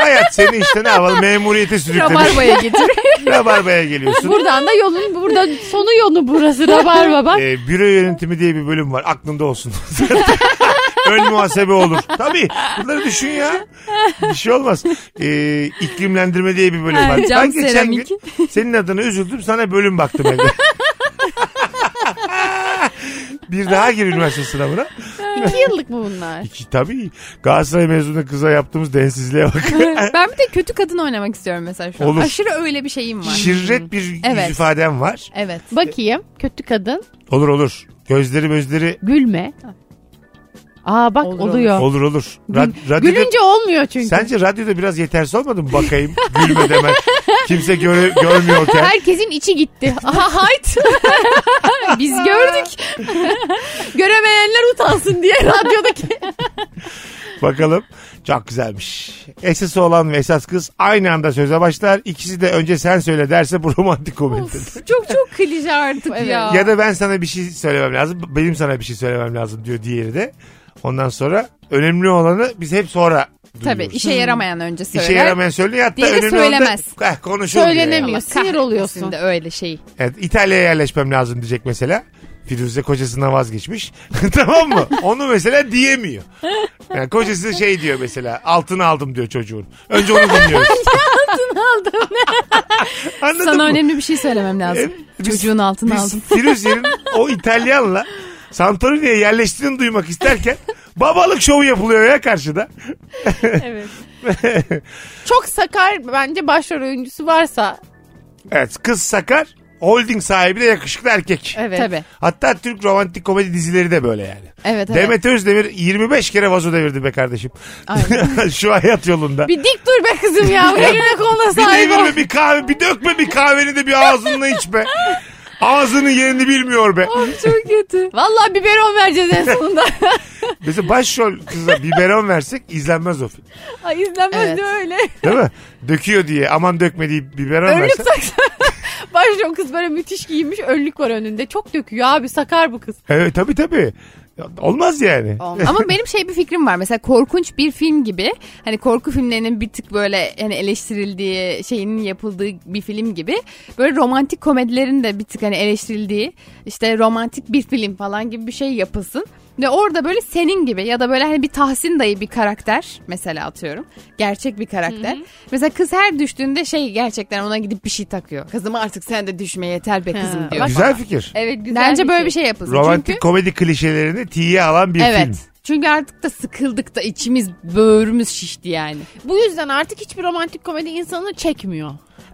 [SPEAKER 3] Hayat seni işte ne yapalım memuriyete sürüklemiş.
[SPEAKER 5] Rabarbaya getir.
[SPEAKER 3] Rabarba'ya geliyorsun.
[SPEAKER 4] Buradan da yolun burada sonu yolu burası Rabarba bak.
[SPEAKER 3] Ee, büro yönetimi diye bir bölüm var. Aklında olsun. Ön muhasebe olur. Tabii. Bunları düşün ya. Bir şey olmaz. Ee, iklimlendirme diye bir bölüm
[SPEAKER 5] Ha,
[SPEAKER 3] var.
[SPEAKER 5] cam
[SPEAKER 3] ben geçen gün
[SPEAKER 5] seramik.
[SPEAKER 3] senin adına üzüldüm. Sana bölüm baktım evde. bir daha gir üniversite sınavına.
[SPEAKER 4] İki yıllık mı bunlar?
[SPEAKER 3] İki, tabii. Galatasaray mezunu kıza yaptığımız densizliğe bak.
[SPEAKER 5] ben bir de kötü kadın oynamak istiyorum mesela şu an.
[SPEAKER 3] Olur.
[SPEAKER 5] Aşırı öyle bir şeyim var.
[SPEAKER 3] Şirret bir
[SPEAKER 5] Evet.
[SPEAKER 3] yüz ifadem var.
[SPEAKER 5] Evet.
[SPEAKER 4] Bakayım. Kötü kadın.
[SPEAKER 3] Olur olur. Gözleri gözleri
[SPEAKER 4] Gülme. Aa bak
[SPEAKER 5] Olur,
[SPEAKER 4] oluyor.
[SPEAKER 3] olur olur. Rad- radyoda-
[SPEAKER 4] Gülünce olmuyor çünkü.
[SPEAKER 3] Sence radyoda biraz yetersiz olmadı mı bakayım gülme demen. Kimse göre, görmüyorken.
[SPEAKER 4] Herkesin içi gitti.
[SPEAKER 5] Aha hayt. Biz gördük.
[SPEAKER 4] Göremeyenler utansın diye radyodaki.
[SPEAKER 3] Bakalım. Çok güzelmiş. Esas olan ve esas kız aynı anda söze başlar. İkisi de önce sen söyle derse bu romantik komedi.
[SPEAKER 5] çok çok klişe artık
[SPEAKER 4] Evet.
[SPEAKER 5] ya.
[SPEAKER 3] ya da ben sana bir şey söylemem lazım. Benim sana bir şey söylemem lazım diyor diğeri de. Ondan sonra önemli olanı biz hep sonra duyuyoruz.
[SPEAKER 5] Tabii işe yaramayan önce söyler.
[SPEAKER 3] Hmm. İşe yaramayan söylüyor hatta
[SPEAKER 5] Diğeri
[SPEAKER 3] önemli olan da
[SPEAKER 5] söylemez.
[SPEAKER 3] eh, konuşulmuyor.
[SPEAKER 4] Söylenemiyor.
[SPEAKER 3] yani.
[SPEAKER 5] Allah
[SPEAKER 4] Sinir
[SPEAKER 5] kahretsin
[SPEAKER 4] oluyorsun.
[SPEAKER 5] de öyle şey.
[SPEAKER 3] Evet, İtalya'ya yerleşmem lazım diyecek mesela. Firuze kocasından vazgeçmiş. tamam mı? Onu mesela diyemiyor. Yani kocası şey diyor mesela. Altını aldım diyor çocuğun. Önce onu dinliyoruz. altını aldım. Anladın
[SPEAKER 5] Sana
[SPEAKER 3] mı?
[SPEAKER 5] önemli bir şey söylemem lazım.
[SPEAKER 3] Ee, biz-
[SPEAKER 5] Çocuğun altına
[SPEAKER 3] Biz
[SPEAKER 5] aldım.
[SPEAKER 3] Firuze'nin o İtalyanla Santorini'ye yerleştiğini duymak isterken babalık şovu yapılıyor ya karşıda.
[SPEAKER 4] evet. Çok sakar bence başrol oyuncusu varsa.
[SPEAKER 3] Evet kız sakar. Holding sahibi de yakışıklı erkek.
[SPEAKER 4] Evet.
[SPEAKER 5] Tabii.
[SPEAKER 3] Hatta Türk romantik komedi dizileri de böyle yani.
[SPEAKER 5] Evet evet.
[SPEAKER 3] Demet Özdemir 25 kere vazo devirdi be kardeşim. Şu hayat yolunda. Bir,
[SPEAKER 4] Bir dik dur be kızım ya. Eline koluna sahip ol.
[SPEAKER 3] devirme bir kahve, bir dökme bir kahveni de bir ağzınla iç be. Ağzının yerini bilmiyor be.
[SPEAKER 5] çok kötü.
[SPEAKER 4] Vallahi biberon vereceğiz en sonunda.
[SPEAKER 3] Mesela başrol kıza biberon versek izlenmez o film.
[SPEAKER 4] Ay izlenmez
[SPEAKER 5] Evet.
[SPEAKER 4] de öyle.
[SPEAKER 3] Değil mi? Döküyor diye aman dökme deyip biberon
[SPEAKER 4] Önlük
[SPEAKER 3] versen.
[SPEAKER 4] taksa. Başrol kız böyle müthiş giyinmiş önlük var önünde. Çok döküyor abi sakar bu kız.
[SPEAKER 3] Evet tabii tabii. Ya, Olmaz yani.
[SPEAKER 5] Ama benim şey bir fikrim var. Mesela korkunç bir film gibi. Hani korku filmlerinin bir tık böyle hani eleştirildiği, şeyinin yapıldığı bir film gibi. Böyle romantik komedilerin de bir tık hani eleştirildiği, işte romantik bir film falan gibi bir şey yapılsın. Ve orada böyle senin gibi ya da böyle hani bir Tahsin dayı bir karakter mesela atıyorum. Gerçek bir karakter. Mesela kız her düştüğünde şey gerçekten ona gidip bir şey takıyor. Kızım artık sen de düşme yeter be kızım
[SPEAKER 4] Ha,
[SPEAKER 5] diyor.
[SPEAKER 3] Güzel fikir.
[SPEAKER 4] Evet güzel.
[SPEAKER 5] Bence böyle bir şey yapılsın.
[SPEAKER 3] Romantik
[SPEAKER 5] Çünkü
[SPEAKER 3] komedi klişelerini tiye alan bir
[SPEAKER 5] evet.
[SPEAKER 3] film.
[SPEAKER 5] Çünkü artık da sıkıldık da içimiz böğrümüz şişti yani.
[SPEAKER 4] Bu yüzden artık hiçbir romantik komedi insanı çekmiyor.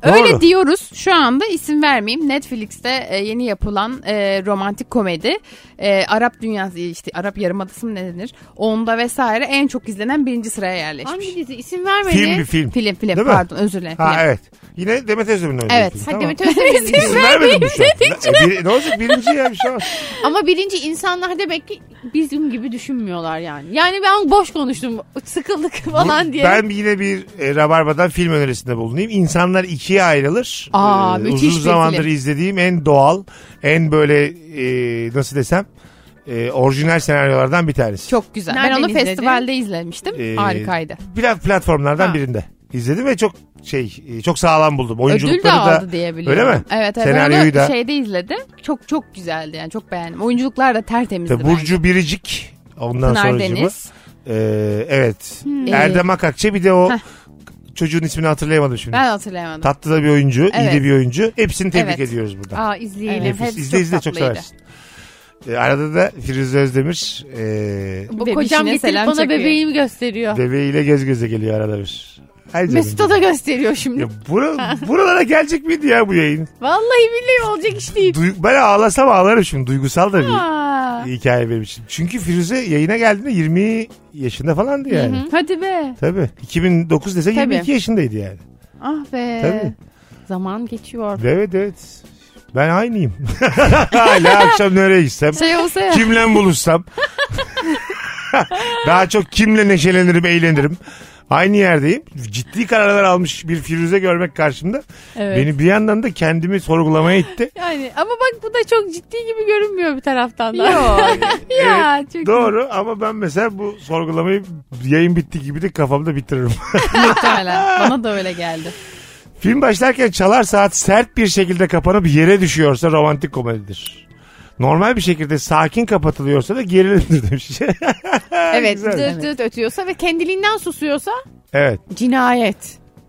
[SPEAKER 3] Doğru.
[SPEAKER 5] Öyle diyoruz şu anda isim vermeyeyim. Netflix'te e, yeni yapılan e, romantik komedi. E, Arap dünyası işte Arap Yarımadası mı ne denir? Onda vesaire en çok izlenen birinci sıraya yerleşmiş.
[SPEAKER 4] Hangi dizi isim vermedi?
[SPEAKER 3] Film bir film.
[SPEAKER 5] Film film
[SPEAKER 3] Değil mi?
[SPEAKER 5] pardon özür dilerim.
[SPEAKER 3] Ha
[SPEAKER 5] film.
[SPEAKER 3] evet. Yine Demet Özdemir'in oynadığı
[SPEAKER 5] Evet.
[SPEAKER 3] film.
[SPEAKER 4] Hadi
[SPEAKER 3] Tamam.
[SPEAKER 4] Demet Özdemir'in dizisi.
[SPEAKER 3] İzin vermedim mi şu an? E, bir- ne olacak birinci ya bir şey olmaz.
[SPEAKER 4] Ama birinci insanlar demek ki bizim gibi düşünmüyorlar yani. Yani ben boş konuştum. Sıkıldık falan diye.
[SPEAKER 3] Ben yine bir e, Rabarba'dan film önerisinde bulunayım. İnsanlar ikiye ayrılır. E,
[SPEAKER 5] Aa, müthiş
[SPEAKER 3] uzun
[SPEAKER 5] bir
[SPEAKER 3] zamandır
[SPEAKER 5] film.
[SPEAKER 3] izlediğim en doğal, en böyle e, nasıl desem e, orijinal senaryolardan bir tanesi.
[SPEAKER 5] Çok güzel.
[SPEAKER 4] Nereden
[SPEAKER 5] ben onu
[SPEAKER 4] izledin?
[SPEAKER 5] festivalde izlemiştim.
[SPEAKER 3] E,
[SPEAKER 5] Harikaydı.
[SPEAKER 3] Biraz platformlardan
[SPEAKER 4] Ha.
[SPEAKER 3] birinde. İzledim ve çok şey e, çok sağlam buldum. Oyunculukları
[SPEAKER 5] Ödül de
[SPEAKER 3] da
[SPEAKER 5] aldı diye biliyorum.
[SPEAKER 3] Öyle mi?
[SPEAKER 5] Evet. evet.
[SPEAKER 3] Senaryoyu
[SPEAKER 5] Senaryoyu
[SPEAKER 3] da-
[SPEAKER 5] Şeyde izledim. Çok çok güzeldi yani çok beğendim. Oyunculuklar da tertemizdi.
[SPEAKER 3] Tabii
[SPEAKER 5] bence.
[SPEAKER 3] Burcu Biricik ondan
[SPEAKER 5] Pınar
[SPEAKER 3] sonra
[SPEAKER 5] Deniz.
[SPEAKER 3] evet.
[SPEAKER 5] Ee,
[SPEAKER 3] Erdem Akakçe bir de o
[SPEAKER 5] Heh.
[SPEAKER 3] çocuğun ismini hatırlayamadım şimdi.
[SPEAKER 5] Ben hatırlayamadım.
[SPEAKER 3] Tatlı da bir oyuncu, iyi
[SPEAKER 5] Evet.
[SPEAKER 3] de bir oyuncu. Hepsini tebrik
[SPEAKER 5] Evet.
[SPEAKER 3] ediyoruz buradan.
[SPEAKER 4] Aa izleyelim.
[SPEAKER 5] Evet.
[SPEAKER 3] Nefis.
[SPEAKER 5] hepsi
[SPEAKER 3] İzle
[SPEAKER 5] çok
[SPEAKER 3] izle çok
[SPEAKER 5] tatlıydı.
[SPEAKER 3] seversin. E, arada da Firuze Özdemir e,
[SPEAKER 4] Bu
[SPEAKER 5] Bebişine
[SPEAKER 4] kocam getirip
[SPEAKER 5] selam
[SPEAKER 4] bana
[SPEAKER 5] çakıyor.
[SPEAKER 4] bebeğimi gösteriyor.
[SPEAKER 3] bebeğiyle göz göze geliyor arada bir. Ay canım.
[SPEAKER 4] Mesut'a da gösteriyor şimdi.
[SPEAKER 3] Ya bura, buralara gelecek miydi ya bu yayın?
[SPEAKER 4] Vallahi billahi olacak iş değil.
[SPEAKER 3] Duy- ben ağlasam ağlarım şimdi. Duygusal da bir
[SPEAKER 5] Aa,
[SPEAKER 3] hikaye benim için. Çünkü Firuze yayına geldiğinde 20 yaşında falandı yani.
[SPEAKER 5] hadi be.
[SPEAKER 3] Tabii. 2009 dese 22
[SPEAKER 4] Tabii.
[SPEAKER 3] yaşındaydı yani.
[SPEAKER 5] Ah be.
[SPEAKER 3] Tabii.
[SPEAKER 4] Zaman geçiyor.
[SPEAKER 3] Evet evet. Ben aynıyım. Hala akşam nereye gitsem,
[SPEAKER 5] Şey olsa ya.
[SPEAKER 3] kimle buluşsam. Daha çok kimle neşelenirim, eğlenirim. Aynı yerdeyim. Ciddi kararlar almış bir Firuze görmek karşımda.
[SPEAKER 5] Evet.
[SPEAKER 3] Beni bir yandan da kendimi sorgulamaya itti.
[SPEAKER 4] Yani ama bak bu da çok ciddi gibi görünmüyor bir taraftan da.
[SPEAKER 5] ya çok
[SPEAKER 3] Doğru ama ben mesela bu sorgulamayı yayın bitti gibi de kafamda bitiririm.
[SPEAKER 5] muhtemelen. Bana da öyle geldi.
[SPEAKER 3] Film başlarken çalar saat sert bir şekilde kapanıp yere düşüyorsa romantik komedidir. Normal bir şekilde sakin kapatılıyorsa da gerilimdir demiş.
[SPEAKER 4] evet
[SPEAKER 3] Güzel.
[SPEAKER 4] dırt dırt ötüyorsa ve kendiliğinden susuyorsa
[SPEAKER 3] evet
[SPEAKER 4] cinayet.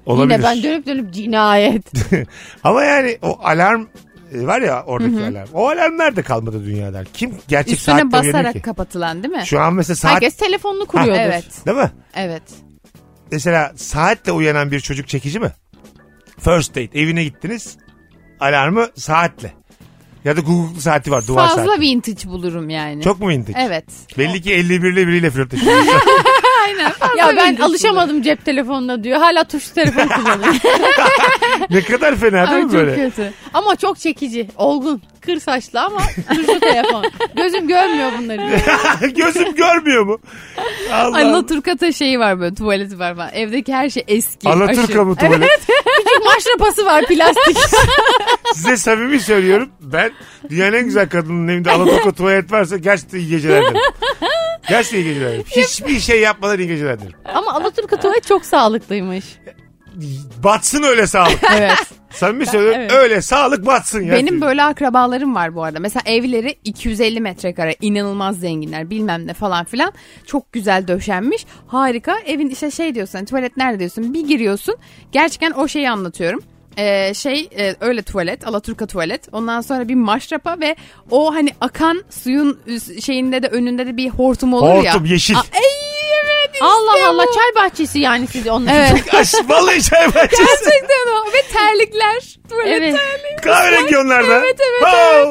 [SPEAKER 3] olabilir.
[SPEAKER 4] Yine ben dönüp dönüp cinayet.
[SPEAKER 3] Ama yani o alarm e, var ya oradaki alarm. O alarm nerede kalmadı dünyada? Kim gerçek
[SPEAKER 5] Üstüne
[SPEAKER 3] saatte uyanıyor ki?
[SPEAKER 5] basarak kapatılan değil mi?
[SPEAKER 3] Şu an mesela saat
[SPEAKER 4] Herkes telefonunu kuruyordur.
[SPEAKER 5] Evet.
[SPEAKER 3] değil mi?
[SPEAKER 5] Evet.
[SPEAKER 3] Mesela saatle uyanan bir çocuk çekici mi? First date evine gittiniz alarmı saatle. Ya da Google'lu saati var duvar
[SPEAKER 5] Fazla
[SPEAKER 3] saati.
[SPEAKER 5] vintage bulurum yani.
[SPEAKER 3] Çok mu indik?
[SPEAKER 5] Evet.
[SPEAKER 3] Belli ki 51 ile biriyle flörtleşmiş.
[SPEAKER 5] Aynen. Fazla
[SPEAKER 4] Ya ben
[SPEAKER 5] vintage bulurum.
[SPEAKER 4] alışamadım cep telefonuna diyor. Hala tuş telefon kullanıyor.
[SPEAKER 3] ne kadar fena
[SPEAKER 5] Ay
[SPEAKER 3] değil
[SPEAKER 5] çok
[SPEAKER 3] mi böyle?
[SPEAKER 5] kötü.
[SPEAKER 4] ama çok çekici. Olgun. Kır saçlı ama tuşlu telefon. Gözüm görmüyor bunları.
[SPEAKER 3] Gözüm görmüyor mu? Allah.
[SPEAKER 5] Alaturka'da şeyi var böyle tuvaleti var falan. Evdeki her şey eski.
[SPEAKER 3] Alaturka
[SPEAKER 5] aşırı.
[SPEAKER 3] mı tuvalet?
[SPEAKER 4] Maşrapası var plastik.
[SPEAKER 3] Size samimi söylüyorum. Ben dünyanın en güzel kadının evinde Alaturka tuvalet varsa gerçekten iyi geceler derim. Gerçekten iyi geceler derim. Hiçbir şey yapmadan iyi geceler derim.
[SPEAKER 4] ama Alaturka tuvalet çok sağlıklıymış.
[SPEAKER 3] Batsın öyle sağlık.
[SPEAKER 5] Evet.
[SPEAKER 3] Samimi söylüyorum
[SPEAKER 5] evet.
[SPEAKER 3] öyle sağlık batsın ya.
[SPEAKER 5] Benim böyle akrabalarım var bu arada. Mesela evleri 250 metrekare inanılmaz zenginler bilmem ne falan filan. Çok güzel döşenmiş. Harika. Evin işte şey diyorsun tuvalet nerede diyorsun bir giriyorsun. Gerçekten o şeyi anlatıyorum. Ee, şey e, öyle tuvalet Alaturka tuvalet ondan sonra bir maşrapa ve o hani akan suyun üz- şeyinde de önünde de bir hortum olur ya.
[SPEAKER 3] Hortum, yeşil.
[SPEAKER 5] Aa, ey, evet,
[SPEAKER 4] Allah
[SPEAKER 5] işte
[SPEAKER 4] Allah
[SPEAKER 5] bu.
[SPEAKER 4] çay bahçesi yani siz onun için.
[SPEAKER 5] Evet.
[SPEAKER 3] Aş, vallahi çay bahçesi.
[SPEAKER 5] Gerçekten o ve terlikler. Tuvalet
[SPEAKER 4] Evet.
[SPEAKER 5] terliği.
[SPEAKER 3] Kahverengi onlarda.
[SPEAKER 5] Evet, evet,
[SPEAKER 3] Ho!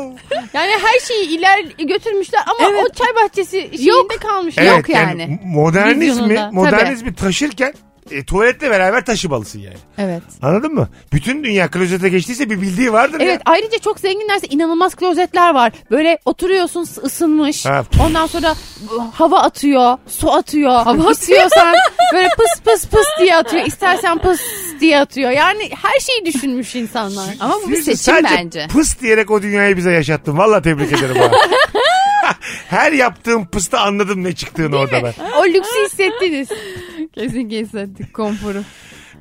[SPEAKER 4] Yani her şeyi iler götürmüşler ama
[SPEAKER 5] Evet.
[SPEAKER 4] o çay bahçesi şeyinde
[SPEAKER 5] Yok.
[SPEAKER 4] kalmış.
[SPEAKER 3] Evet,
[SPEAKER 5] Yok yani.
[SPEAKER 3] Modernizmi,
[SPEAKER 4] Vizyonunda.
[SPEAKER 3] modernizmi taşırken e, tuvaletle beraber taşımalısın yani.
[SPEAKER 5] Evet.
[SPEAKER 3] Anladın mı? Bütün dünya klozete geçtiyse bir bildiği vardır
[SPEAKER 4] Evet ayrıca çok zenginlerse inanılmaz klozetler var. Böyle oturuyorsun s- ısınmış.
[SPEAKER 3] Ha.
[SPEAKER 4] Ondan sonra bu- hava atıyor, su atıyor. Hava istiyorsan böyle pıs pıs pıs diye atıyor. İstersen pıs diye atıyor. Yani her şeyi düşünmüş insanlar.
[SPEAKER 3] ya.
[SPEAKER 5] Ama bu bir
[SPEAKER 3] Firuze,
[SPEAKER 5] seçim
[SPEAKER 3] sadece
[SPEAKER 5] bence.
[SPEAKER 3] pıs diyerek o dünyayı bize yaşattın. Valla tebrik ederim. ha. Her yaptığım pısta anladım ne çıktığını orada ben.
[SPEAKER 4] O lüksü hissettiniz.
[SPEAKER 5] Kesinlikle hissettik konforu.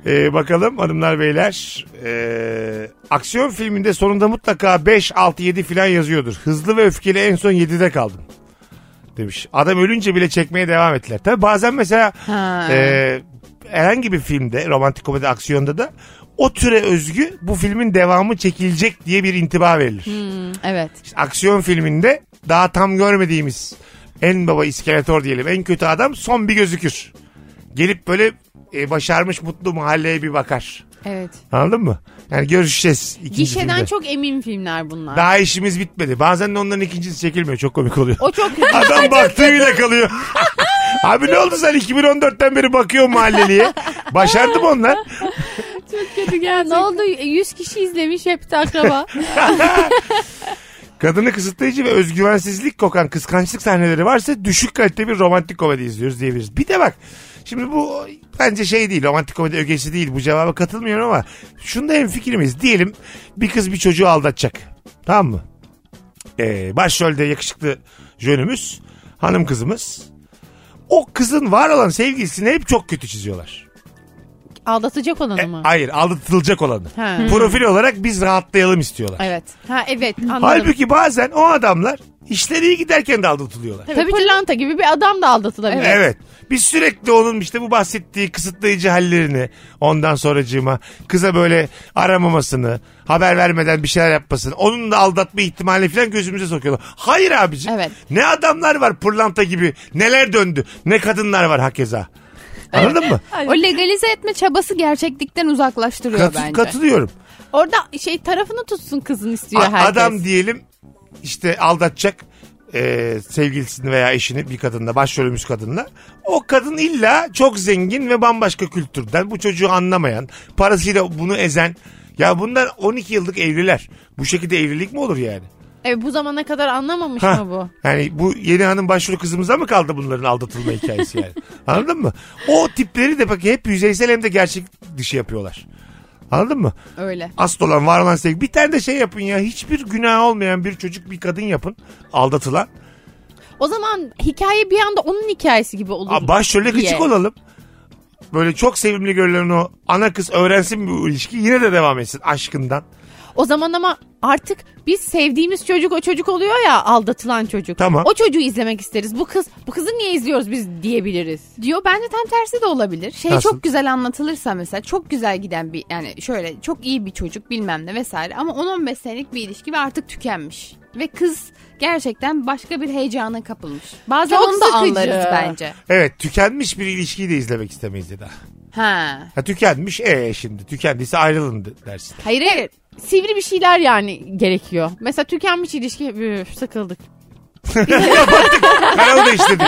[SPEAKER 3] Ee, bakalım hanımlar beyler. Ee, aksiyon filminde sonunda mutlaka 5, 6, 7 filan yazıyordur. Hızlı ve öfkeli en son 7'de kaldım. Demiş. Adam ölünce bile çekmeye devam ettiler. Tabi bazen mesela
[SPEAKER 5] Ha.
[SPEAKER 3] e, herhangi bir filmde romantik komedi aksiyonda da o türe özgü bu filmin devamı çekilecek diye bir intiba verilir.
[SPEAKER 5] Evet.
[SPEAKER 3] İşte aksiyon filminde daha tam görmediğimiz en baba iskeletor diyelim en kötü adam son bir gözükür. Gelip böyle e, başarmış mutlu mahalleye bir bakar.
[SPEAKER 5] Evet.
[SPEAKER 3] Anladın mı? Yani görüşeceğiz ikinci
[SPEAKER 4] Gişeden
[SPEAKER 3] filmde.
[SPEAKER 4] çok emin filmler bunlar.
[SPEAKER 3] Daha işimiz bitmedi. Bazen de onların ikincisi çekilmiyor. Çok komik oluyor.
[SPEAKER 4] O çok kötü.
[SPEAKER 3] Adam baktığı bile kalıyor. Abi ne oldu sen 2014'ten beri bakıyorsun mahalleliye? Başardı mı onlar?
[SPEAKER 4] ne oldu? 100 kişi izlemiş hep de akraba.
[SPEAKER 3] Kadını kısıtlayıcı ve özgüvensizlik kokan kıskançlık sahneleri varsa düşük kalite bir romantik komedi izliyoruz diyebiliriz. Bir de bak şimdi bu bence şey değil romantik komedi ögesi değil bu cevaba katılmıyorum ama şunda en fikrimiz diyelim bir kız bir çocuğu aldatacak tamam mı? Ee, başrolde yakışıklı jönümüz hanım kızımız o kızın var olan sevgilisini hep çok kötü çiziyorlar.
[SPEAKER 4] Aldatacak
[SPEAKER 3] E,
[SPEAKER 4] olanı mı?
[SPEAKER 3] hayır aldatılacak olanı.
[SPEAKER 4] Ha.
[SPEAKER 3] Profil olarak biz rahatlayalım istiyorlar.
[SPEAKER 5] Evet.
[SPEAKER 4] Ha evet anladım.
[SPEAKER 3] Halbuki bazen o adamlar işleri iyi giderken de aldatılıyorlar.
[SPEAKER 4] Tabii, pırlanta gibi bir adam da aldatılabilir.
[SPEAKER 3] Evet. Biz sürekli onun işte bu bahsettiği kısıtlayıcı hallerini ondan sonracığıma kıza böyle aramamasını, haber vermeden bir şeyler yapmasını, onun da aldatma ihtimali falan gözümüze sokuyorlar. Hayır abicim.
[SPEAKER 5] Evet.
[SPEAKER 3] Ne adamlar var pırlanta gibi. Neler döndü. Ne kadınlar var hakeza. Anladın mı?
[SPEAKER 5] O legalize etme çabası gerçeklikten uzaklaştırıyor
[SPEAKER 3] Katı-
[SPEAKER 5] bence.
[SPEAKER 3] katılıyorum.
[SPEAKER 4] Orada şey tarafını tutsun kızın istiyor
[SPEAKER 3] A-
[SPEAKER 4] herkes.
[SPEAKER 3] Adam diyelim işte aldatacak e, sevgilisini veya eşini bir kadınla başrolümüz kadınla. O kadın illa çok zengin ve bambaşka kültürden bu çocuğu anlamayan parasıyla bunu ezen ya bunlar 12 yıllık evliler. Bu şekilde evlilik mi olur yani?
[SPEAKER 4] E, bu zamana kadar anlamamış
[SPEAKER 3] Ha,
[SPEAKER 4] mı bu?
[SPEAKER 3] Yani bu yeni hanım başvuru kızımıza mı kaldı bunların aldatılma hikayesi yani? Anladın mı? O tipleri de bak hep yüzeysel hem de gerçek dışı yapıyorlar. Anladın mı?
[SPEAKER 5] Öyle.
[SPEAKER 3] Asıl olan var olan sevgi. Bir tane de şey yapın ya. Hiçbir günah olmayan bir çocuk bir kadın yapın. Aldatılan.
[SPEAKER 4] O zaman hikaye bir anda onun hikayesi gibi olur.
[SPEAKER 3] Aa, Başrolde
[SPEAKER 4] diye.
[SPEAKER 3] küçük olalım. Böyle çok sevimli görülen o ana kız öğrensin bu ilişki. Yine de devam etsin aşkından.
[SPEAKER 4] O zaman ama artık biz sevdiğimiz çocuk o çocuk oluyor ya aldatılan çocuk.
[SPEAKER 3] Tamam.
[SPEAKER 4] O çocuğu izlemek isteriz. Bu kız bu kızı niye izliyoruz biz diyebiliriz.
[SPEAKER 5] Diyor bence tam tersi de olabilir. Şey
[SPEAKER 3] Nasıl?
[SPEAKER 5] çok güzel anlatılırsa mesela çok güzel giden bir yani şöyle çok iyi bir çocuk bilmem ne vesaire ama 10-15 senelik bir ilişki ve artık tükenmiş. Ve kız gerçekten başka bir heyecana kapılmış. Bazen
[SPEAKER 4] Çok
[SPEAKER 5] onu da
[SPEAKER 4] sıkıcı.
[SPEAKER 5] anlarız bence.
[SPEAKER 3] Evet tükenmiş bir ilişkiyi de izlemek istemeyiz Eda.
[SPEAKER 5] Ha.
[SPEAKER 3] Ha, tükenmiş e şimdi tükendiyse ayrılın de- dersin.
[SPEAKER 4] Hayır hayır. Sivri bir şeyler yani gerekiyor. Mesela tükenmiş ilişki üf, sıkıldık.
[SPEAKER 3] Kanalı değiştirdik.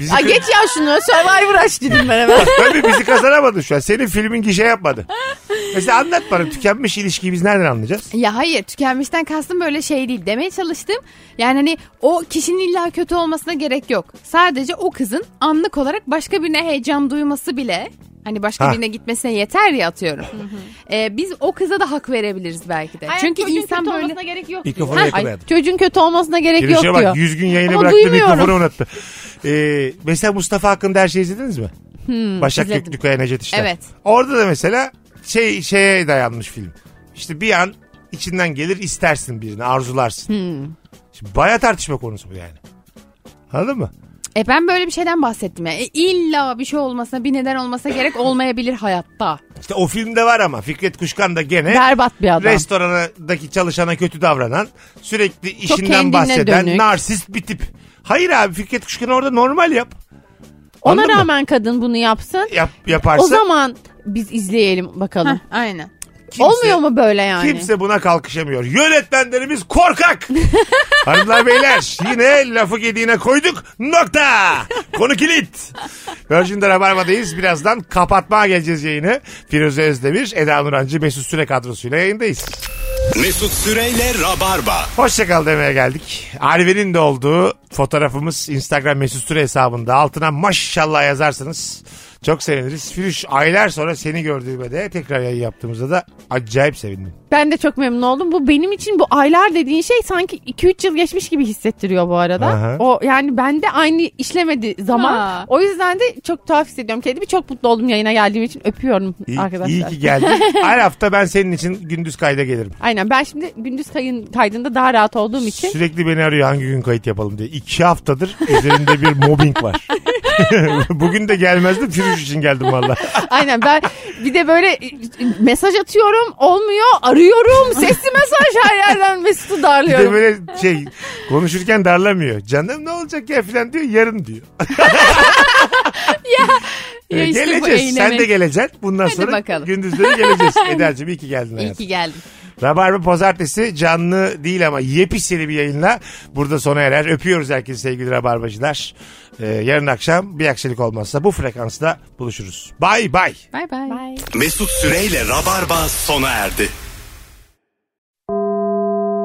[SPEAKER 3] Bizi,
[SPEAKER 4] Aa, geç ya şunu Survivor aç dedim ben hemen.
[SPEAKER 3] Tabii bizi kazanamadın şu an. Senin filmin gişe yapmadı. Mesela anlat bana tükenmiş ilişkiyi biz nereden anlayacağız?
[SPEAKER 5] Ya hayır tükenmişten kastım böyle şey değil. Demeye çalıştım. Yani hani o kişinin illa kötü olmasına gerek yok. Sadece o kızın anlık olarak başka birine heyecan duyması bile hani başka
[SPEAKER 3] Ha.
[SPEAKER 5] birine gitmesine yeter ya atıyorum. Ee, biz o kıza da hak verebiliriz belki de.
[SPEAKER 4] Ay,
[SPEAKER 5] Çünkü
[SPEAKER 4] çocuğun
[SPEAKER 5] insan
[SPEAKER 4] kötü
[SPEAKER 5] böyle
[SPEAKER 4] olmasına gerek yok.
[SPEAKER 3] Mikrofonu
[SPEAKER 4] diyor.
[SPEAKER 3] yakalayan.
[SPEAKER 4] Ay, çocuğun kötü olmasına gerek
[SPEAKER 3] Girişe
[SPEAKER 4] yok diyor.
[SPEAKER 3] bak 100 gün yayını
[SPEAKER 4] Ama
[SPEAKER 3] bıraktı
[SPEAKER 4] duymuyorum.
[SPEAKER 3] mikrofonu unuttu. Ee, mesela Mustafa hakkında her şeyi izlediniz mi?
[SPEAKER 4] Hmm,
[SPEAKER 3] Başak
[SPEAKER 5] izledim.
[SPEAKER 3] Göktürk'e Necdet İşler.
[SPEAKER 5] Evet.
[SPEAKER 3] Orada da mesela şey şeye dayanmış film. İşte bir an içinden gelir istersin birini arzularsın.
[SPEAKER 4] Hmm.
[SPEAKER 3] Şimdi baya tartışma konusu bu yani. Anladın mı?
[SPEAKER 5] E ben böyle bir şeyden bahsettim ya. E, illa bir şey olmasına, bir neden olmasına gerek olmayabilir hayatta.
[SPEAKER 3] İşte o filmde var ama Fikret Kuşkan da gene
[SPEAKER 4] Berbat bir adam.
[SPEAKER 3] restorandaki çalışana kötü davranan, sürekli işinden
[SPEAKER 4] kendine
[SPEAKER 3] bahseden
[SPEAKER 4] dönük.
[SPEAKER 3] narsist bir tip. Hayır abi Fikret Kuşkan'ı orada normal yap.
[SPEAKER 4] Ona
[SPEAKER 3] Anladın mı?
[SPEAKER 4] rağmen kadın bunu yapsın.
[SPEAKER 3] Yap, yaparsa
[SPEAKER 4] O zaman biz izleyelim bakalım.
[SPEAKER 5] Heh, aynen.
[SPEAKER 3] kimse-
[SPEAKER 4] Olmuyor mu böyle yani?
[SPEAKER 3] Kimse buna kalkışamıyor. Yönetmenlerimiz korkak. Hanımlar beyler yine lafı gediğine koyduk. Nokta. Konu kilit. Virgin'de Rabarba'dayız. Birazdan kapatmaya geleceğiz yayını. Firuze Özdemir, Eda Nurancı, Mesut Süre kadrosuyla yayındayız.
[SPEAKER 2] Mesut Süreyle Rabarba.
[SPEAKER 3] Hoşçakal demeye geldik. Arif'in de olduğu fotoğrafımız Instagram mesut süre hesabında. Altına maşallah yazarsanız çok seviniriz. Firuş aylar sonra seni gördüğüme de tekrar yayın yaptığımızda da acayip sevindim.
[SPEAKER 4] Ben de çok memnun oldum. Bu benim için bu aylar dediğin şey sanki 2-3 yıl geçmiş gibi hissettiriyor bu arada.
[SPEAKER 3] Aha.
[SPEAKER 4] O yani bende aynı işlemedi zaman.
[SPEAKER 5] Ha.
[SPEAKER 4] O yüzden de çok tuhaf hissediyorum kendimi. Çok mutlu oldum yayına geldiğim için. Öpüyorum
[SPEAKER 3] İyi,
[SPEAKER 4] arkadaşlar.
[SPEAKER 3] iyi ki geldin. Her hafta ben senin için gündüz kayda gelirim.
[SPEAKER 4] Aynen ben şimdi gündüz kayın, kaydında daha rahat olduğum için.
[SPEAKER 3] Sürekli beni arıyor hangi gün kayıt yapalım diye. İki haftadır üzerinde bir mobbing var. Bugün de gelmezdim Firuş için geldim valla.
[SPEAKER 4] Aynen ben bir de böyle e, e, mesaj atıyorum olmuyor arıyorum sesli mesaj her yerden Mesut'u
[SPEAKER 3] Bir de
[SPEAKER 4] darlıyorum.
[SPEAKER 3] böyle şey konuşurken darlamıyor. Canım ne olacak ya filan diyor yarın diyor. ya,
[SPEAKER 5] ya işte bu
[SPEAKER 3] geleceğiz. Sen
[SPEAKER 5] eğlenek.
[SPEAKER 3] de geleceksin. Bundan
[SPEAKER 5] Hadi
[SPEAKER 3] sonra
[SPEAKER 5] bakalım.
[SPEAKER 3] gündüzleri geleceğiz. Ederciğim iyi ki geldin
[SPEAKER 5] İyi
[SPEAKER 3] hayatım.
[SPEAKER 5] ki geldin.
[SPEAKER 3] Rabarba pazartesi canlı değil ama yepyeni bir yayınla burada sona erer. Öpüyoruz herkesi sevgili Rabarbacılar. Ee, yarın akşam bir aksilik olmazsa bu frekansla buluşuruz. Bay bay.
[SPEAKER 5] Bay bay.
[SPEAKER 2] Mesut Süreyle Rabarba sona erdi.